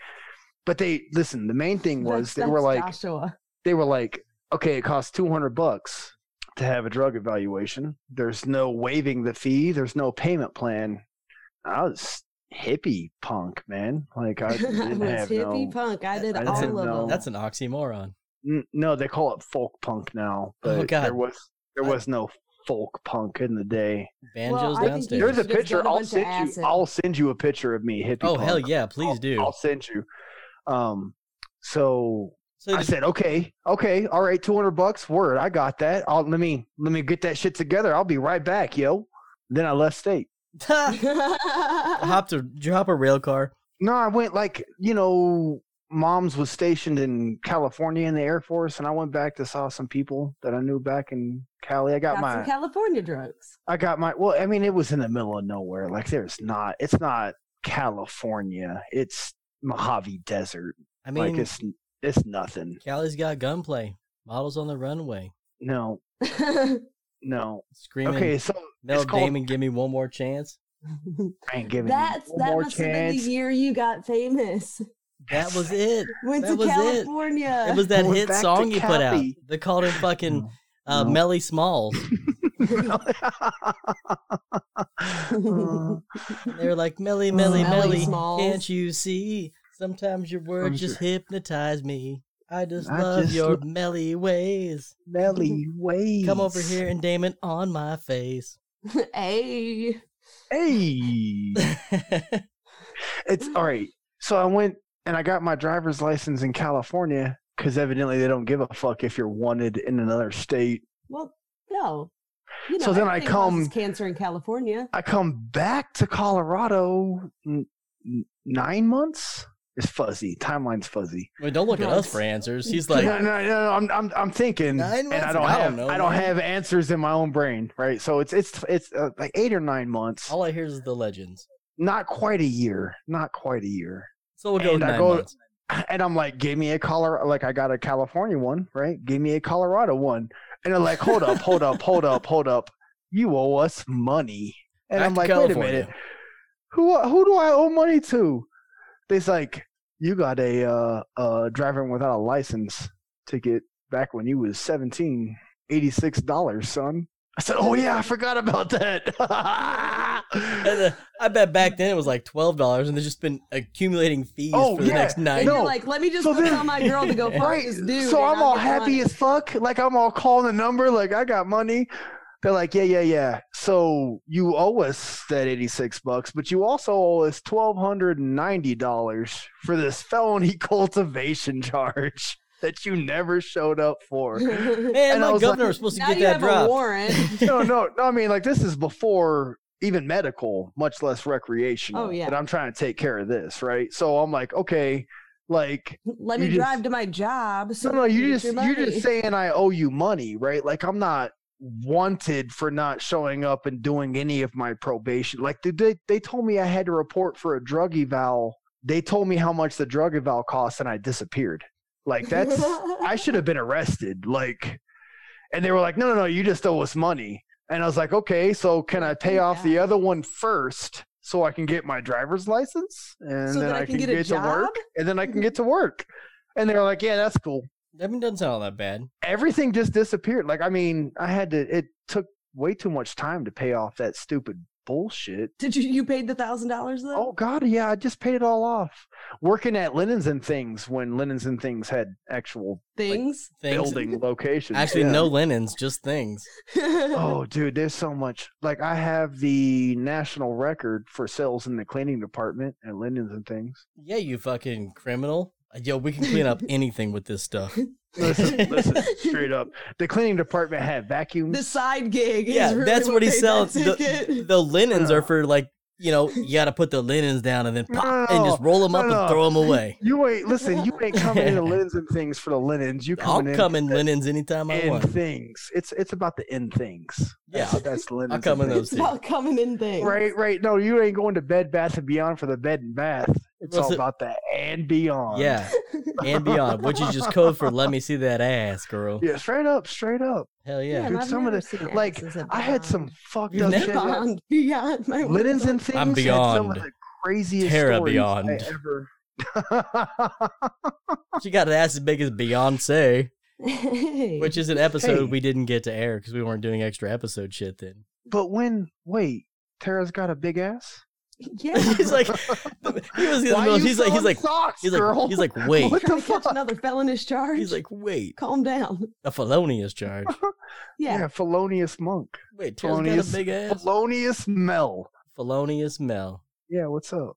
B: but they listen the main thing
G: that's-
B: was they were
G: that's
B: like
G: Joshua.
B: they were like okay it costs 200 bucks to have a drug evaluation there's no waiving the fee there's no payment plan i was hippie punk man like i
G: I was
B: didn't have
G: hippie
B: no
G: punk. I did
D: I
G: all
B: didn't
G: of
B: know.
G: them.
D: That's an oxymoron.
B: N- no, they call it folk punk now.
D: Oh,
B: But
D: God.
B: there was there
D: I-
B: was no folk punk in the day.
D: Banjos
G: I think
D: downstairs.
G: you
B: There's a
G: should've
B: picture.
G: done a
B: I'll
G: bunch of
B: send you.
G: acid.
B: I'll send you a picture of me hippie.
D: oh hell
B: punk.
D: yeah! Please
B: I'll-
D: do.
B: I'll send you. Um. So
D: so
B: I
D: did-
B: said, okay, okay, all right, two hundred bucks. Word, I got that. I'll let me let me get that shit together. I'll be right back, yo. Then I left state.
D: hop to did you hop a rail car.
B: No, I went like you know, mom's was stationed in California in the Air Force, and I went back to saw some people that I knew back in Cali. I got
G: Got
B: my
G: some California drugs.
B: I got my well, I mean, it was in the middle of nowhere. Like there's not it's not California. It's Mojave Desert.
D: I mean,
B: like it's it's nothing.
D: Callie's got gunplay, models on the runway,
B: No, no.
D: screaming.
B: okay, so
D: Mel
B: it's called-
D: Damon, give me one more chance.
B: I ain't giving
G: That's
B: you one
G: that
B: more
G: must have been
B: chance.
G: the year you got famous.
D: That was it.
G: Went
D: That
G: to
D: was it.
G: California.
D: It was that
B: Going
D: hit
B: back to
D: song you put out.
B: Cali. Mm,
D: They called him fucking uh,
B: No.
D: Melly Smalls.
B: Uh,
D: They were like, Melly,
B: Mm,
G: Melly
D: Melly, Melly,
G: Smalls.
D: can't you see? Sometimes your words
B: I'm
D: just hypnotize me. I just
B: I
D: love
B: just
D: your
B: lo-
D: Melly ways.
B: Melly ways.
D: Come over here and Damon on my face.
G: hey.
B: Hey. It's all right. So I went and I got my driver's license in California because evidently they don't give a fuck if you're wanted in another state.
G: Well, no. You know,
B: So then I
G: everything causes
B: come-
G: cancer in California.
B: I come back to Colorado n- n- nine months. It's fuzzy. Timeline's fuzzy.
D: Well, don't look at us
G: Drugs.
D: for answers. He's
B: No,
D: like,
B: no, no, no. I'm, I'm, I'm thinking,
D: Nine
B: and
D: months?
B: I don't
D: I don't
B: have,
D: know,
B: I don't
D: man.
B: have answers in my own brain, right? So it's, it's, it's uh, like eight or nine months.
D: all I hear is the legends.
B: Not quite a year. Not quite a year.
D: So we'll go
B: And I
D: nine
B: go-
D: months.
B: And I'm like, give me a Colorado. Like I got a California one, right? Give me a Colorado one. And they're like, hold up, hold up, hold up, hold up. You owe us money. And
D: Back
B: I'm
D: to
B: like, wait a
D: California.
B: minute. who who do I owe money to? They's like, you got a uh, uh, driving without a license ticket back when you was 17, eighty-six dollars, son. I said, "Oh yeah, I forgot about that."
D: And, uh, I bet back then it was like twelve dollars, and they've just been accumulating fees
B: Oh,
D: for the
B: yeah.
D: next nine.
G: And
B: No.
G: you're like, let me just
B: So
G: go
B: then-
G: tell my girl to go fuck
B: right.
G: this dude.
B: so
G: and
B: I'm all
G: get
B: happy
G: money.
B: as fuck. Like I'm all calling the number. Like I got money. They're like, yeah, yeah, yeah. So you owe us that eighty-six bucks, but you also owe us twelve hundred and ninety dollars for this felony cultivation charge that you never showed up for.
D: Man,
B: And I
D: my
B: was
D: governor
B: like,
D: was supposed to
G: now
D: get
G: you
D: that
G: have a
D: drop.
G: warrant.
B: no, no, no. I mean, like this is before even medical, much less recreational.
G: Oh, yeah.
B: But I'm trying to take care of this, right? So I'm like, okay, like
G: Let
B: You
G: me
B: just-
G: drive to my job. So
B: no, no,
G: I can
B: you
G: get
B: just
G: your
B: you're
G: money.
B: just saying I owe you money, right? Like I'm not wanted for not showing up and doing any of my probation. Like they- they they told me I had to report for a drug eval. They told me how much the drug eval cost, and I disappeared. Like that's I should have been arrested. Like, and they were like, no, no, no, you just owe us money. And I was like, okay, so can I
G: Oh,
B: pay off the other one first so I can get my driver's license and
G: So
B: then
G: that I
B: I
G: can
B: can
G: get a
B: get to work
G: job?
B: and then I can get to work. And they were like, yeah, that's cool
D: That doesn't sound all that bad.
B: everything just disappeared. Like, I mean, I had to, it took way too much time to pay off that stupid bullshit.
G: Did you you paid the thousand dollars though?
B: Oh, God, yeah, I just paid it all off. Working at Linens and Things when Linens and Things had actual
G: Things.
D: Things.
B: building locations.
D: Actually,
B: yeah.
D: no linens, just things.
B: Oh, dude, there's so much. Like, I have the national record for sales in the cleaning department at Linens and Things.
D: Yeah, you fucking criminal. Yo, we can clean up anything with this stuff.
B: Listen, listen, straight up. The cleaning department had vacuums.
G: the side gig. is
D: yeah,
G: really
D: that's what he
G: paid that
D: sells. The,
G: ticket.
D: the linens are
B: Ugh.
D: for like, you know, you got to put the linens down and then
B: No,
D: pop and just roll them
B: no,
D: up
B: no.
D: and throw them away.
B: you ain't listen. You ain't coming into linens and things for the linens. You
D: I'll
B: coming in
D: come in
B: for the-
D: linens anytime I
B: in
D: want.
B: things. It's it's about the end things.
D: Yeah.
B: that's, that's linens.
D: I'll
B: and
D: come in
B: things.
D: those
G: it's
D: two.
G: about coming in things.
B: Right, right. No, you ain't going to Bed Bath and Beyond for the Bed and Bath. It's
D: What's
B: all
D: it-
B: about the and beyond.
D: Yeah, and beyond, which is just code for let me see that ass, girl.
B: yeah. Straight up, straight up.
D: Hell yeah.
B: Dude,
G: I've
B: some of
G: never
B: the-
G: seen
B: like,
G: asses at
B: I had some
G: Beyond.
B: fucked
D: You've
B: up
D: never-
B: shit. like-
G: Beyond, beyond my
B: Linens and
G: world.
B: things.
D: I'm
B: Had some of
D: beyond.
B: the craziest
D: Terra
B: stories
D: beyond.
B: I ever.
D: She got an ass as big as Beyonce,
G: Hey.
D: which is an episode
B: Hey.
D: we didn't get to air because we weren't doing extra episode shit then.
B: but when wait, Tara's got a big ass.
G: yeah.
D: he's like, he was in the
B: Why
D: middle.
B: you
D: He's like, he's
B: selling
D: like,
B: socks,
D: he's like,
B: girl?
D: he's like, wait.
B: What
G: trying
B: the
G: to catch
B: fuck?
G: another felonious charge.
D: He's like, wait,
G: calm down.
D: a felonious charge.
G: Yeah.
B: yeah, felonious monk,
D: Wait, Tara's got a
B: Felonious-
D: big ass.
B: felonious Mel.
D: Felonious Mel.
B: Yeah, what's up?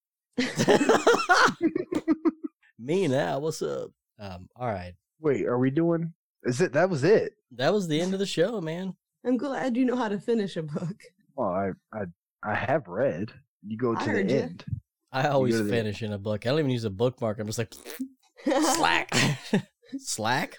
D: Me now, what's up? Um, all right,
B: Wait, are we doing? Is it that was it?
D: that was the end of the show, man.
G: I'm glad you know how to finish a book.
B: Well, I I I have read. You go
G: I
B: to the
G: heard ya.
B: end.
D: I always
B: go to the-
D: finish in a book. I don't even use a bookmark. I'm just like slack, slack,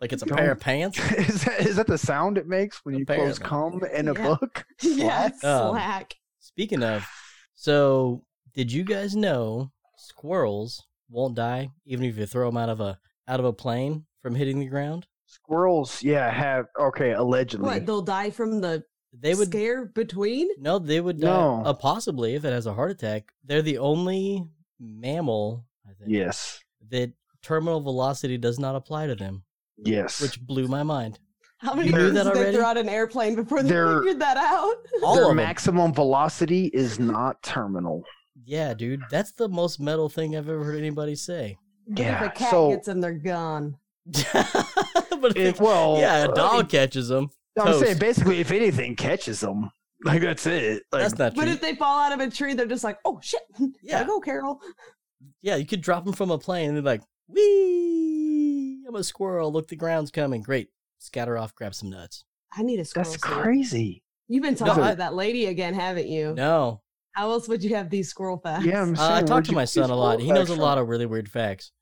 D: like it's a pair of pants.
B: is that is that the sound it makes when you close
D: Apparently.
B: cum in a
G: Yeah.
B: book?
G: yeah,
B: Slack?
D: Um,
G: slack.
D: Speaking of, so did you guys know squirrels won't die even if you throw them out of a out of a plane from hitting the ground?
B: Squirrels, yeah, have okay, allegedly.
G: What? They'll die from the
D: They would
G: scare between?
D: No, they would die.
B: No.
D: Uh, possibly if it has a heart attack. They're the only mammal, I think,
B: yes.
D: that terminal velocity does not apply to them,
B: Yes.
D: which blew my mind.
G: How many
D: You knew
G: times
D: that
G: did they
D: already?
G: throw out an airplane before they
B: They're-
G: figured that out?
D: All
B: Their
D: of 'em.
B: maximum velocity is not terminal.
D: Yeah, dude, that's the most metal thing I've ever heard anybody say.
G: But if
B: Yeah,
G: a cat
B: so-
G: gets them, they're gone.
D: but
B: It,
D: if,
B: well,
D: yeah,
B: I
D: a dog
B: mean,
D: catches them.
B: I'm saying
D: toast.
B: basically, if anything catches them, like that's it. Like,
D: That's not
G: But
D: true.
G: if they fall out of a tree, they're just like, oh shit.
D: Yeah.
G: Yeah. go, Carol.
D: yeah, you could drop them from a plane and they're like, "Wee, I'm a squirrel. Look, the ground's coming. Great, scatter off, grab some nuts."
G: I need a squirrel.
B: that's
G: suit.
B: crazy.
G: You've been
D: No,
G: talking
D: I-
G: to that lady again, haven't you?
D: No,
G: How else would you have these squirrel facts?
B: Yeah, I'm
D: uh, I
B: saying, where'd
D: talked to
B: you
D: my
B: get these
D: son a lot. He
B: squirrel
D: knows a
B: facts
D: lot of really weird facts.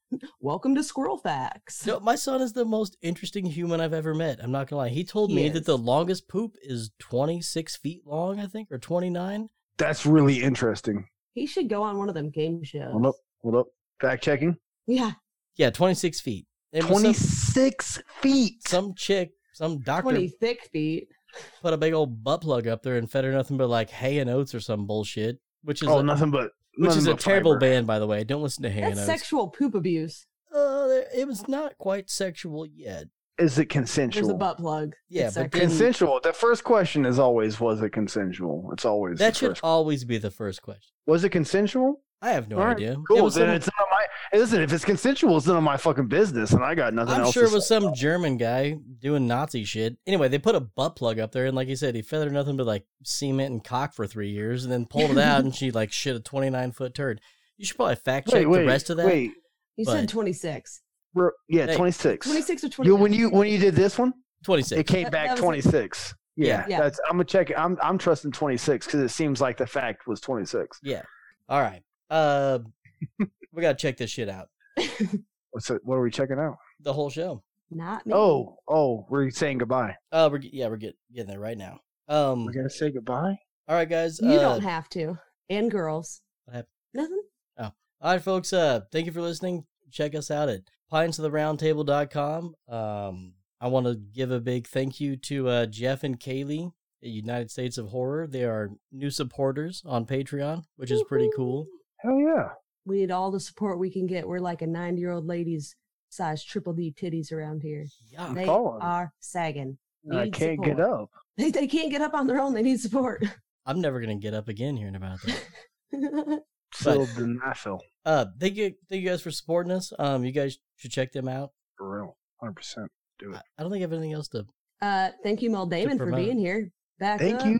G: Welcome to squirrel facts.
D: No, my son is the most interesting human I've ever met. I'm not gonna lie. He told
G: He
D: me
G: is.
D: that the longest poop is 26 feet long, I think, or 29.
B: from? That's really interesting.
G: He should go on one of them game shows.
B: Hold up, hold up. Fact checking.
G: Yeah,
D: Yeah, 26 feet. And was
B: Twenty
D: Some,
B: six feet.
D: some chick, some doctor,
G: twenty thick feet.
D: put a big old butt plug up there and fed her nothing but like hay and oats or some bullshit, which is
B: oh,
D: a,
B: nothing but
D: which
B: nothing
D: is a
B: but
D: terrible
B: fiber.
D: band, by the way. Don't listen to hay
G: That's
D: and oats.
G: sexual poop abuse.
D: uh, it was not quite sexual yet.
B: Is it
G: There's a
B: consensual?
G: butt plug.
D: Yeah,
G: It's
D: but
G: sexy.
D: then-
B: Consensual. The first question is always was it consensual? It's always
D: That
B: the
D: should
B: first-
D: always be the first question.
B: was it consensual?
D: I have no
B: All right,
D: idea. It
B: Cool. Then
D: was some-
B: it's none of my. hey, Listen, if it's consensual, it's none of my fucking business, and I got nothing
D: I'm
B: else.
D: sure
B: to
D: it was some German guy doing Nazi shit. Anyway, they put a butt plug up there, and like you said, he feathered nothing but like cement and cock for three years, and then pulled it out, and she like shit a 29 foot turd. You should probably fact
B: say.
D: check the rest of that.
B: Wait,
G: You
D: But-
G: said 26
B: bro, yeah,
D: Hey.
B: twenty six.
G: 26 or 27.
B: You when you when you did this one,
D: 26.
B: it came
G: That-
B: back
G: that was it.
B: twenty six. Yeah,
D: Yeah.
G: Yeah.
B: that's. I'm gonna check. it. I'm I'm trusting twenty six because it seems like the fact was twenty six.
D: All right. Uh, we gotta check this shit out.
B: What's it, what are we checking out?
D: The whole show.
G: Not me.
B: Oh, oh, we're saying goodbye.
D: Uh, we're yeah, we're get, getting there right now. Um,
B: We're gonna say goodbye.
D: all right, guys.
G: You
D: uh,
G: don't have to. And girls.
D: What happened?
G: Nothing.
D: All right, folks. Uh, thank you for listening. Check us out at pinesoftheroundtable.com. Um, I want to give a big thank you to uh, Jeff and Kaylee at United States of Horror. They are new supporters on Patreon, which is pretty cool.
B: Hell yeah.
G: We need all the support we can get. We're like a 90 year old lady's size triple D titties around here.
D: Yeah.
G: They
B: calling.
G: are sagging.
B: I
G: Need
B: can't get
G: support.
B: up.
G: They, they can't get up on their own. They need support.
D: I'm never going to get up again hearing about that.
B: So then I feel
D: Uh, thank you, thank you guys for supporting us. Um, you guys should check them out.
B: for real, hundred percent. Do
D: I
B: it.
D: I don't think I have anything else to.
G: uh, thank you, Mel Damon, for
D: promote.
G: being here. Back
B: Thank
G: up.
B: you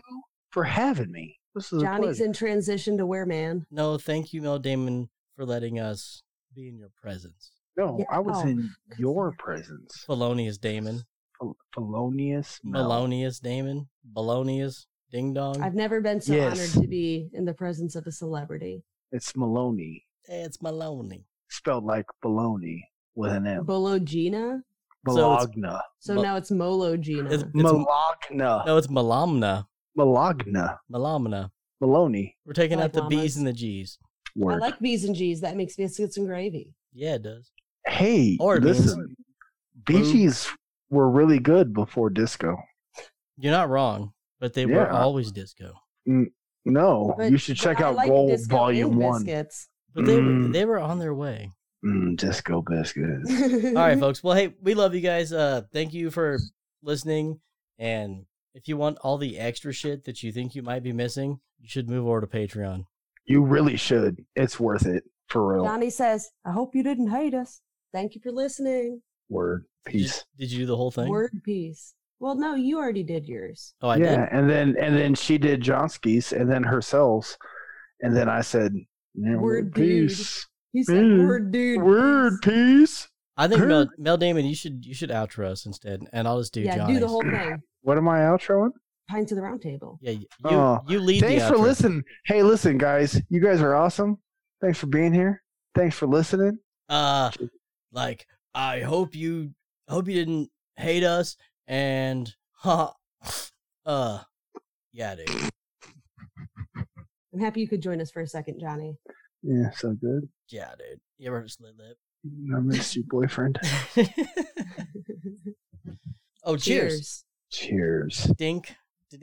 B: for having me. This is a
G: Johnny's
B: pleasure.
G: in transition to where man.
D: No, thank you, Mel Damon, for letting us be in your presence.
B: no,
G: Yeah,
B: I was
G: oh,
B: in
G: good
B: your
G: lord.
B: presence.
D: Felonious Damon,
B: Fel- Felonious Mel.
D: Malonious Damon, Balonious Ding Dong.
G: I've never been so
B: Yes.
G: honored to be in the presence of a celebrity.
B: It's Maloney,
D: it's Maloney.
B: spelled like baloney with an M.
G: Bologina.
D: So it's-
B: Bologna.
G: So
D: Mo-
G: now it's
B: Hmm.
G: Mologina.
D: It's, it's,
B: Malagna.
D: no, it's Malamna.
B: Malagna.
D: Malamna.
B: Maloney.
D: We're taking
G: Like
D: out the B's
G: llamas.
D: and the G's.
G: I
B: Word.
G: like B's and G's. That makes biscuits and gravy.
D: Yeah, it does.
B: hey,
D: Or it means-
B: listen, BGs were really good before disco.
D: You're not wrong, but they were
B: Yeah.
D: always disco.
B: No,
G: But-
B: Oh, you should
G: but
B: check
G: I
B: out
G: like
B: Gold
G: disco
B: Volume
G: and
B: 1.
G: Biscuits.
D: But they were
B: Mm.
D: they were on their way.
B: Mm, disco biscuits.
D: All right, folks. Well, hey, we love you guys. Uh, thank you for listening. And if you want all the extra shit that you think you might be missing, you should move over to Patreon.
B: You really should. It's worth it. For real.
G: Johnny says, I hope you didn't hate us. Thank you for listening.
B: Word.
D: Did you-
B: Peace.
D: Did you do the whole thing?
G: Word piece. Well, no, you already did yours.
D: Oh, I
B: yeah,
D: did.
B: and then and then she did Johnski's and then herself, and then I said, yeah,
G: Word dude.
B: peace,
G: You said
B: Mm.
G: word, dude.
B: word peace.
D: I think Mel, Mel Damon, you should you should outro us instead, and I'll just do
G: yeah,
D: Johnny's.
G: do the whole thing.
B: What am I outroing?
G: Pine to the round table.
D: Yeah, you
B: Oh,
D: you lead the
B: Thanks for
D: outro.
B: listening. Hey, listen, guys, you guys are awesome. Thanks for being here. Thanks for listening.
D: Uh, like I hope you hope you didn't hate us, and huh, uh, yeah, dude.
G: I'm happy you could join us for a second, Johnny.
B: Yeah, so good.
D: Yeah, dude. You ever slit lip?
B: I missed you, boyfriend.
D: oh, cheers.
B: Cheers.
D: Dink.